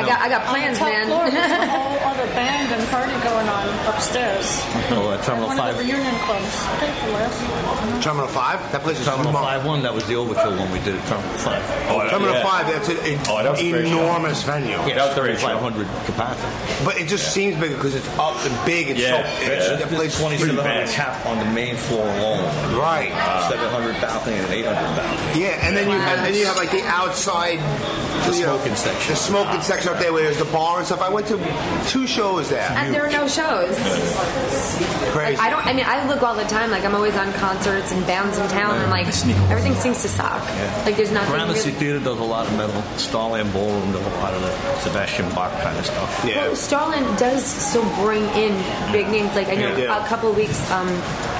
I, I got, I got plans, top man. Floor, *laughs* there's a whole other band and party going on upstairs. *laughs* Oh, uh, Terminal One Five. of the reunion clubs. I think the last. Terminal Five. That place is Terminal small. Five One. That was the overkill one we did at Terminal Five. Oh, that- Terminal yeah. Five. That's an Oh, that was a great show. enormous venue. Yeah, that was great thirty-five hundred capacity. But it just seems bigger because it's up and big. It's Yeah, so it's, yeah. that Played place twenty-seven hundred vast. cap on the main floor alone. Right. Ah. Seven hundred balcony and eight hundred balcony. Yeah, and then you have and then you have like the outside The you know, smoking section. The smoking section up there where there's the bar and stuff. I went to two shows there. And Uh, there are no shows. Crazy. Like, I don't. I mean, I look all the time. Like I'm always on concerts and bands in town, and like everything seems to suck. Like there's nothing. Gramercy really- Theater does a lot of metal. Starland Ballroom does a lot of the Sebastian Bach kind of stuff. Yeah. Well, Starlin does still bring in big names. Like I know They do. a couple of weeks, um,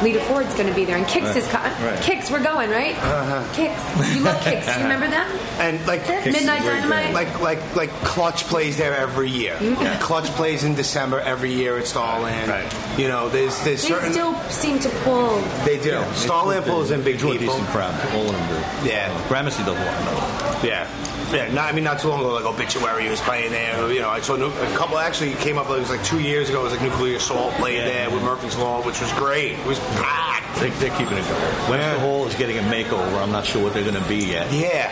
Lita Ford's going to be there, and Kicks is coming. Right. Kicks, we're going, right? Uh-huh. Kicks, you love Kicks. You remember them? and like Midnight Dynamite. like like like Clutch plays there every year. Clutch plays in December every year at Starland. Right. You know, there's there's they certain still seem to pull. they do. Yeah, Starland pulls in big They draw people. decent crowds. All of them do. Yeah. Gramercy does a lot of metal. Yeah. Yeah, not, I mean, not too long ago, like Obituary was playing there. You know, I saw nu- a couple actually came up, it was like two years ago, it was like Nuclear Assault played there with Murphy's Law, which was great. It was *laughs* Ah, packed. They, they're keeping it going. Webster Hall is getting a makeover. I'm not sure what they're going to be yet. Yeah.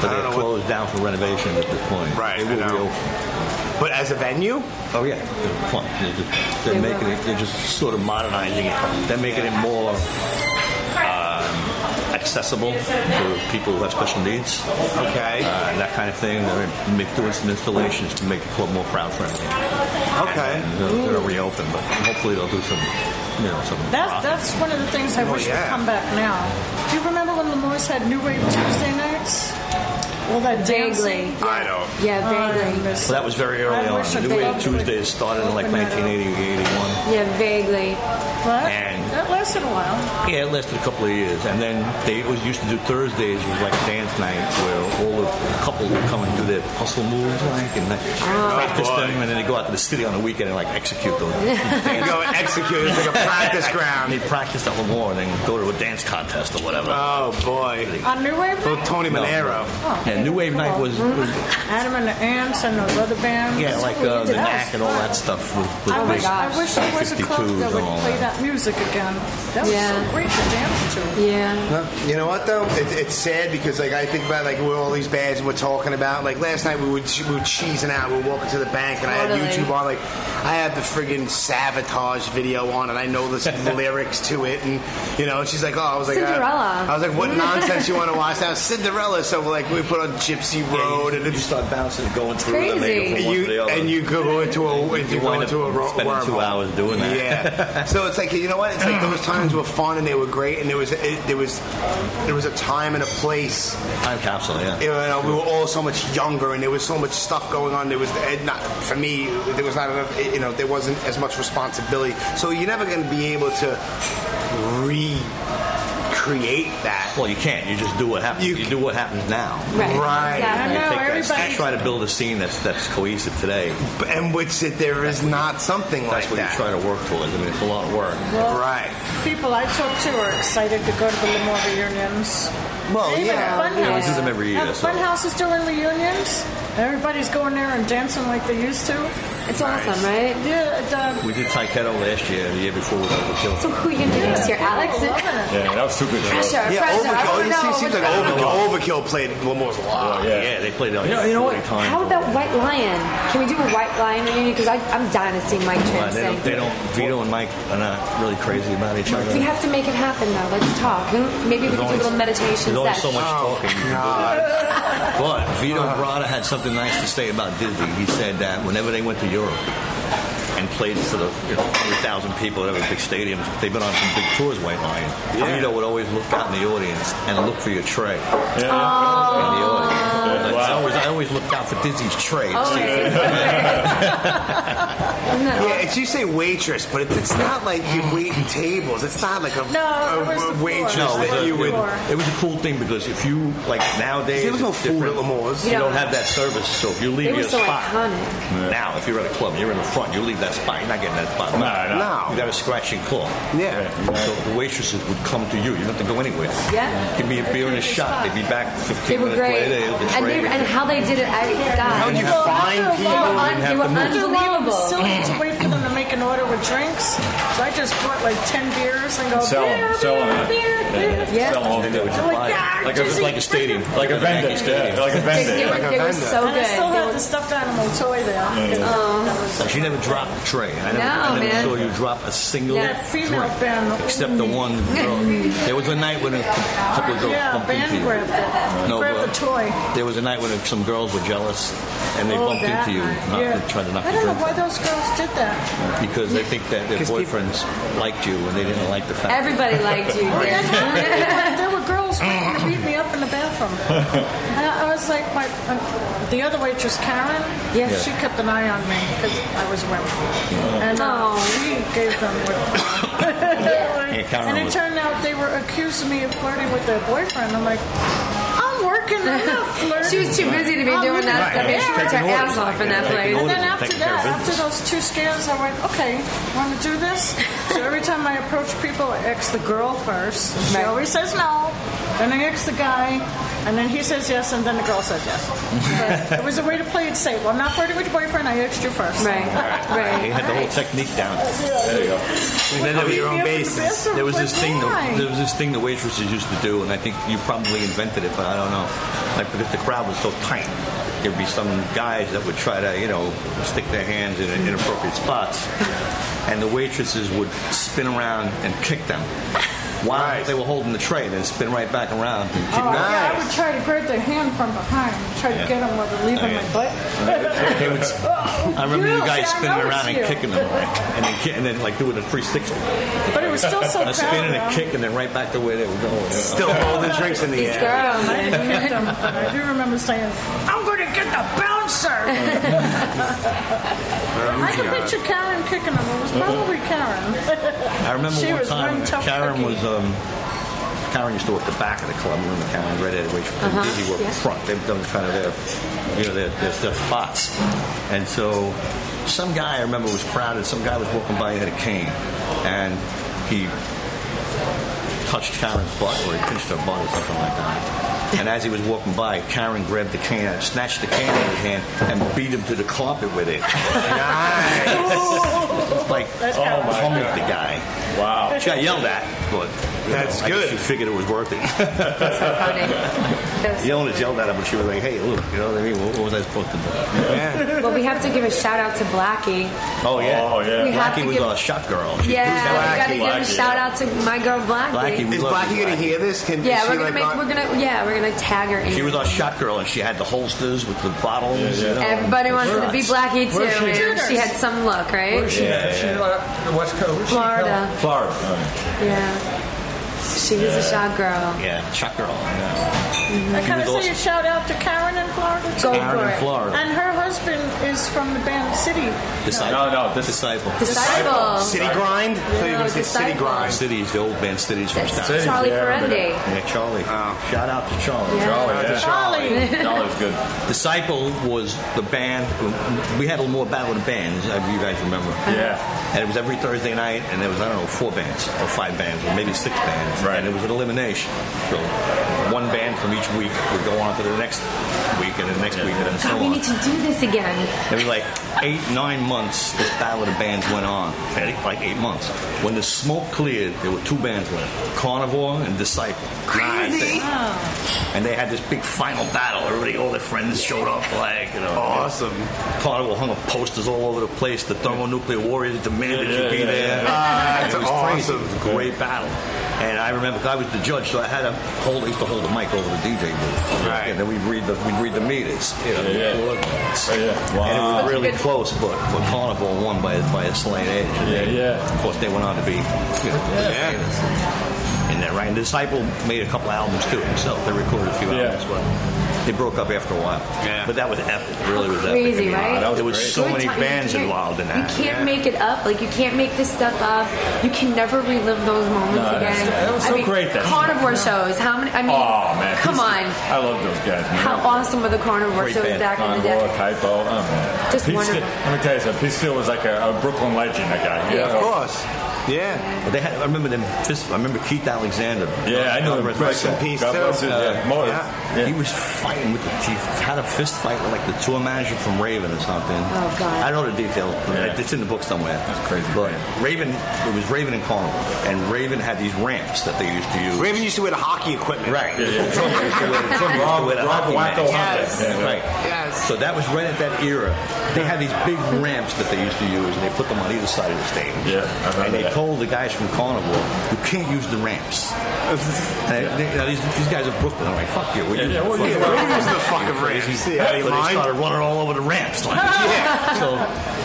But I they're don't know what, closed down for renovation at this point. Right, They I will know. reopen. but as a venue, Oh yeah, they're fun. They're, just, they're They making will. it. They're just sort of modernizing it. They're making it more um, accessible for people who have special needs. Okay. Uh, that kind of thing. They're make, doing some installations to make the club more crowd friendly. Okay. And they're, they're gonna reopen, but hopefully they'll do some, you know, some. That's, that's one of the things I Oh, wish yeah. would come back now. Do you remember when Lemoore's had New Wave Tuesday nights? Well, that dancing. Vaguely. Oh, I don't. Yeah, I vaguely. miss Well, that was very early I on. wish that New they Wave would Tuesdays started in like open that up. 1980, 81. Yeah, vaguely. Well, And- that lasted a while. Yeah, it lasted a couple of years, and then they always used to do Thursdays was like dance night where all the couples would come and do their hustle moves, like and like, Oh, practice boy. them, and then they go out to the city on the weekend and like execute *laughs* those. You go and execute. It's like a practice and they *laughs* ground. practice at Lamore, and then go to a dance contest or whatever. Oh, boy. On New Wave Little night? Tony No. Monero. yeah, New Wave Night Oh, was, was Adam and the Ants and those other bands. yeah, like uh, the That was Knack and all fun. that Oh stuff was, was I big. wish, I wish there was a club 52s that would and all play that. that music again. That was Yeah. so great to dance to. Yeah. Well, You know what though? It, it's sad because like I think about like with all these bands and we're talking about like last night we were we were cheesing out. We were walking to the bank and I Totally. had YouTube on. Like I had the friggin' sabotage video on and I know this- *laughs* the lyrics to it and you know she's like oh I was like uh, Cinderella. I was like *laughs* what nonsense you want to watch now Cinderella. So like we put on Gypsy Road you, and you it's start bouncing, going through, and Crazy. they go from one to the you other. and you go into a and you, You go wind into up a ro- spending two wormhole. hours doing that. *laughs* Yeah. so it's like you know what? It's like those times were fun and they were great and there was it, there was there was a time and a place. time capsule, yeah. You know, we were all so much younger and there was so much stuff going on. There was and not for me. There was not enough. You know, there wasn't as much responsibility. So you're never going to be able to recreate create that. Well, you can't. You just do what happens. You You, c- do what happens now. Right. Right. I And Exactly. you know, take that- everybody- Try to build a scene that's that's cohesive today. And which it, there is not something That's like what that. you try to work towards. I mean, it's a lot of work. Well, Right. People I talk to are excited to go to the Lemoore reunions. Well, They yeah. have Yeah, we funhouse. do them every year, Have so- funhouse is doing reunions. Everybody's going there and dancing like they used to. It's awesome, right? Yeah, it, um, We did Taekwondo last year, the year before was Overkill. So who are you gonna do next year, Alex? people loving it. Yeah, that was too good. Pressure, Yeah, oh pressure. I Overkill. You see, wanna know it seems what's like going on. Overkill, Overkill played Lamore's a lot. yeah. they played it like You know- you know 40 what? times. How about White Lion? Can we do a White Lion reunion? Because I'm dying to see Mike Well, Tran they, don't, sing. they don't. Vito and Mike are not really crazy about each other. We have to make it happen, though. Let's talk. Hmm? Maybe we There's can do a only- little meditation There's only so session. much talking. you can do. But Vito Brada had something nice to say about Disney. He said that whenever they went to Europe and played to the you know, 100,000 people at every big stadiums, they've been on some big tours, White Lion. Vito would always look out in the audience and look for your tray in the audience. I, always, I always looked out for Disney's tray. Oh, right. No. Yeah, it's you say waitress, but it, it's not like you're waiting tables. It's not like a, No, a- it was a the waitress floor. No, it was, that a, you would. it, it was a cool thing because if you like nowadays, There was no it's food at different. Lamore's. You Yeah. don't have that service, so if you It leave your was so spot iconic. now, if you're at a club, you're in the front, you leave that spot, you're not getting that spot. back. No, no. You got to scratch and claw. Yeah. So the waitresses would come to you. You don't have to go anywhere. Yeah. Give me a beer and a shot. They'd be back 15 They were minutes great. later. they'll And, betray they, you. and how they did it, I, God. How'd you find They were, people? un- they were After a while, it was unbelievable. silly to wait for them to make an order with drinks. So I just bought like 10 beers and go, Sell 'em, beer, sell 'em. beer, beer, beer. Yeah. Sell 'em. And they would just Like, buy it. "Ah, like, a, Disney, like a stadium. Like a the Yankee vendor, Stadium. yeah, like a They, vendor. they were, they were so *laughs* And good. I still They have were- the stuffed animal toy there. So she never dropped a tray. I never, No, I never man. saw you drop a single Yeah, That female drink, band. except the one girl. there was a night when a couple of girls Yeah, bumped into band you. grabbed it. No, uh, grabbed but- the toy. There was a night when some girls were jealous and they Oh, bumped that into you, night. not yeah. to try to knock I your don't know drink why those girls did that. down, because they think that their boyfriends liked you and they didn't like the fact. Everybody liked you. There were girls waiting to beat me up in the bathroom. And I I was like, my, uh, the other waitress, Karen, Yeah. Yeah. she kept an eye on me because I was women. And uh, Oh. she gave them what. Yeah, Karen and it was- turned out they were accusing me of flirting with their boyfriend. I'm like, I'm working, I'm not flirting. *laughs* She was too busy to be I'm doing looking- that stuff. and She worked her ass off in that place. And then and after taking care that, of after those two scans, I went, okay, want to do this? So every time I approach people, I ask the girl first. She Right. always says no. Then I ask the guy, and then he says yes, and then the girl says yes. But it was a way to play it safe. Well, I'm not flirting with your boyfriend. I asked you first. Right, He right. had the whole technique down. There you go. And then there Leave was- me up in the bathroom There was with this thing. wine. That, there was this thing the waitresses used to do, and I think you probably invented it, but I don't know. Like because the crowd was so tight, there'd be some guys that would try to, you know, stick their hands in inappropriate spots, and the waitresses would spin around and kick them while they were holding the tray, then spin right back around and Oh, kick them. yeah, I would try to grab their hand from behind, try to get them while they're leaving my butt. They would, s- *laughs* I remember You, the guy see, I spinning noticed around and you. kicking them, like, and then ki- and then like doing a 360, But it was still *laughs* so a crowded. spin and a I'm kick, and then right back the way they were going. Still holding drinks in the These air. girls. I didn't hit them, but I do remember saying, I'm going to get the bouncer. I can picture Karen kicking him. It was probably Karen. I remember She one was time one tough Karen cookie. was um, Karen used to work the back of the club. Remember Karen Red Head, which Uh-huh. uh Dizzy worked front. They've done kind of their you know their, their, their spots. And so some guy I remember was crowded. Some guy was walking by. He had a cane, and he touched Karen's butt or he pinched her butt or something like that. And as he was walking by, Karen grabbed the can, snatched the can out of his hand, and beat him to the carpet with it. like pummeled the guy. oh Wow. She got yelled at, but you That's know, I guess good. she figured it was worth *laughs* it. *laughs* Funny. That was- Yelling is yelled at her, but she was like, "Hey, look, you know what I mean? What, what was I supposed to do?" Well, we have to give a shout out to Blackie. Oh yeah, Oh, yeah. We have Blackie to was give- a shot girl. She- Yeah, we Blackie? gotta give a Blackie, shout yeah. out to my girl Blackie, Blackie. we Is love Blackie you, gonna Blackie. hear this? Can is Yeah, she we're gonna like make. on- We're gonna. Yeah, we're gonna tag her. in She was it. our shot girl, and she had the holsters with the bottles. you know, Everybody and wanted to be shots. Blackie too, Where's she? and she had some look, right? She's, she's on the West Coast. Where's she Florida. from? Florida. Yeah. She was a shot girl. Yeah, Chuck girl. Yeah. I kind of was awesome. say a shout out to Karen in Florida. Go too. Karen for in it. Florida. And her husband is from the band City. Disciple. No, no, this- Disciple. Disciple. City grind? So you No, can say city disciple. grind. Cities, the old band Cities from That's Staten. Charlie yeah, I remember Ferrendi. Yeah, Charlie. Shout out to Charlie. Yeah. Oh, Charlie. Charlie. Dollar's good. Disciple was the band. We had a little more battle of the bands. uh, You guys remember? Yeah. And it was every Thursday night, and there was I don't know four bands or five bands or maybe six bands. Right. And it was an elimination. So one band from each week would go on to the next week, and the next week, and so God, we on. need to do this again. It was like eight, nine months this battle of the bands went on. Eight- Like eight months. When the smoke cleared, there were two bands left Carnivore and Disciple. Crazy. And they had this big final battle. Everybody, all their friends showed up, like, you know. Awesome. Carnival hung up posters all over the place. The thermonuclear warriors demanded Yeah, you be yeah, Ah, there. Ah, Ah, that's it was crazy. awesome. It was a great battle. And I remember 'cause I was the judge, so I had to hold. I used to hold the mic over the DJ booth. Right. And then we'd read the we'd read the meters. You know, Yeah, yeah. the ordinance. Oh, yeah. And it Wow. was really Good. close, but but Carnival won by by a slight edge. And Yeah, they- yeah. Of course, they went on to be. You know, Yeah. famous. And that right. And Disciple made a couple albums too himself. They recorded a few Yeah. albums, but they broke up after a while. Yeah. But that was epic. It really was epic. Crazy, I mean, right? There was so Good many time. You bands can't- involved in that. You can't make it up. Like you can't make this stuff up. You can never relive those moments No, that's- again. that was I so mean, great, that- carnivore shows. How many? I mean, Oh man. come He's- on. I love those guys. Man. How awesome were the carnivore Great shows band. back in the Congo, day? Kaipo. Oh, man. Just Pete wonderful. Steele- let me tell you something. Pete Steele was like a, a Brooklyn legend. That guy. Yeah. Of course. Yeah. But they had, I remember them. Just, I remember Keith Alexander. Yeah, I know him. God rest Rest his in soul. peace, God too. bless his, Uh, yeah. More- yeah. yeah. He was fighting with the chief. Had a fist fight with like the tour manager from Raven or something. Oh, God. I know the details. but Yeah. It's in the book somewhere. That's crazy, But man. Raven, it was Raven and Carnival, and Raven had these ramps that they used to use. Raven used to wear the hockey equipment. Right. Yeah, yeah. *laughs* Trump used to wear- Trump used to wear the Rob- hockey Rob mask. Wacko Hunter. Yes. Yeah, yeah. Right. Yes. So that was right at that era. They had these big ramps that they used to use, and they put them on either side of the stage. Yeah, I remember And they that. told the guys from Carnival, you can't use the ramps. And they, now these, these guys are Brooklyn. I'm like, fuck you. We're using Yeah, yeah, the we're fucking using the ramps." Raven used the fucking Crazy. Rams. Yeah, So you they started mind? running all over the ramps. *laughs* Like, So,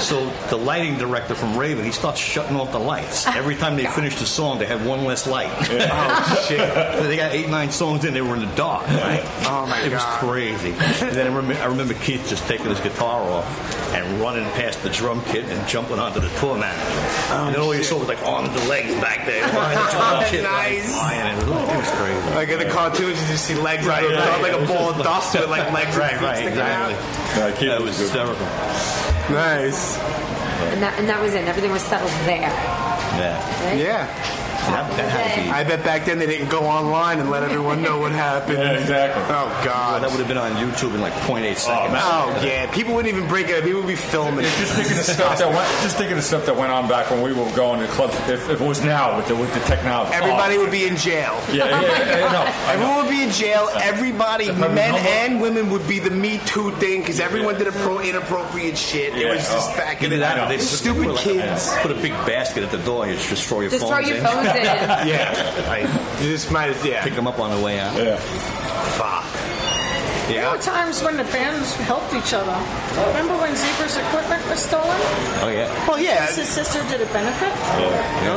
so the lighting director from Raven, he starts shutting off the lights. Every time they finished a song, they had one less light. Oh, shit. So *laughs* they got eight, nine songs in. They were in the dark. Right? Oh, my it God. was crazy. And then I remember, I remember Keith just taking his guitar off and running past the drum kit and jumping onto the tour manager. Oh, and then all you saw was like arms and legs back *laughs* there. behind the drum kit, like, Nice. flying. It was, it was crazy. Like in the cartoons, you just see legs right, yeah, yeah. like a ball of dust with like legs and Right, feet right, sticking exactly. out. No, Keith That was was good. hysterical. Nice. And that, and that was it. Everything was settled there. Yeah. Yeah. That, that had to be. I bet back then they didn't go online and let everyone know what happened. Yeah, exactly. Oh, Well, God. that would have been on YouTube in like 0.8 seconds. Oh yeah, people wouldn't even break it. up. People would be filming. It's just thinking of stuff that went. Just thinking of stuff that went on back when we were going to clubs. If, if it was now with the with the technology, Everybody Oh. would be in jail. Yeah, yeah, yeah, yeah, no, I know. Everyone would be in jail. Everybody, Remember men Humble? and women, would be the Me Too thing because everyone did a pro inappropriate shit. It Yeah, was just oh. back You in do the that, they just stupid put like a- kids. Put a big basket at the door. You just destroy your Just throw phones. your in. phones in. *laughs* Yeah, I you just might as yeah. pick them up on the way out. Yeah. Fuck. There were times when the bands helped each other. Remember when Zebra's equipment was stolen? Oh yeah. Well, yeah. His sister did a benefit.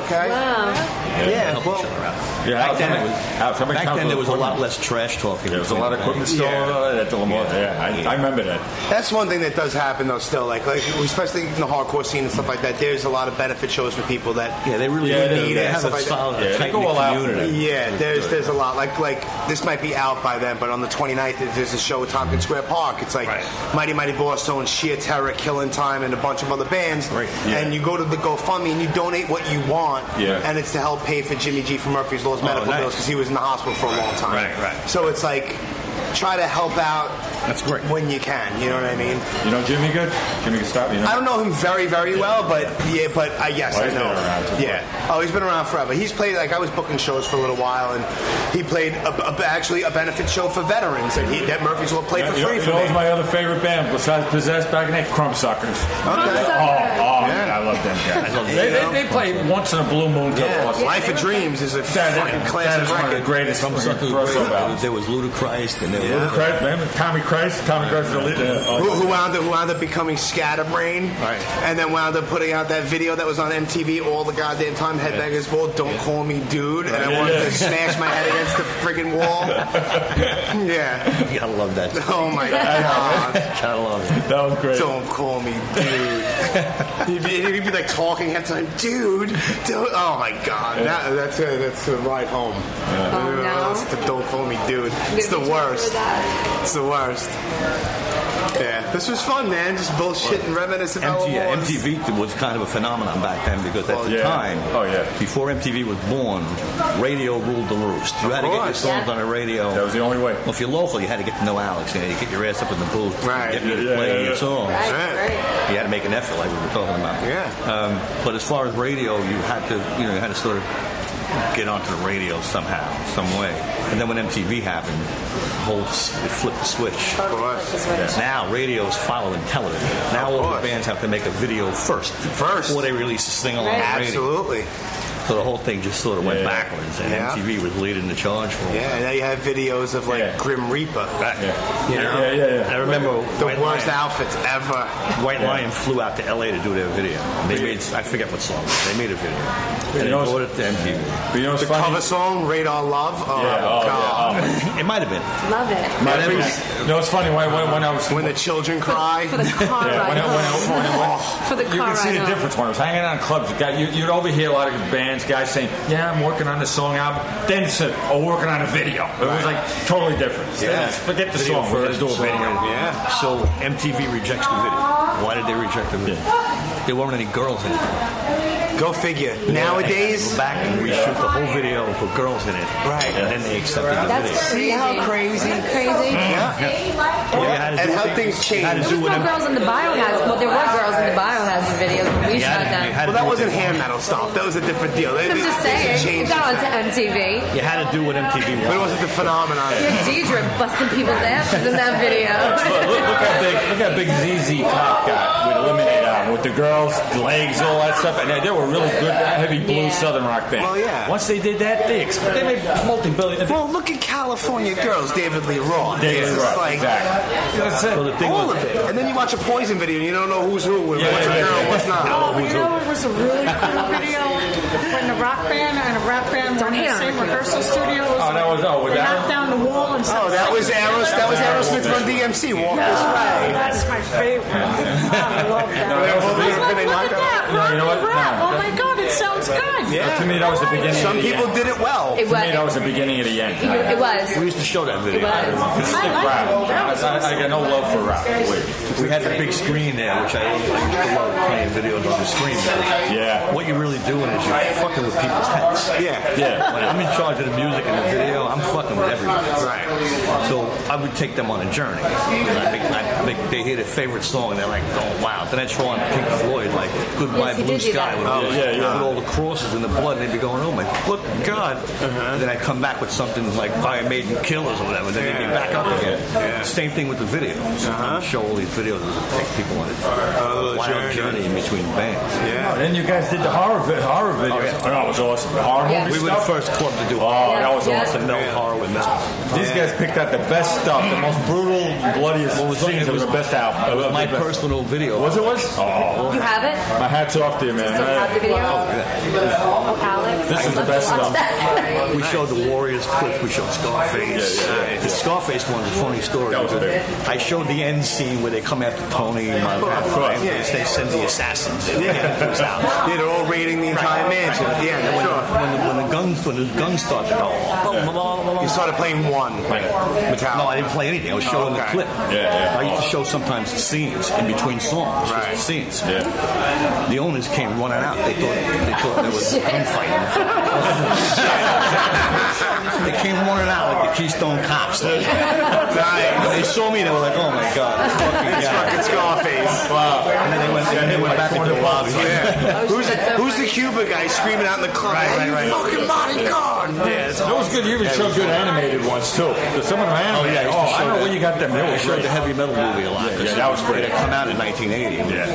Okay. Yeah. Help each Well, other out. Yeah, Back Alex, then, how it many- was, Alex, how many back times then was there was a equipment? lot less trash talking. There was a lot of equipment stolen Yeah. at the Lamont. Yeah, I, I remember that. That's one thing that does happen though. Still, like, like especially in the hardcore scene and stuff like that. There's a lot of benefit shows for people that. Yeah, they really Yeah, they, they- they yeah, have stuff a like that. solid, Yeah, they tight go all out. community. Yeah, there's there's a lot. Like like this might be out by then, but on the 29th there's a show at Tompkins Square Park. It's like Right. Mighty Mighty Boston, Sheer Terror, Killing Time, and a bunch of other bands. Right, yeah. And you go to the GoFundMe and you donate what you want. Yeah. Oh, And it's to help pay for Jimmy G from Murphy's Law's medical nice. bills because he was in the hospital for a long time. right, right. So it's like try to help out. That's great. When you can, you know what I mean. You know Jimmy Good? Jimmy Gustavo, you know? I don't know him very, very well, but yeah, but I yes, Oh, I he's know. been around too. yeah. Oh, he's been around forever. He's played like I was booking shows for a little while, and he played a, a- actually a benefit show for veterans, and he, that Murphy's Law played Yeah, for you know, free you for know what was me. my other favorite band besides Possessed back in the day? Crumb Suckers. Crumb Oh, oh, I love them guys. I love they, them. they, they play once in a blue moon. till Yeah, awesome. Life of Dreams is a That fucking is- that classic is one of the record. greatest Some sucker fucking who crossover great. albums. There was Ludacris, and there was Yeah. Christ, man, Tommy Christ, Tommy Christ is the leader. Who, who wound up who wound up becoming Scatterbrain, Right. and then wound up putting out that video that was on MTV all the goddamn time. Headbangers Ball, don't call me dude, and I wanted *laughs* to smash my head against the friggin' wall. yeah. *laughs* You gotta love that. Oh my god. gotta love it. That was great. Don't call me dude. *laughs* He'd be, he'd be like talking half the time, dude. Don't, oh my god, that, that's a, that's a ride home. Oh, no. Listen to don't call me dude. I'm It's gonna the be tortured worst. with that. It's the worst. Yeah, this was fun, man. Just bullshit and reminisce about MT, what yeah, was. MTV was kind of a phenomenon back then because at the yeah. time, Oh, yeah. before MTV was born, radio ruled the roost. You had to get your course. songs on the radio. That was the only way. Well, if you're local, you had to get to know Alex. You had to get your ass up in the booth, Right. get me to Yeah, play yeah, your yeah. songs. Right, Right. right. You had to make an effort, like we were talking about. Yeah. Um, but as far as radio, you had to, you know, you had to sort of get onto the radio somehow, some way. And then when MTV happened, the whole s- it flipped the switch. course. This way. Now radio's following television. Now Of all course. the bands have to make a video first, First. before they release a single on Right. the radio. Absolutely. So the whole thing just sort of went Yeah. backwards, and Yeah. MTV was leading the charge for. it. Yeah, and now you have videos of like Yeah. Grim Reaper. Yeah. You know? Yeah, yeah, yeah. I remember The White worst Lion- outfits ever. White Lion flew out to LA to do their video. They made, I forget what song, it was. they made a video. And they know, brought it to MTV. But you know what's The funny? cover song, Radar Love. Oh, Yeah, oh, God. yeah, It might have been. Love it. oh. Every- you know, it's funny when, when, when I was When the children *laughs* cry. For the car Yeah, ride when I- when I- *laughs* home. when I went- For the you car can see ride the home. difference when I was hanging out in clubs. You got, you, you'd overhear a lot of bands, guys saying, "Yeah, I'm working on this song album." Then it's a, "Oh, working on a video." It was like totally different. Yeah. forget the Video song. We're gonna do a first. video. Yeah. So MTV rejects the video. Why did they reject the video? There weren't any girls in it. Go figure. They Nowadays, go back and reshoot the whole video and put girls in it. Right. And then they accepted the That's video. See how crazy- Isn't that crazy? Well, you had to and do how it- things you had to change. do There was what no M- girls in the biohazard. Well, there were girls in the biohazard videos when we you had shot to- you them. well, had to do that what wasn't they- hand metal stuff. That was a different deal. They- I'm they- just they saying, it changed got the onto fact. MTV. You had to do what MTV But it wanted. wasn't the phenomenon. You're Deidre busting people's asses in that video. Look, look how big, look how big ZZ Top got with Eliminate on with the girls, the legs, all that stuff, and they, they were really good, heavy blue Yeah. southern rock band. Well, yeah. Once they did that, they exp- they made multi-billion. Well, look at California Girls, David Lee Roth. David it's Lee just Roth, like exactly. That's it. So the thing all was, of it. And then you watch a Poison video and you don't know who's who, what's Yeah, a yeah, girl, yeah. what's not. Oh, you know, it was a really *laughs* cool video when the rock band and a rap band were in the same rehearsal studio. Oh, that was- oh, with they that knocked one? down the wall and stuff. Oh, that was Aeros. That was Aerosmith Run DMC. Walk this way. That's *laughs* my favorite. I love that. No, that was the I was big- like, when they look knocked at that, out- No, rock you know and what? rap. No, Oh that- my God, it sounds good. To me, that was the beginning. Some of the people end. did it well. It To me, that was was. the beginning of the end. It we was. used to show that It video. was. This is the rap. I, I got no love for rap. We had the big screen there, which I, I used to love playing videos on the screen. Yeah. What you're really doing is you're fucking with people's heads. Yeah. Yeah. When I'm in charge of the music and the video, I'm fucking with everybody. Right. So I would take them on a journey. And I think I think they hear their favorite song and they're like, oh wow. Then I throw on Pink Floyd, like Goodbye Yes, he Blue did do Sky that. with, all, yeah, yeah. with all the crosses and the blood, and they'd be going, oh my fuck, God. Uh-huh. And then I come back with something like Iron Maiden Killers or whatever. Then they'd be back up again. Same thing with the videos. Uh-huh. I show all these videos and take people on Oh, a wild journey. journey. in between bands. And then you guys did the horror vi- horror video. Oh, yeah. that was awesome. The horror Yeah. movie We were the stuff? first club to do Oh, that was Yeah. awesome. no horror with metal. These guys picked out the best stuff, the most brutal, bloodiest Well, it was- scenes it was- of the best album. It was Of my the best- personal video. Was it was? Oh, You have it? my hat's off to you, man. Still have the video? Oh, Alex. This I'd is the love to best watch stuff. that. We showed the Warriors clip. We showed Scarface. Yeah, yeah, yeah. The Scarface one's a funny story. That was because big. I showed the end scene where they come after Tony. and my course. they, they send the assassins. Yeah. Yeah, they're all raiding the entire mansion at the end. When, the, Sure. when, the, when the guns when the guns start to go, You started playing one. no, I didn't play anything. I was showing okay. the clip. Yeah, yeah. I used to show sometimes scenes in between songs, just Right. scenes. Yeah. The owners came running out. They thought they thought there *laughs* was a Shit. gunfight. they came running out like the Keystone Cops. When they saw me, they were like, "Oh my god, this fucking It's guy." fucking Scarface. Wow. And then they went, and they went back into the lobby. Yeah. *laughs* Oh, shit, Who's the, that's so who's the funny. Cuba guy screaming out in the club? Right, "Hey, right, you right. fucking gone, gone. Yes. That was good. You even showed good animated ones too. There's some of them animated. yeah, I used to Oh, I show don't know that. where you got them. They Yeah, were I showed great. the heavy metal movie a lot. yeah, that was great. It come out in 1980. Yeah.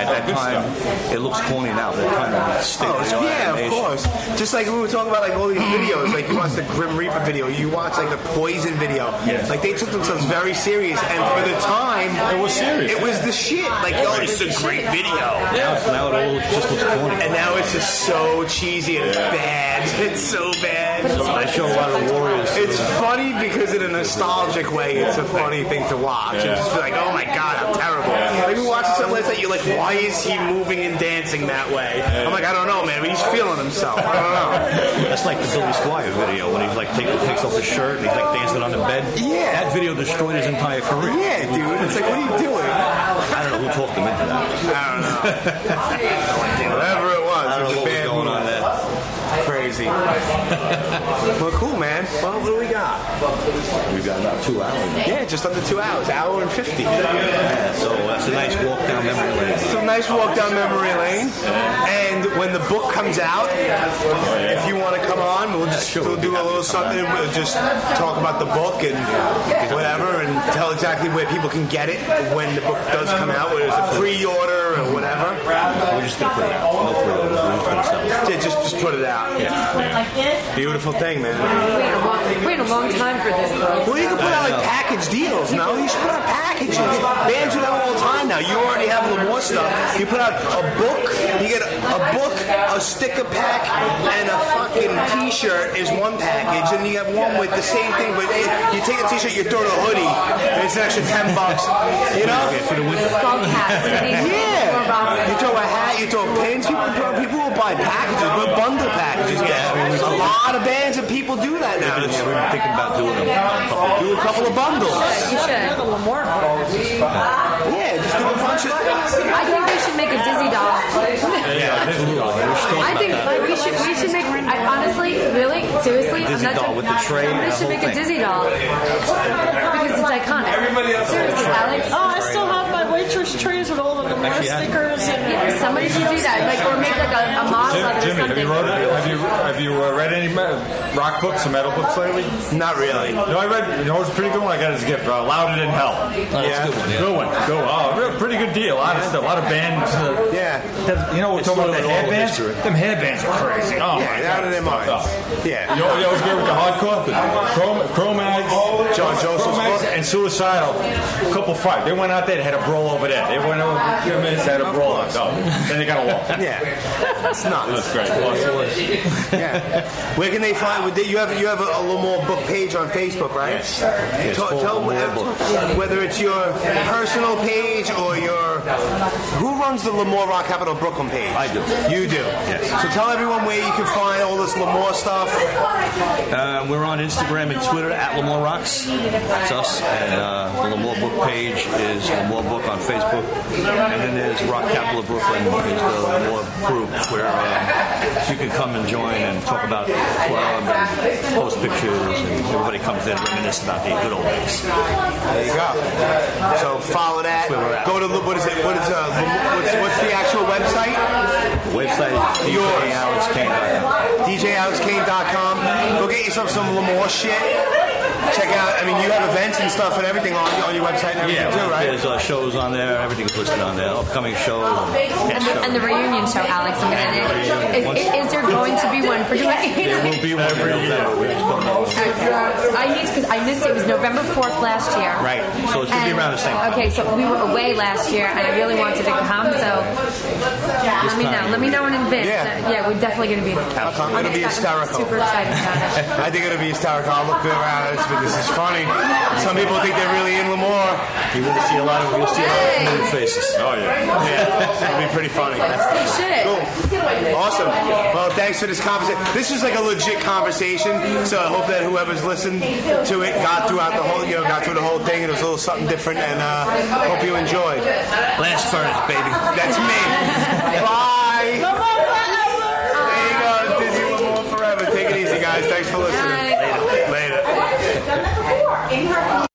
At that Good time, it looks corny now. That kind of state Oh, it's- yeah, of course. Just like we were talking about, like all these videos, like you watch the Grim Reaper video, you watch like the Poison video. Yes. Like they took themselves very serious, and for the time, It was serious. It was the shit. Like, oh, it's a great video. Now, it's- now it all just looks corny. And now it's just so cheesy and bad. *laughs* It's so bad. I show a lot of warriors. It's funny because in a nostalgic way, it's a funny thing to watch. It's just like, oh my god, I'm terrible. Like we watched something last night, you're like, why is he moving and dancing that way? I'm like, I don't know, man. But he's feeling himself. I don't know. That's like the Billy Squire video when he's like take, takes off his shirt and he's like dancing on the bed. Yeah. That video destroyed his entire *laughs* career. Yeah, dude. It's like, what are you doing? I don't know who talked him into that. I don't know. Whatever it was, I it don't was know a what was bad going on movie. there. Crazy. *laughs* well, cool, man. Well, what do we got? We've got about two hours. now. Yeah, just under two hours, hour and fifty. Yeah, so that's a nice walk down memory lane. It's a nice walk down memory lane. And when the book comes out, if you want to come on, we'll just sure, we'll we'll do be a happy little to come something. We'll just talk about the book and whatever, and tell exactly where people can get it when the book does come out, whether it's a pre-order or whatever. We're just gonna put it out. No pre-orders. We're just gonna sell it. Yeah, just just put it out. Beautiful thing, man. Wait a long, wait a long time for this book. Well, you can put out like know. package deals, no? You should put out packages. Bands do that all the time now. You already have Lamore stuff. You put out a book, you get a, a book, a sticker pack, and a fucking t-shirt is one package, and you have one with the same thing, but it, you take a t-shirt, you throw it in a hoodie, and it's an extra ten bucks. You know? Okay, for the winter. Skull caps. They need more Yeah, boxes. you throw a hat, you throw pins. People, throw, people will buy packages, but bundle packages. man. A lot of bands and people do that now. Yeah, We've been thinking about doing them. A couple of Do a couple of bundles. You should. Another Lamore Oh, book. Yeah, just do a bunch of. I think we should make a dizzy doll. yeah, we're still I about think that. like, we should we should make I, honestly, really, seriously, Dizzy I'm not doll joking. with the tray and the Somebody should make whole a thing. dizzy doll because it's iconic. Seriously, Alex. Oh, I still have my waitress trays with all the Lamore Actually, I- stickers and Yeah, somebody should do that, like or make like a, a model Jim, of it or something. Jimmy, have you, wrote, have you have you uh, read any me- rock books or metal books lately? Not really. No, I read. You know, it's a pretty good one. I got as a gift. Uh, Louder than hell. Oh, that's a good one, yeah. Good one. Good one. Oh, real, pretty good deal. A lot of stuff. A lot of bands. uh, Yeah. that- you know, we're It's talking about sort of the an oral hairbands. history. Them hairbands are crazy. Oh Yeah, my they're out God, of their it's fucked minds. up. Yeah. You know, you always get with the hardcore, Chrome, Chrome Mags, John Cro- Joseph's Cro- Mags book. and Suicidal. Couple fight. They went out there, had a brawl over there. They went over a few minutes, had a brawl. So, then they got a *laughs* walk. Yeah. It's nuts. That's great. Awesome. Yeah. Where can they find? would they- You have you have a, a little more book page on Facebook, right? Yes. Yes, Tell- full tell Lamore whether- book. whether it's your personal page or your who runs the Lamore Rock Capital Brooklyn page. I do. You do. Yes. So tell everyone where you can find all this Lamore stuff. Uh, we're on Instagram and Twitter at Lamore Rocks. That's us. And uh, the Lamore Book page is Lamore Book on Facebook. And then there's Rock Capital of Brooklyn is the Lamore group where uh, you can come and join and talk about the club and post pictures and everybody comes in and reminisce about the good old days. There you go. So follow that. where we're at. Go to the- what is it? What is uh, Lamore- what's, what's the actual website? Website is Yours. DJAlexKane.com. DJAlexKane.com. Go get yourself some Lamore shit. Check out. I mean, you have events and stuff and everything on, on your website and everything Yeah, too, right? there's uh, shows on there. Everything's listed on there. Upcoming shows. And the, and the reunion show, Alex. I'm gonna. Is, is, is there going to be one for 2018? There will be one in November. We just don't know. I need because I missed it. It was November fourth last year. Right. So it's gonna be And- around the same time. Okay, so we were away last year, and I really wanted to come. So let me know. Let me know in advance. Yeah. Uh, yeah, we're definitely gonna be. I'll come. It'll be hysterical. Super excited about it. I think it'll be hysterical. I'll look around. It's, this is funny. Some people think they're really in Lamore. You will see a lot of you'll see a lot of Hey. familiar faces. Oh yeah. *laughs* Yeah, it'll be pretty funny. They should. Cool. Awesome. Well, thanks for this conversation. This is like a legit conversation, so I hope that whoever's listened to it got throughout the whole, you know, got through the whole thing. It was a little something different, and uh, hope you enjoyed. Last furnace, baby. That's *laughs* me. Bye. Lamore Rock Hour! There you go. Disney Lamore forever. Take it easy, guys. Thanks for listening. Bye. Later. I've done that before in her